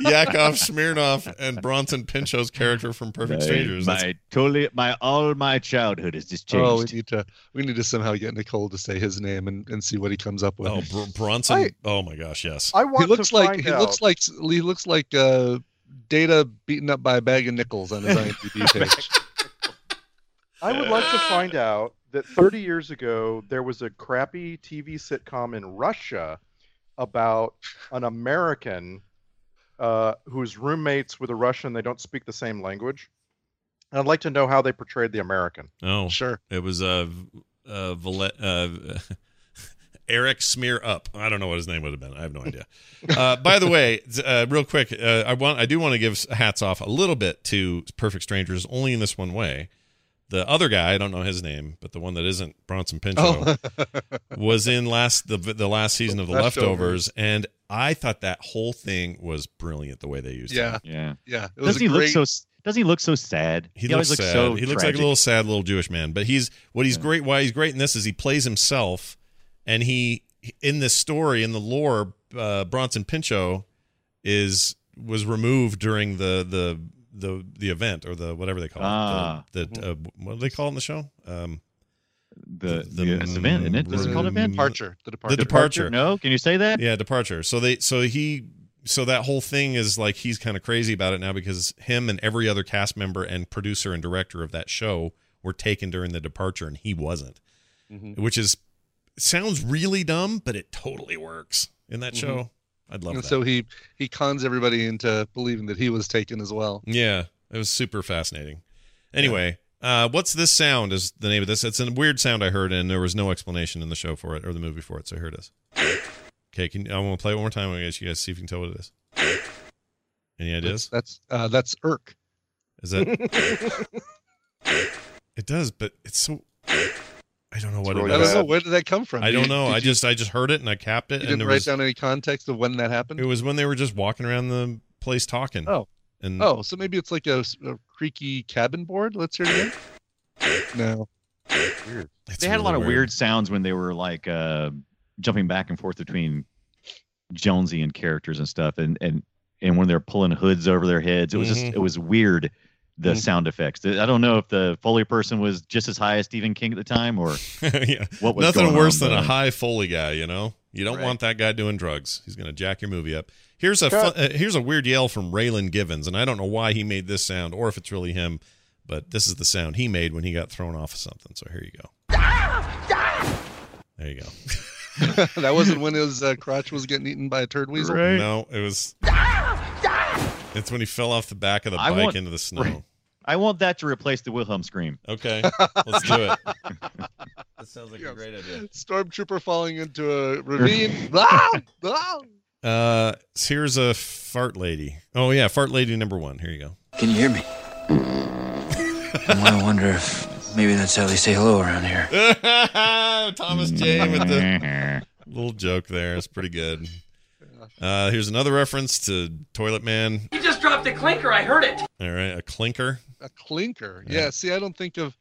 D: Yakov Smirnoff and Bronson Pinchot's character from Perfect Strangers.
E: My,
D: That's-
E: my totally my all my childhood is just
G: oh, we
E: changed.
G: need to we need to somehow get Nicole to say his name and, and see what he comes up with.
D: oh, Br- Bronson.
F: I-
D: oh my gosh, yes.
F: I
G: he
F: want
G: looks
F: to
G: like
F: find
G: he
F: out.
G: looks like he looks like uh, Data beaten up by a bag of nickels on his IMDb page.
F: I would like to find out that 30 years ago there was a crappy TV sitcom in Russia about an American uh, who's roommates with a Russian. They don't speak the same language. And I'd like to know how they portrayed the American.
D: Oh,
G: sure.
D: It was uh, v- uh, Valet, uh, Eric Smear Up. I don't know what his name would have been. I have no idea. Uh, by the way, z- uh, real quick, uh, I want I do want to give s- hats off a little bit to Perfect Strangers, only in this one way. the other guy, I don't know his name, but the one that isn't Bronson Pinchot, was in last the the last season of the
G: Leftovers.
D: leftovers, and I thought that whole thing was brilliant the way they used
G: Yeah.
D: him.
E: Yeah.
G: Yeah. It was
E: Doesn't he
G: a great,
E: look so? Doesn't he look so sad?
D: He,
E: always
D: looks sad.
E: so.
D: he looks like a
E: tragic.
D: little sad little Jewish man. But he's what he's great. Why he's great in this is he plays himself, and he in this story in the lore, uh, Bronson Pinchot is was removed during the the the the event or the whatever they call
E: Ah.
D: it. The, the uh, what do they call it in the show? Um,
E: the the, it's event, isn't it? Is it called event?
G: Mm, Departure. The departure.
D: The departure.
E: No, can you say that?
D: Yeah, departure. So they so he so that whole thing is like he's kind of crazy about it now because him and every other cast member and producer and director of that show were taken during the departure and he wasn't.
G: Mm-hmm.
D: Which is sounds really dumb, but it totally works in that
G: Mhm.
D: show. I'd love
G: and
D: that.
G: So he he cons everybody into believing that he was taken as well.
D: Yeah, it was super fascinating. Anyway, uh, what's this sound? Is the name of this? It's a weird sound I heard, and there was no explanation in the show for it or the movie for it. So here it is. Okay, can I want to play it one more time? I guess you guys see if you can tell what it is. Any ideas?
G: That's uh, that's irk.
D: Is that? it does, but it's so. I don't know what
G: I
D: it is.
G: don't know where did that come from.
D: I don't
G: Did-
D: know.
G: did
D: I
G: you-
D: just I just heard it and I capped it.
G: you
D: and
G: didn't
D: it
G: write
D: was,
G: down any context of when that happened.
D: It was when they were just walking around the place talking.
G: Oh.
D: And
G: Oh, so maybe it's like a, s- a creaky cabin board. Let's hear it again. No.
E: Weird.
D: It's
E: they had a
D: really
E: lot of weird.
D: weird.
E: sounds when they were like uh, jumping back and forth between Jonesy and characters and stuff, and and and when they're pulling hoods over their heads, it was
D: Mhm.
G: Mm-hmm.
E: just it was weird. The
D: Mhm.
E: sound effects. I don't know if the Foley person was just as high as Stephen King at the time, or
D: yeah.
E: what was
D: Nothing
E: going
D: worse
E: on,
D: than a
E: but-
D: high Foley guy, you know. You don't
E: Right.
D: want that guy doing drugs. He's going to jack your movie up. Here's a fun,
E: Cut.
D: uh, here's a weird yell from Raylan Givens, and I don't know why he made this sound or if it's really him, but this is the sound he made when he got thrown off of something. So here you go. There you go.
G: that wasn't when his uh, crotch was getting eaten by a turd weasel.
D: No, it was. It's when he fell off the back of the
E: I
D: bike
E: want-
D: into the snow.
E: Right. I want that to replace the Wilhelm scream.
D: Okay, let's do it. that sounds like a great idea.
G: Stormtrooper falling into a ravine. Ah! Ah!
D: Uh, so here's a fart lady. Oh yeah, fart lady number one. Here you go.
B: Can you hear me?
N: I wonder if maybe that's how they say hello around here.
D: Thomas J with the little joke there. It's pretty good. Uh, here's another reference to Toilet Man.
J: He just dropped a clinker. I heard it.
D: All right, a clinker.
G: a clinker.
D: Yeah.
G: Yeah. See, I don't think of,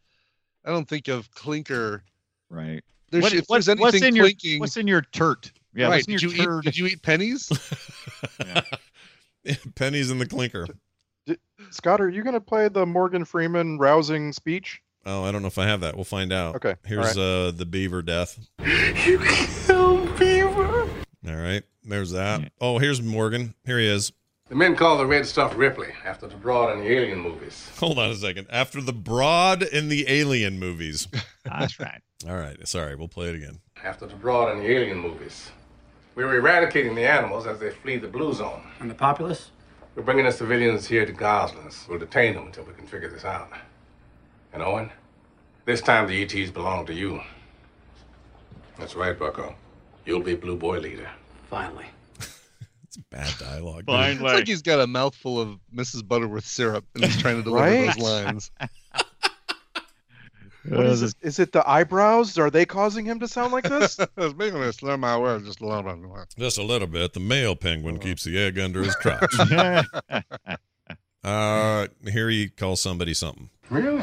G: I don't think of clinker.
E: Right.
G: There's,
E: What-
G: if
E: what's-
G: there's anything
E: what's in your-
G: clinking,
E: what's in your turt? Yeah,
G: right.
E: what's in
G: Did
E: your
G: you eat?
E: turd?
G: Did you eat pennies?
D: Pennies in the clinker.
F: Scott, are you going to play the Morgan Freeman rousing speech?
D: Oh, I don't know if I have that. We'll find out.
F: Okay, all
D: Here's
F: right.
D: uh the beaver death. All right. There's that. Oh, here's Morgan. Here he is.
M: The men call the red stuff Ripley after the Broad and the Alien movies.
D: Hold on a second. After the Broad and the Alien movies.
E: Ah, That's right.
D: All right. Sorry. We'll play it again.
M: After the Broad and the Alien movies. We're eradicating the animals as they flee the blue zone. And the populace? We're bringing the civilians here to Gosling's. We'll detain them until we can figure this out. And Owen, this time the ETs belong to you. That's right, Bucko. You'll be Blue Boy leader. Finally.
D: Bad dialogue.
G: it's like he's got a mouthful of Mrs. Butterworth syrup and he's trying to deliver
F: Right?
G: those lines.
F: What is this? Is it the eyebrows? Are they causing him to sound like this?
G: making me slur my words just a little bit.
D: Just a little bit. The male penguin
G: Uh-huh.
D: keeps the egg under his crotch. uh, here he calls somebody something.
M: Really?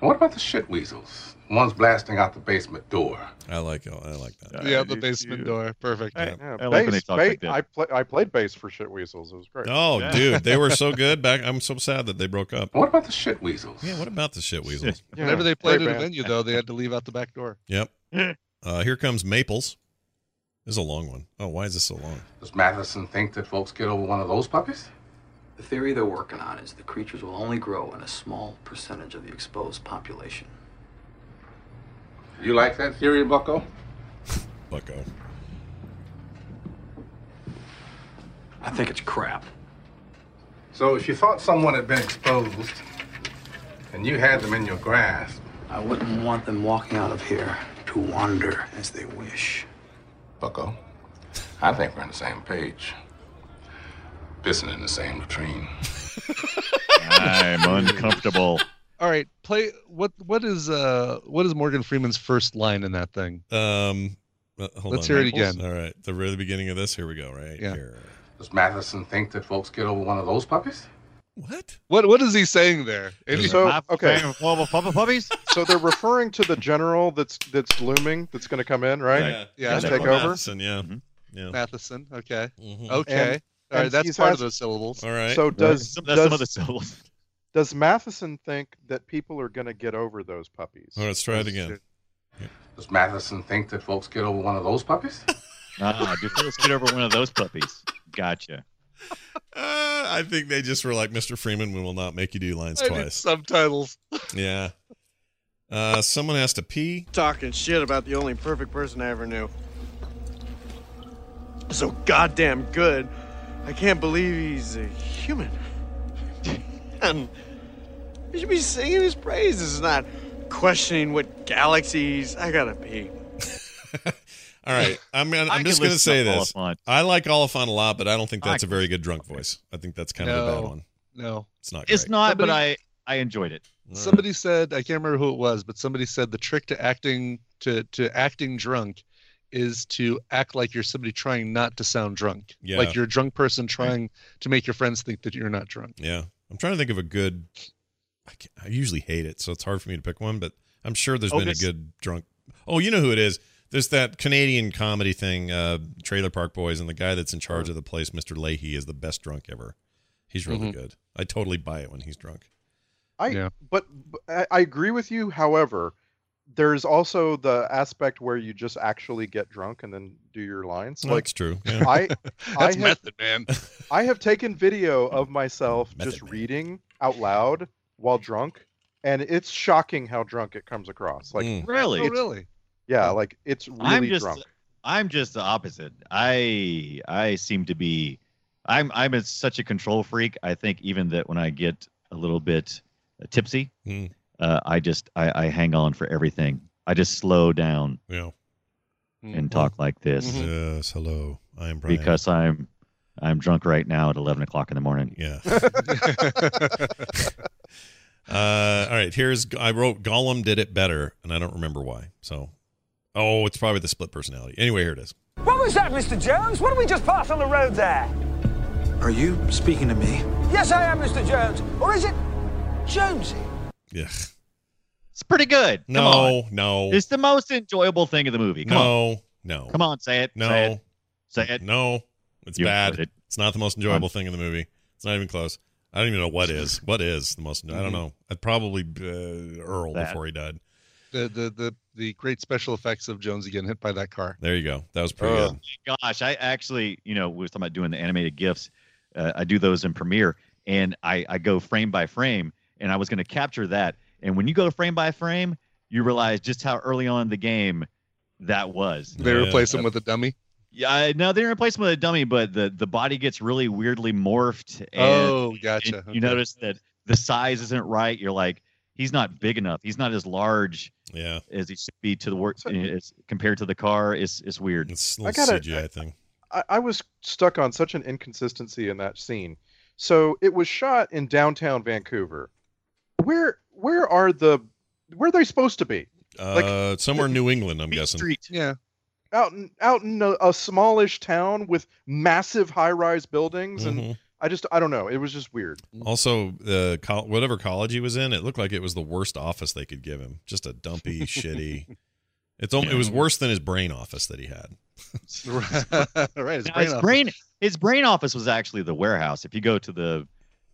M: And what about the shit weasels? The ones blasting out the basement door.
D: I like I like that.
G: Yeah, the basement door. Perfect.
F: Yeah,
D: I like when
F: bass-
D: they talk like
F: ba-
D: that.
F: I, play, I played bass for Shit Weasels. It was great.
D: Oh, dude, they were so good back. I'm so sad that they broke up.
M: What about the shit weasels?
D: Yeah, what about the shit weasels?
M: Yeah.
G: Whenever they played
M: Great
G: at a
M: band.
G: venue, though, they had to leave out the back door.
D: Yep. Uh, here comes Maples. This is a long one. Oh, why is this so long?
M: Does Matheson think that folks get over one of those puppies?
O: The theory they're working on is the creatures will only grow in a small percentage of the exposed population.
M: You like that theory, Bucko?
D: Bucko.
O: I think it's crap.
M: So if you thought someone had been exposed and you had them in your grasp.
O: I wouldn't want them walking out of here to wander as they wish.
M: Bucko, I think we're on the same page. Pissing in the same latrine.
E: I'm uncomfortable.
G: All right, play what what is uh what is Morgan Freeman's first line in that thing?
D: Um uh, hold
G: Let's
D: on,
G: hear it
D: Michaels.
G: again.
D: All right, the really beginning of this. Here we go. Right here.
M: Does Matheson think that folks get over one of those puppies?
G: What what is he saying there?
F: And
G: Is
F: so
G: it-
F: okay,
E: puppies.
F: So they're referring to the general that's that's looming, that's going to come in, right?
G: Yeah,
F: And take over. Mm-hmm.
D: yeah. Mm-hmm.
G: Matheson. Okay.
F: Mhm.
G: Okay.
F: And-
G: All right,
F: and
G: that's
F: he's
G: part of
F: asked-
G: those syllables.
D: All right.
F: So does
E: Some-
F: does,
E: that's some other syllables.
F: does Matheson think that people are going to get over those puppies?
D: All right, let's try it again.
M: Does Matheson think that folks get over one of those puppies?
E: Ah, do folks get over one of those puppies? Gotcha.
D: Uh, I think they just were like, Mr. Freeman, we will not make you do lines
G: I need
D: twice.
G: subtitles.
D: Yeah. Uh, someone has to pee.
P: Talking shit about the only perfect person I ever knew. So goddamn good. I can't believe he's a human. and he should be singing his praises, not questioning what galaxies. I gotta pee.
D: All right. I'm, gonna-
P: I
D: I'm
P: can
D: just going to
P: listen
D: say
P: to
D: this.
E: Oliphant.
D: I like Oliphant a lot, but I don't think
E: I
D: that's a
E: can
D: very good drunk voice. I think that's kind of a bad
G: No.
D: one.
G: No.
D: It's not great.
E: It's not, but I I enjoyed it.
G: Somebody said I can't remember who it was, but somebody said the trick to acting to to acting drunk is to act like you're somebody trying not to sound drunk.
D: Yeah.
G: Like you're a drunk person trying to make your friends think that you're not drunk.
D: Yeah. I'm trying to think of a good. I, can't, I usually hate it, so it's hard for me to pick one, but I'm sure there's been a
E: Otis.
D: good drunk. Oh, you know who it is. There's that Canadian comedy thing, uh, Trailer Park Boys, and the guy that's in charge
G: Oh.
D: of the place, Mr. Leahy, is the best drunk ever. He's really
E: Hmm.
G: Mhm.
D: good. I totally buy it when he's drunk.
F: I
G: Yeah.
F: but, but I, I agree with you. However, there's also the aspect where you just actually get drunk and then do your lines.
D: That's true, yeah.
F: I I
G: That's
F: have,
G: method, man.
F: I have taken video of myself
G: Method
F: just reading out loud while drunk, and it's shocking how drunk it comes across. Like
E: Really?
G: Oh,
F: it's-
G: really?
F: Yeah, like it's really
E: I'm just
F: drunk.
E: I'm just the opposite. I I seem to be I'm I'm a, such a control freak. I think even that when I get a little bit tipsy,
F: Hmm.
E: uh, I just I, I hang on for everything. I just slow down
D: Yeah.
F: Hmm.
E: and talk like this
D: Yes, hello. I am Brian.
E: Hmm. because I'm I'm drunk right now at eleven o'clock in the morning.
D: Yeah. Uh, all right, here's I wrote Gollum did it better, and I don't remember why. So, oh, it's probably the split personality. Anyway, here it is.
Q: What was that, Mr. Jones? What did we just pass on the road there?
H: Are you speaking to me?
Q: Yes, I am Mr. Jones. Or is it Jonesy?
D: Yeah.
E: It's pretty good. Come
D: No,
E: on.
D: no,
E: It's the most enjoyable thing of the movie. Come on.
D: no, no.
E: Come on, say it.
D: No.
E: Say it. Say it.
D: No, it's
E: You
D: bad.
E: heard it.
D: It's not the most enjoyable thing in the movie. It's not even close. I don't even know what is. What is the most? I don't
E: Mm-hmm.
G: Mhm.
D: know. I'd probably uh, Earl
G: That.
D: before he died.
G: The the the the great special effects of Jones getting hit by that car.
D: There you go. That was pretty
E: Oh
D: good.
E: my gosh, I actually, you know, we were talking about doing the animated gifs. Uh, I do those in Premiere, and I I go frame by frame, and I was going to capture that. And when you go frame by frame, you realize just how early on in the game that was.
G: They replace him with a dummy.
E: Yeah, I- no, they didn't replace him with a dummy, but the the body gets really weirdly morphed. And,
G: Oh, gotcha.
E: and
G: Okay.
E: You notice that the size isn't right. You're like, he's not big enough. He's not as large.
D: Yeah.
E: As he should be to the work as compared to the car. It's it's weird.
D: It's
F: I little gotta- CGI
D: thing.
F: I, I was stuck on such an inconsistency in that scene. So it was shot in downtown Vancouver. Where where are the where are they supposed to be?
D: Uh, somewhere in New England, I'm guessing.
G: Yeah.
F: Out in out in a, a smallish town with massive high rise buildings,
D: Mhm.
F: and I just I don't know. It was just weird.
D: Also, the col- whatever college he was in, it looked like it was the worst office they could give him. Just a dumpy, shitty. It's al- it was worse than his brain office that he had.
G: right. His
E: Now,
G: brain.
E: his
G: off.
E: brain his brain office was actually the warehouse. If you go to the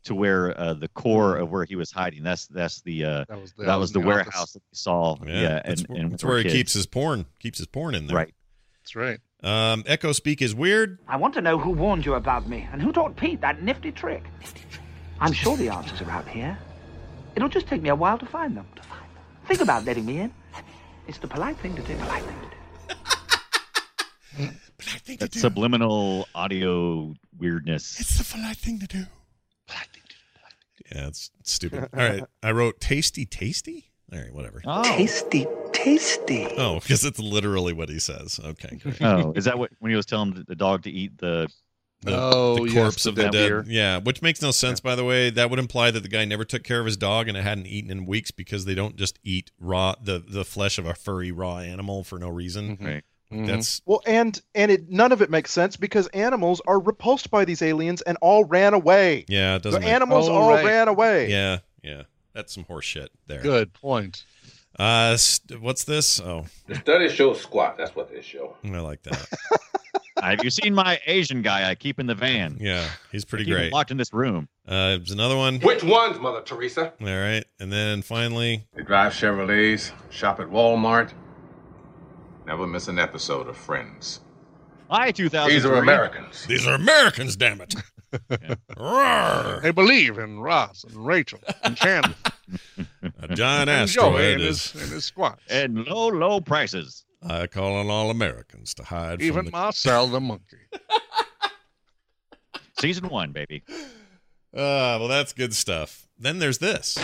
E: to where uh, the core of where he was hiding, that's that's the uh, that was the,
G: that was the
E: warehouse
G: office.
E: that we saw.
D: Yeah,
E: Yeah,
D: that's,
E: and, and
D: that's
E: we were
D: where he
E: kids.
D: keeps his porn. Keeps his porn in there.
E: Right.
G: That's right.
D: Um, Echo speak is weird.
Q: I want to know who warned you about me and who taught Pete that nifty trick. I'm sure the answers are out here. It'll just take me a while to find them. To find them. Think about letting me in. It's the polite thing to do. Polite thing to do.
E: That's subliminal audio weirdness.
D: It's the polite thing to do. Yeah, it's stupid. All right, I wrote tasty, tasty. All right, whatever.
E: Oh. Tasty,
D: tasty. Oh,
E: Uh,
D: because it's literally what he says. Okay, great.
E: oh, is that what when he was telling the dog to eat the
D: The,
G: Oh,
D: the
G: yes,
D: corpse
G: the
D: of the
G: dead
D: dead.
G: deer.
D: Yeah, which makes no sense, by the way. That would imply that the guy never took care of his dog and it hadn't eaten in weeks because they don't just eat raw the the flesh of a furry raw animal for no reason.
E: Right.
D: That's
F: well, and and it none of it makes sense because animals are repulsed by these aliens and all ran away.
D: yeah. It doesn't.
F: the
D: make-
F: animals all ran away.
D: Yeah, yeah. That's some horse shit there.
G: Good point.
D: Uh, st- what's this? Oh,
M: The study shows squat. That's what they show.
D: I like that.
E: Have you seen my Asian guy I keep in the van?
D: Yeah, he's pretty
E: I keep him
D: great.
E: Locked in this room.
D: Uh, there's another one.
M: Which ones, Mother Teresa?
D: All right, and then finally,
M: They drive Chevrolets, shop at Walmart, never miss an episode of Friends.
E: I 2000.
M: These are Americans.
D: These are Americans, damn it. Roar.
G: They believe in Ross and Rachel and Chandler.
D: a giant
G: And Joey
D: asteroid
G: and his,
D: is
G: and his squad.
E: And low, low prices.
D: uh, calling all Americans to hide.
G: Even
D: from the-
G: Marcel the monkey.
E: Season one, baby.
D: Uh, well, that's good stuff. Then there's this.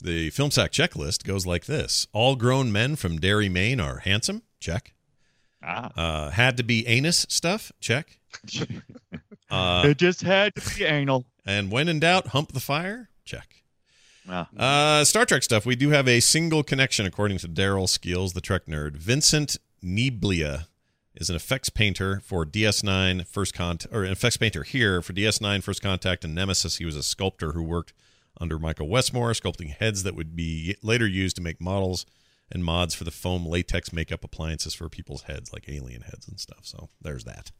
D: The film sack checklist goes like this: All grown men from Derry, Maine, are handsome. Check.
E: Ah.
D: Uh, had to be anus stuff. Check. Uh,
E: it just had to be anal.
D: and when in doubt, hump the fire. Check.
E: Ah.
D: Uh, Star Trek stuff. We do have a single connection, according to Daryl Skills, the Trek nerd. Vincent Niblia is an effects painter for DS9 First Contact, or an effects painter here for DS9 First Contact and Nemesis. He was a sculptor who worked under Michael Westmore, sculpting heads that would be later used to make models and mods for the foam latex makeup appliances for people's heads, like alien heads and stuff. So there's that.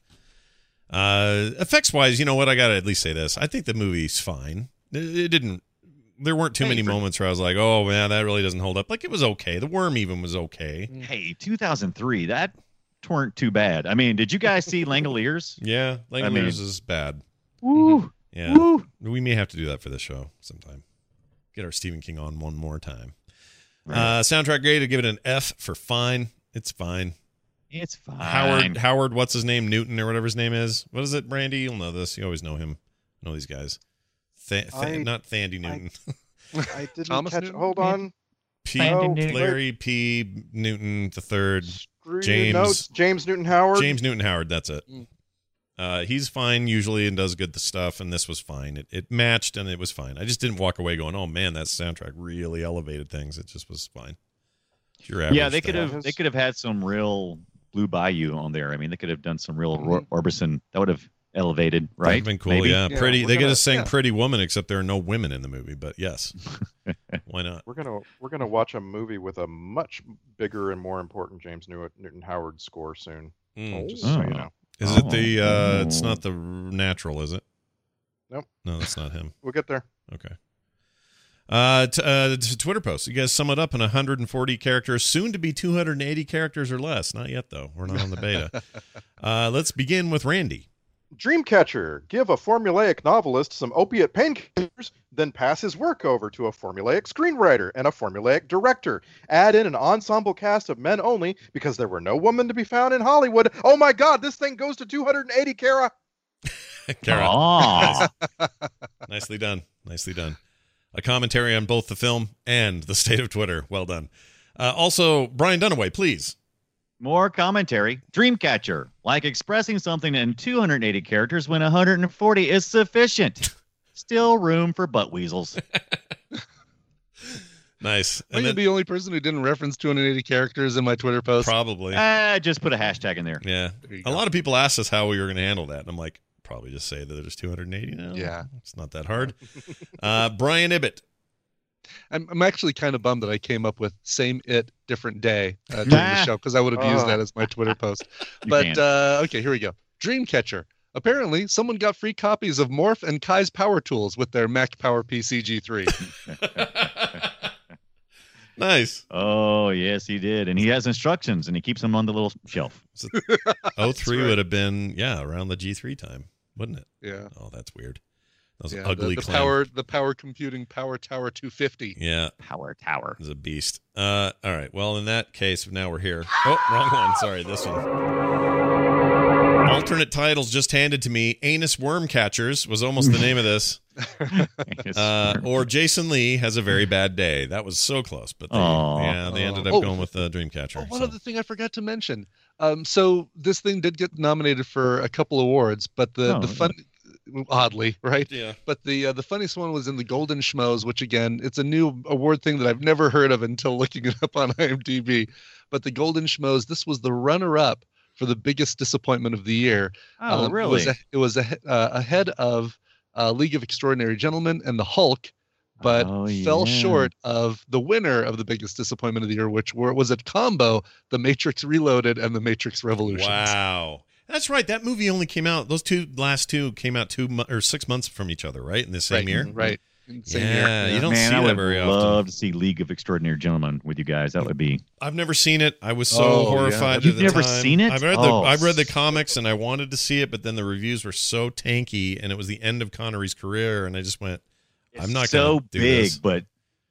D: Uh, effects wise, you know what? I gotta at least say this. I think the movie's fine. It, it didn't. There weren't too many moments where I was like, "Oh man, that really doesn't hold up." Like it was okay. The worm even was okay.
E: Hey, 2003. That weren't too bad. I mean, did you guys see Langoliers?
D: Yeah, Langoliers
E: I mean-
D: is bad.
E: Woo.
D: Yeah, we may have to do that for this show sometime. Get our Stephen King on one more time. Uh, soundtrack grade. I give it an F for fine. It's fine.
E: It's fine.
D: Howard Howard, what's his name? Newton or whatever his name is. What is it, Brandy? You'll know this. You always know him. Know these guys. Th-
F: I-
D: not Thandy
F: I-
D: Newton.
F: I didn't
G: Thomas
F: catch.
G: Newton?
F: Hold
G: Yeah.
F: on.
D: P.
F: No,
D: Larry P. Newton the third.
F: Oh, Screw you.
D: James
F: No, it's James Newton Howard.
D: James Newton Howard. That's it.
G: Mm.
D: Uh, he's fine usually and does good stuff, and this was fine. It, it matched and it was fine. I just didn't walk away going, "Oh man, that soundtrack really elevated things." It just was fine. It's Your average
E: Yeah, they could
D: thing.
E: have. They could have had some real Blue Bayou on there. I mean, they could have done some real Ro- Orbison. That would have elevated,
D: That'd
E: right?
D: have been cool.
E: Maybe?
D: Yeah,
F: Yeah,
D: pretty.
F: we're
D: They could
F: gonna-
D: have sang
F: yeah.
D: "Pretty Woman," except there are no women in the movie. But yes, why not?
F: We're gonna we're gonna watch a movie with a much bigger and more important James New- Newton Howard score soon.
G: Hmm,
D: Mm.
F: Just so you
E: Oh.
F: know,
D: Is it the? uh It's not the natural, is it?
F: Nope.
D: No, that's not him.
F: we'll get there.
D: Okay. Uh, t- uh, t- Twitter post. You guys sum it up in 140 characters, soon to be 280 characters or less. Not yet, though. We're not on the beta. uh, let's begin with Randy.
F: Dreamcatcher, give a formulaic novelist some opiate painkillers, then pass his work over to a formulaic screenwriter and a formulaic director. Add in an ensemble cast of men only because there were no women to be found in Hollywood. Oh my God, this thing goes to 280 Kara.
D: Kara.
E: Aw.
D: Nicely done. Nicely done. A commentary on both the film and the state of Twitter. Well done. Uh, also, Brian Dunaway, please.
E: More commentary. Dreamcatcher, like expressing something in 280 characters when 140 is sufficient. Still room for butt weasels.
D: Nice.
G: Are
D: And
G: you
D: then,
G: the only person who didn't reference 280 characters in my Twitter post?
D: probably.
E: Ah, just put a hashtag in there.
D: Yeah.
G: There you
D: A
G: go.
D: lot of people asked us how we were going to handle that. And I'm like, probably just say that there's 280 now.
G: Yeah.
D: It's not that hard. Uh, Brian Ibbett.
G: I'm, I'm actually kind of bummed that I came up with same it different day uh, during the show because I would have used
F: Oh.
G: that as my Twitter post.
E: You
G: but
E: can't.
G: uh, okay, here we go. Dreamcatcher. Apparently, someone got free copies of Morph and Kai's Power Tools with their Mac Power PC G3.
D: Nice.
E: Oh, yes, he did. And he has instructions and he keeps them on the little shelf.
D: Oh three
G: right.
D: would have been, yeah, around the G3 time, wouldn't it?
G: yeah.
D: Oh, that's weird. That was
G: yeah
D: an ugly
G: the, the
D: claim.
G: power, the power computing Power Tower 250.
D: Yeah,
E: Power Tower.
D: it was a beast. Uh, all right. Well, in that case, now we're here. Oh, wrong one. Sorry, this one. Alternate titles just handed to me. Anus Worm Catchers was almost the name of this. Uh,
G: um,
D: or Jason Lee has a very bad day. That was so close, but they,
G: Aw.
D: yeah, they ended up
G: Oh.
D: going with the Dreamcatcher.
G: Oh, one other thing I forgot to mention. Um, so this thing did get nominated for a couple awards, but the
D: Oh,
G: the
D: yeah.
G: fun, oddly, right?
D: Yeah.
G: But the uh, the funniest one was in the Golden Schmoes, which again, it's a new award thing that I've never heard of until looking it up on IMDb. But the Golden Schmoes, this was the runner up for the biggest disappointment of the year.
E: Oh,
G: It was,
E: really?
G: a, it was a, uh, ahead of uh, League of Extraordinary Gentlemen and the Hulk, but fell
E: Oh, yeah.
G: short of the winner of the biggest disappointment of the year, which were, was a combo: The Matrix Reloaded and The Matrix Revolutions.
D: Wow. That's right. That movie only came out. Those two last two came out two mo- or six months from each other, right? In the same
G: Right,
D: year,
G: right. Same year.
D: yeah, you don't
E: Man,
D: see
E: I
D: that
E: would
D: very
E: love
D: often.
E: to see League of Extraordinary Gentlemen with you guys. That would be.
D: I've never seen it. I was so
E: Oh, yeah.
D: horrified. at
E: You've
D: the
E: never
D: time.
E: seen it?
D: I've read
E: Oh.
D: the I read the comics and I wanted to see it, but then the reviews were so tanky, and it was the end of Connery's career, and I just went, I'm not
E: so
D: gonna do
E: big,
D: this.
E: but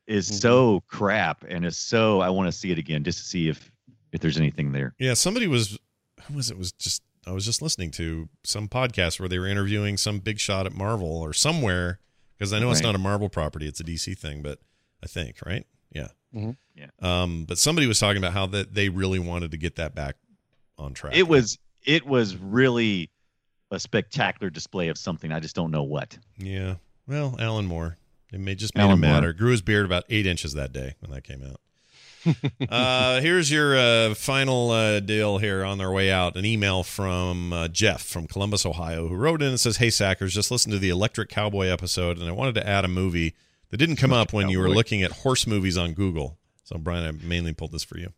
E: is
G: Mm-hmm.
E: so crap, and is so. I want to see it again just to see if if there's anything there.
D: Yeah, somebody was who was it was just I was just listening to some podcast where they were interviewing some big shot at Marvel or somewhere because I know it's
E: Right.
D: not a Marvel property, it's a DC thing, but I think, right? Yeah.
G: Mhm.
E: Yeah.
D: Um but somebody was talking about how that they really wanted to get that back on track.
E: It was it was really a spectacular display of something. I just don't know what.
D: Yeah. Well, Alan Moore. It may just made
E: Alan
D: him
E: Moore.
D: matter. Grew his beard about eight inches that day when that came out. uh, here's your uh, final uh, deal here on their way out. An email from uh, Jeff from Columbus, Ohio, who wrote in and says, "Hey Sackers, just listened to the Electric Cowboy episode, and I wanted to add a movie that didn't come up when you were
E: Cowboy.
D: looking at horse movies on Google." So Brian, I mainly pulled this for you.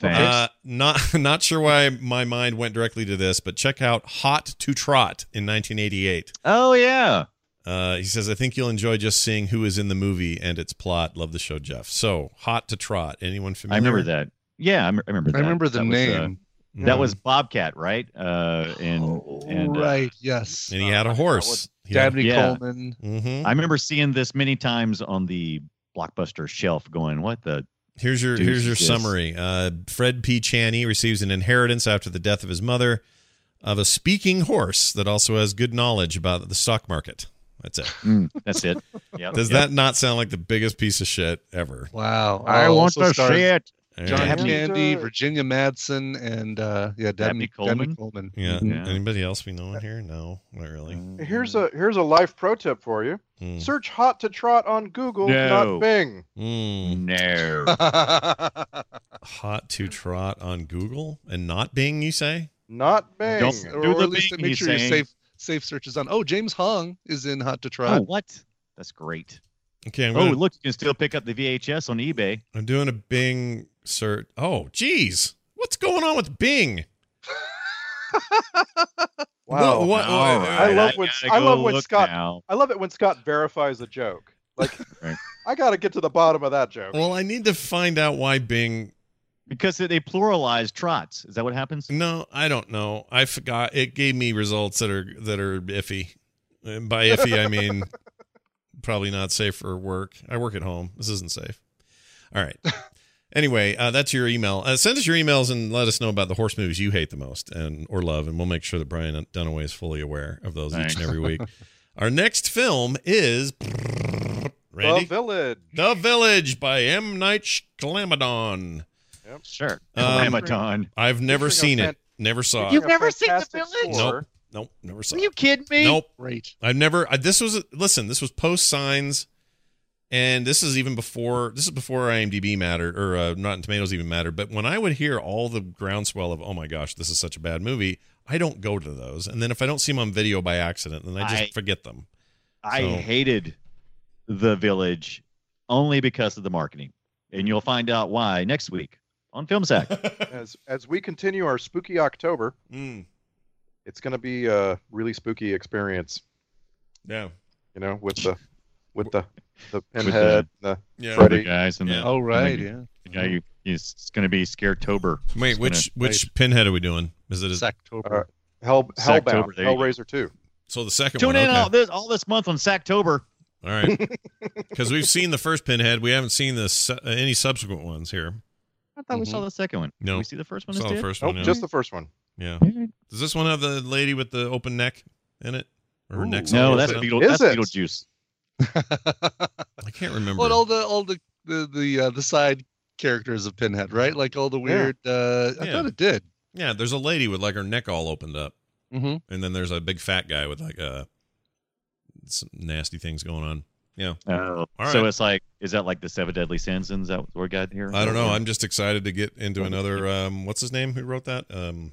E: Thanks.
D: Uh, not not sure why my mind went directly to this, but check out Hot to Trot in 1988.
E: Oh yeah.
D: Uh, he says, I think you'll enjoy just seeing who is in the movie and its plot. Love the show, Jeff. So, Hot to Trot. Anyone familiar?
E: I remember that. Yeah, I, m- I remember
G: I
E: that.
G: remember the
E: That was, uh,
G: name. Mm.
E: that was Bobcat, right? Uh, and
F: Oh,
E: and uh,
G: right. Yes.
D: And he had a horse. He had-
G: Dabney
E: Yeah.
G: Coleman.
D: Mhm.
E: I remember seeing this many times on the blockbuster shelf, going, "What the
D: Here's your
E: Deuce
D: here's your
E: is-
D: summary. Uh, Fred P. Chaney receives an inheritance after the death of his mother of a speaking horse that also has good knowledge about the stock market. That's it.
E: Mm, that's it. Yep,
D: Does
E: yep.
D: that not sound like the biggest piece of shit ever?
G: Wow.
E: I
G: Uh,
F: Oh,
E: want
G: also
E: to
G: stars
E: see it.
G: John
D: Yeah.
G: Candy, Virginia Madsen, and uh, yeah, Dabney, Dabney Coleman.
D: Yeah.
G: Mhm.
D: Anybody else we know in here? No, not really.
F: Here's a here's a life pro tip for you.
D: Mm.
F: Search hot to trot on Google,
D: No.
F: not Bing.
D: Mm.
E: No.
D: Hot to Trot on Google and not Bing, you say?
F: Not Bing.
G: Don't
F: Or-
G: do
F: or
G: the
F: at least
G: Bing,
F: make
G: he's
F: sure you
G: saying.
F: save-
G: Safe searches on. Oh, James Hong is in Hot to Trot.
E: Oh, what? That's great.
D: Okay. I'm
E: oh,
D: gonna-
E: look, you can still pick up the VHS on eBay.
D: I'm doing a Bing search. Oh, geez. What's going on with Bing?
F: Wow.
D: What- what-
G: Oh,
E: All
D: what-
F: I love
E: I
F: when
E: gotta
F: I, love
E: go
F: when
E: look
F: Scott
E: now.
F: I love it when Scott verifies a joke. Like
E: Right.
F: I got to get to the bottom of that joke.
D: Well, I need to find out why Bing.
E: Because they pluralize trots. Is that what happens?
D: No, I don't know. I forgot. It gave me results that are that are iffy. And by iffy, I mean probably not safe for work. I work at home. This isn't safe. All right. Anyway, uh, that's your email. Uh, send us your emails and let us know about the horse movies you hate the most and or love, and we'll make sure that Brian Dunaway is fully aware of those
E: Thanks.
D: each and every week. Our next film is Randy
F: The village.
D: The Village by M. Night Shyamalan.
F: Yep.
E: Sure.
D: Um,
E: Ramadan.
D: I've never seen it. Never saw it.
F: You've never seen The Village?
D: Nope. Nope. Never saw
E: Are
D: it.
E: you kidding me?
D: Nope.
G: Great.
D: I've never. I, this was listen. This was post signs, and this is even before. This is before IMDb mattered or uh, Rotten Tomatoes even mattered. But when I would hear all the groundswell of "Oh my gosh, this is such a bad movie," I don't go to those. And then if I don't see them on video by accident, then I just
E: I-
D: forget them.
E: I
D: So-
E: hated The Village only because of the marketing. And you'll find out why next week on Film Sack.
F: as as we continue our spooky October,
E: Hmm.
F: it's going to be a really spooky experience.
D: Yeah.
F: You know, with the with the the
E: With
F: pinhead,
E: the-
F: the,
D: Yeah.
E: Freddy
F: Freddy
E: guys and the,
G: Oh, right,
E: and the-
G: yeah.
E: the guy who- he's, it's going to be Scaretober.
D: Wait,
E: It's
D: which
E: gonna-
D: which pinhead are we doing? Is it a,
G: Sacktober.
F: Uh, Hell Hellbound,
E: Sacktober, there you go.
F: Hellraiser two.
D: so the second
E: Tune
D: one?
E: in
D: okay.
E: all this all this month on Sacktober.
D: All right. Because we've seen the first pinhead, we haven't seen the su- uh, any subsequent ones here.
E: I thought we saw the second one.
D: Mm-hmm. No.
E: Did we see the first one.
D: Saw the
E: instead?
D: first
G: Oh,
F: Nope,
D: one, yeah.
F: just the first one.
D: Yeah. Does this one have the lady with the open neck in it? Or her neck's
E: No,
D: all
E: that's
D: open up?
E: Beetle,
F: Is
E: that's
F: it?
E: Beetlejuice.
D: I can't remember.
G: Well, and all the all the the the, uh, the side characters of Pinhead, right? Like all the weird. Uh, I
D: Yeah.
G: thought it did.
D: Yeah, there's a lady with like her neck all opened up,
G: Mhm.
D: and then there's a big fat guy with like uh, some nasty things going on. Yeah.
E: Oh,
D: All
E: so
D: right.
E: it's like, is that like the seven deadly sins? And is that what we're got here?
D: I don't know. I'm just excited to get into another. Um, what's his name? Who wrote that? Um,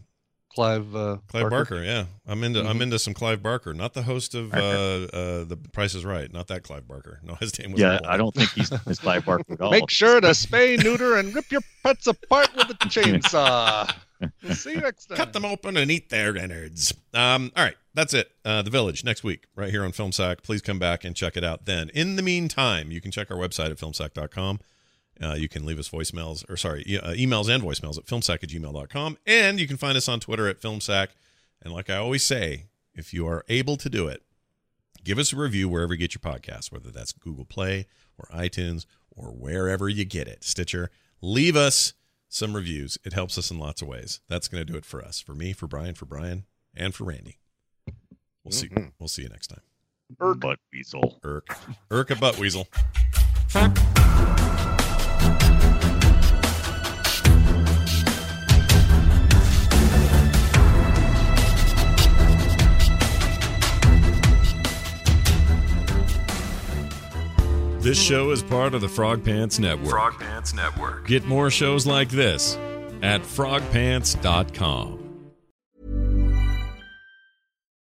G: Clive. Uh,
D: Clive Barker. Yeah, I'm into. I'm
E: Mm-hmm.
G: Mhm.
D: into some Clive Barker, not the host of uh,
G: Barker.
D: uh, the Price is Right. Not that Clive Barker. No, his name was.
E: Yeah,
D: Paul.
E: I don't think he's his Clive Barker at all.
G: Make sure to spay, neuter, and rip your pets apart with a chainsaw. We'll see you next time.
D: Cut them open and eat their innards. Um, all right, that's it. Uh, the Village next week, right here on FilmSack. Please come back and check it out then. In the meantime, you can check our website at filmsack.com. Uh, you can leave us voicemails, or sorry, e- uh, emails and voicemails at filmsack at gmail.com. And you can find us on Twitter at filmsack. And like I always say, if you are able to do it, give us a review wherever you get your podcasts, whether that's Google Play or iTunes or wherever you get it, Stitcher. Leave us some reviews. It helps us in lots of ways. That's going to do it for us, for me, for Brian, for Brian, and for Randy. We'll see. We'll see you next time.
E: Butt weasel.
D: Irk. Irk a butt weasel.
R: This show is part of the Frog Pants Network.
C: Frog Pants Network.
R: Get more shows like this at frogpants.com.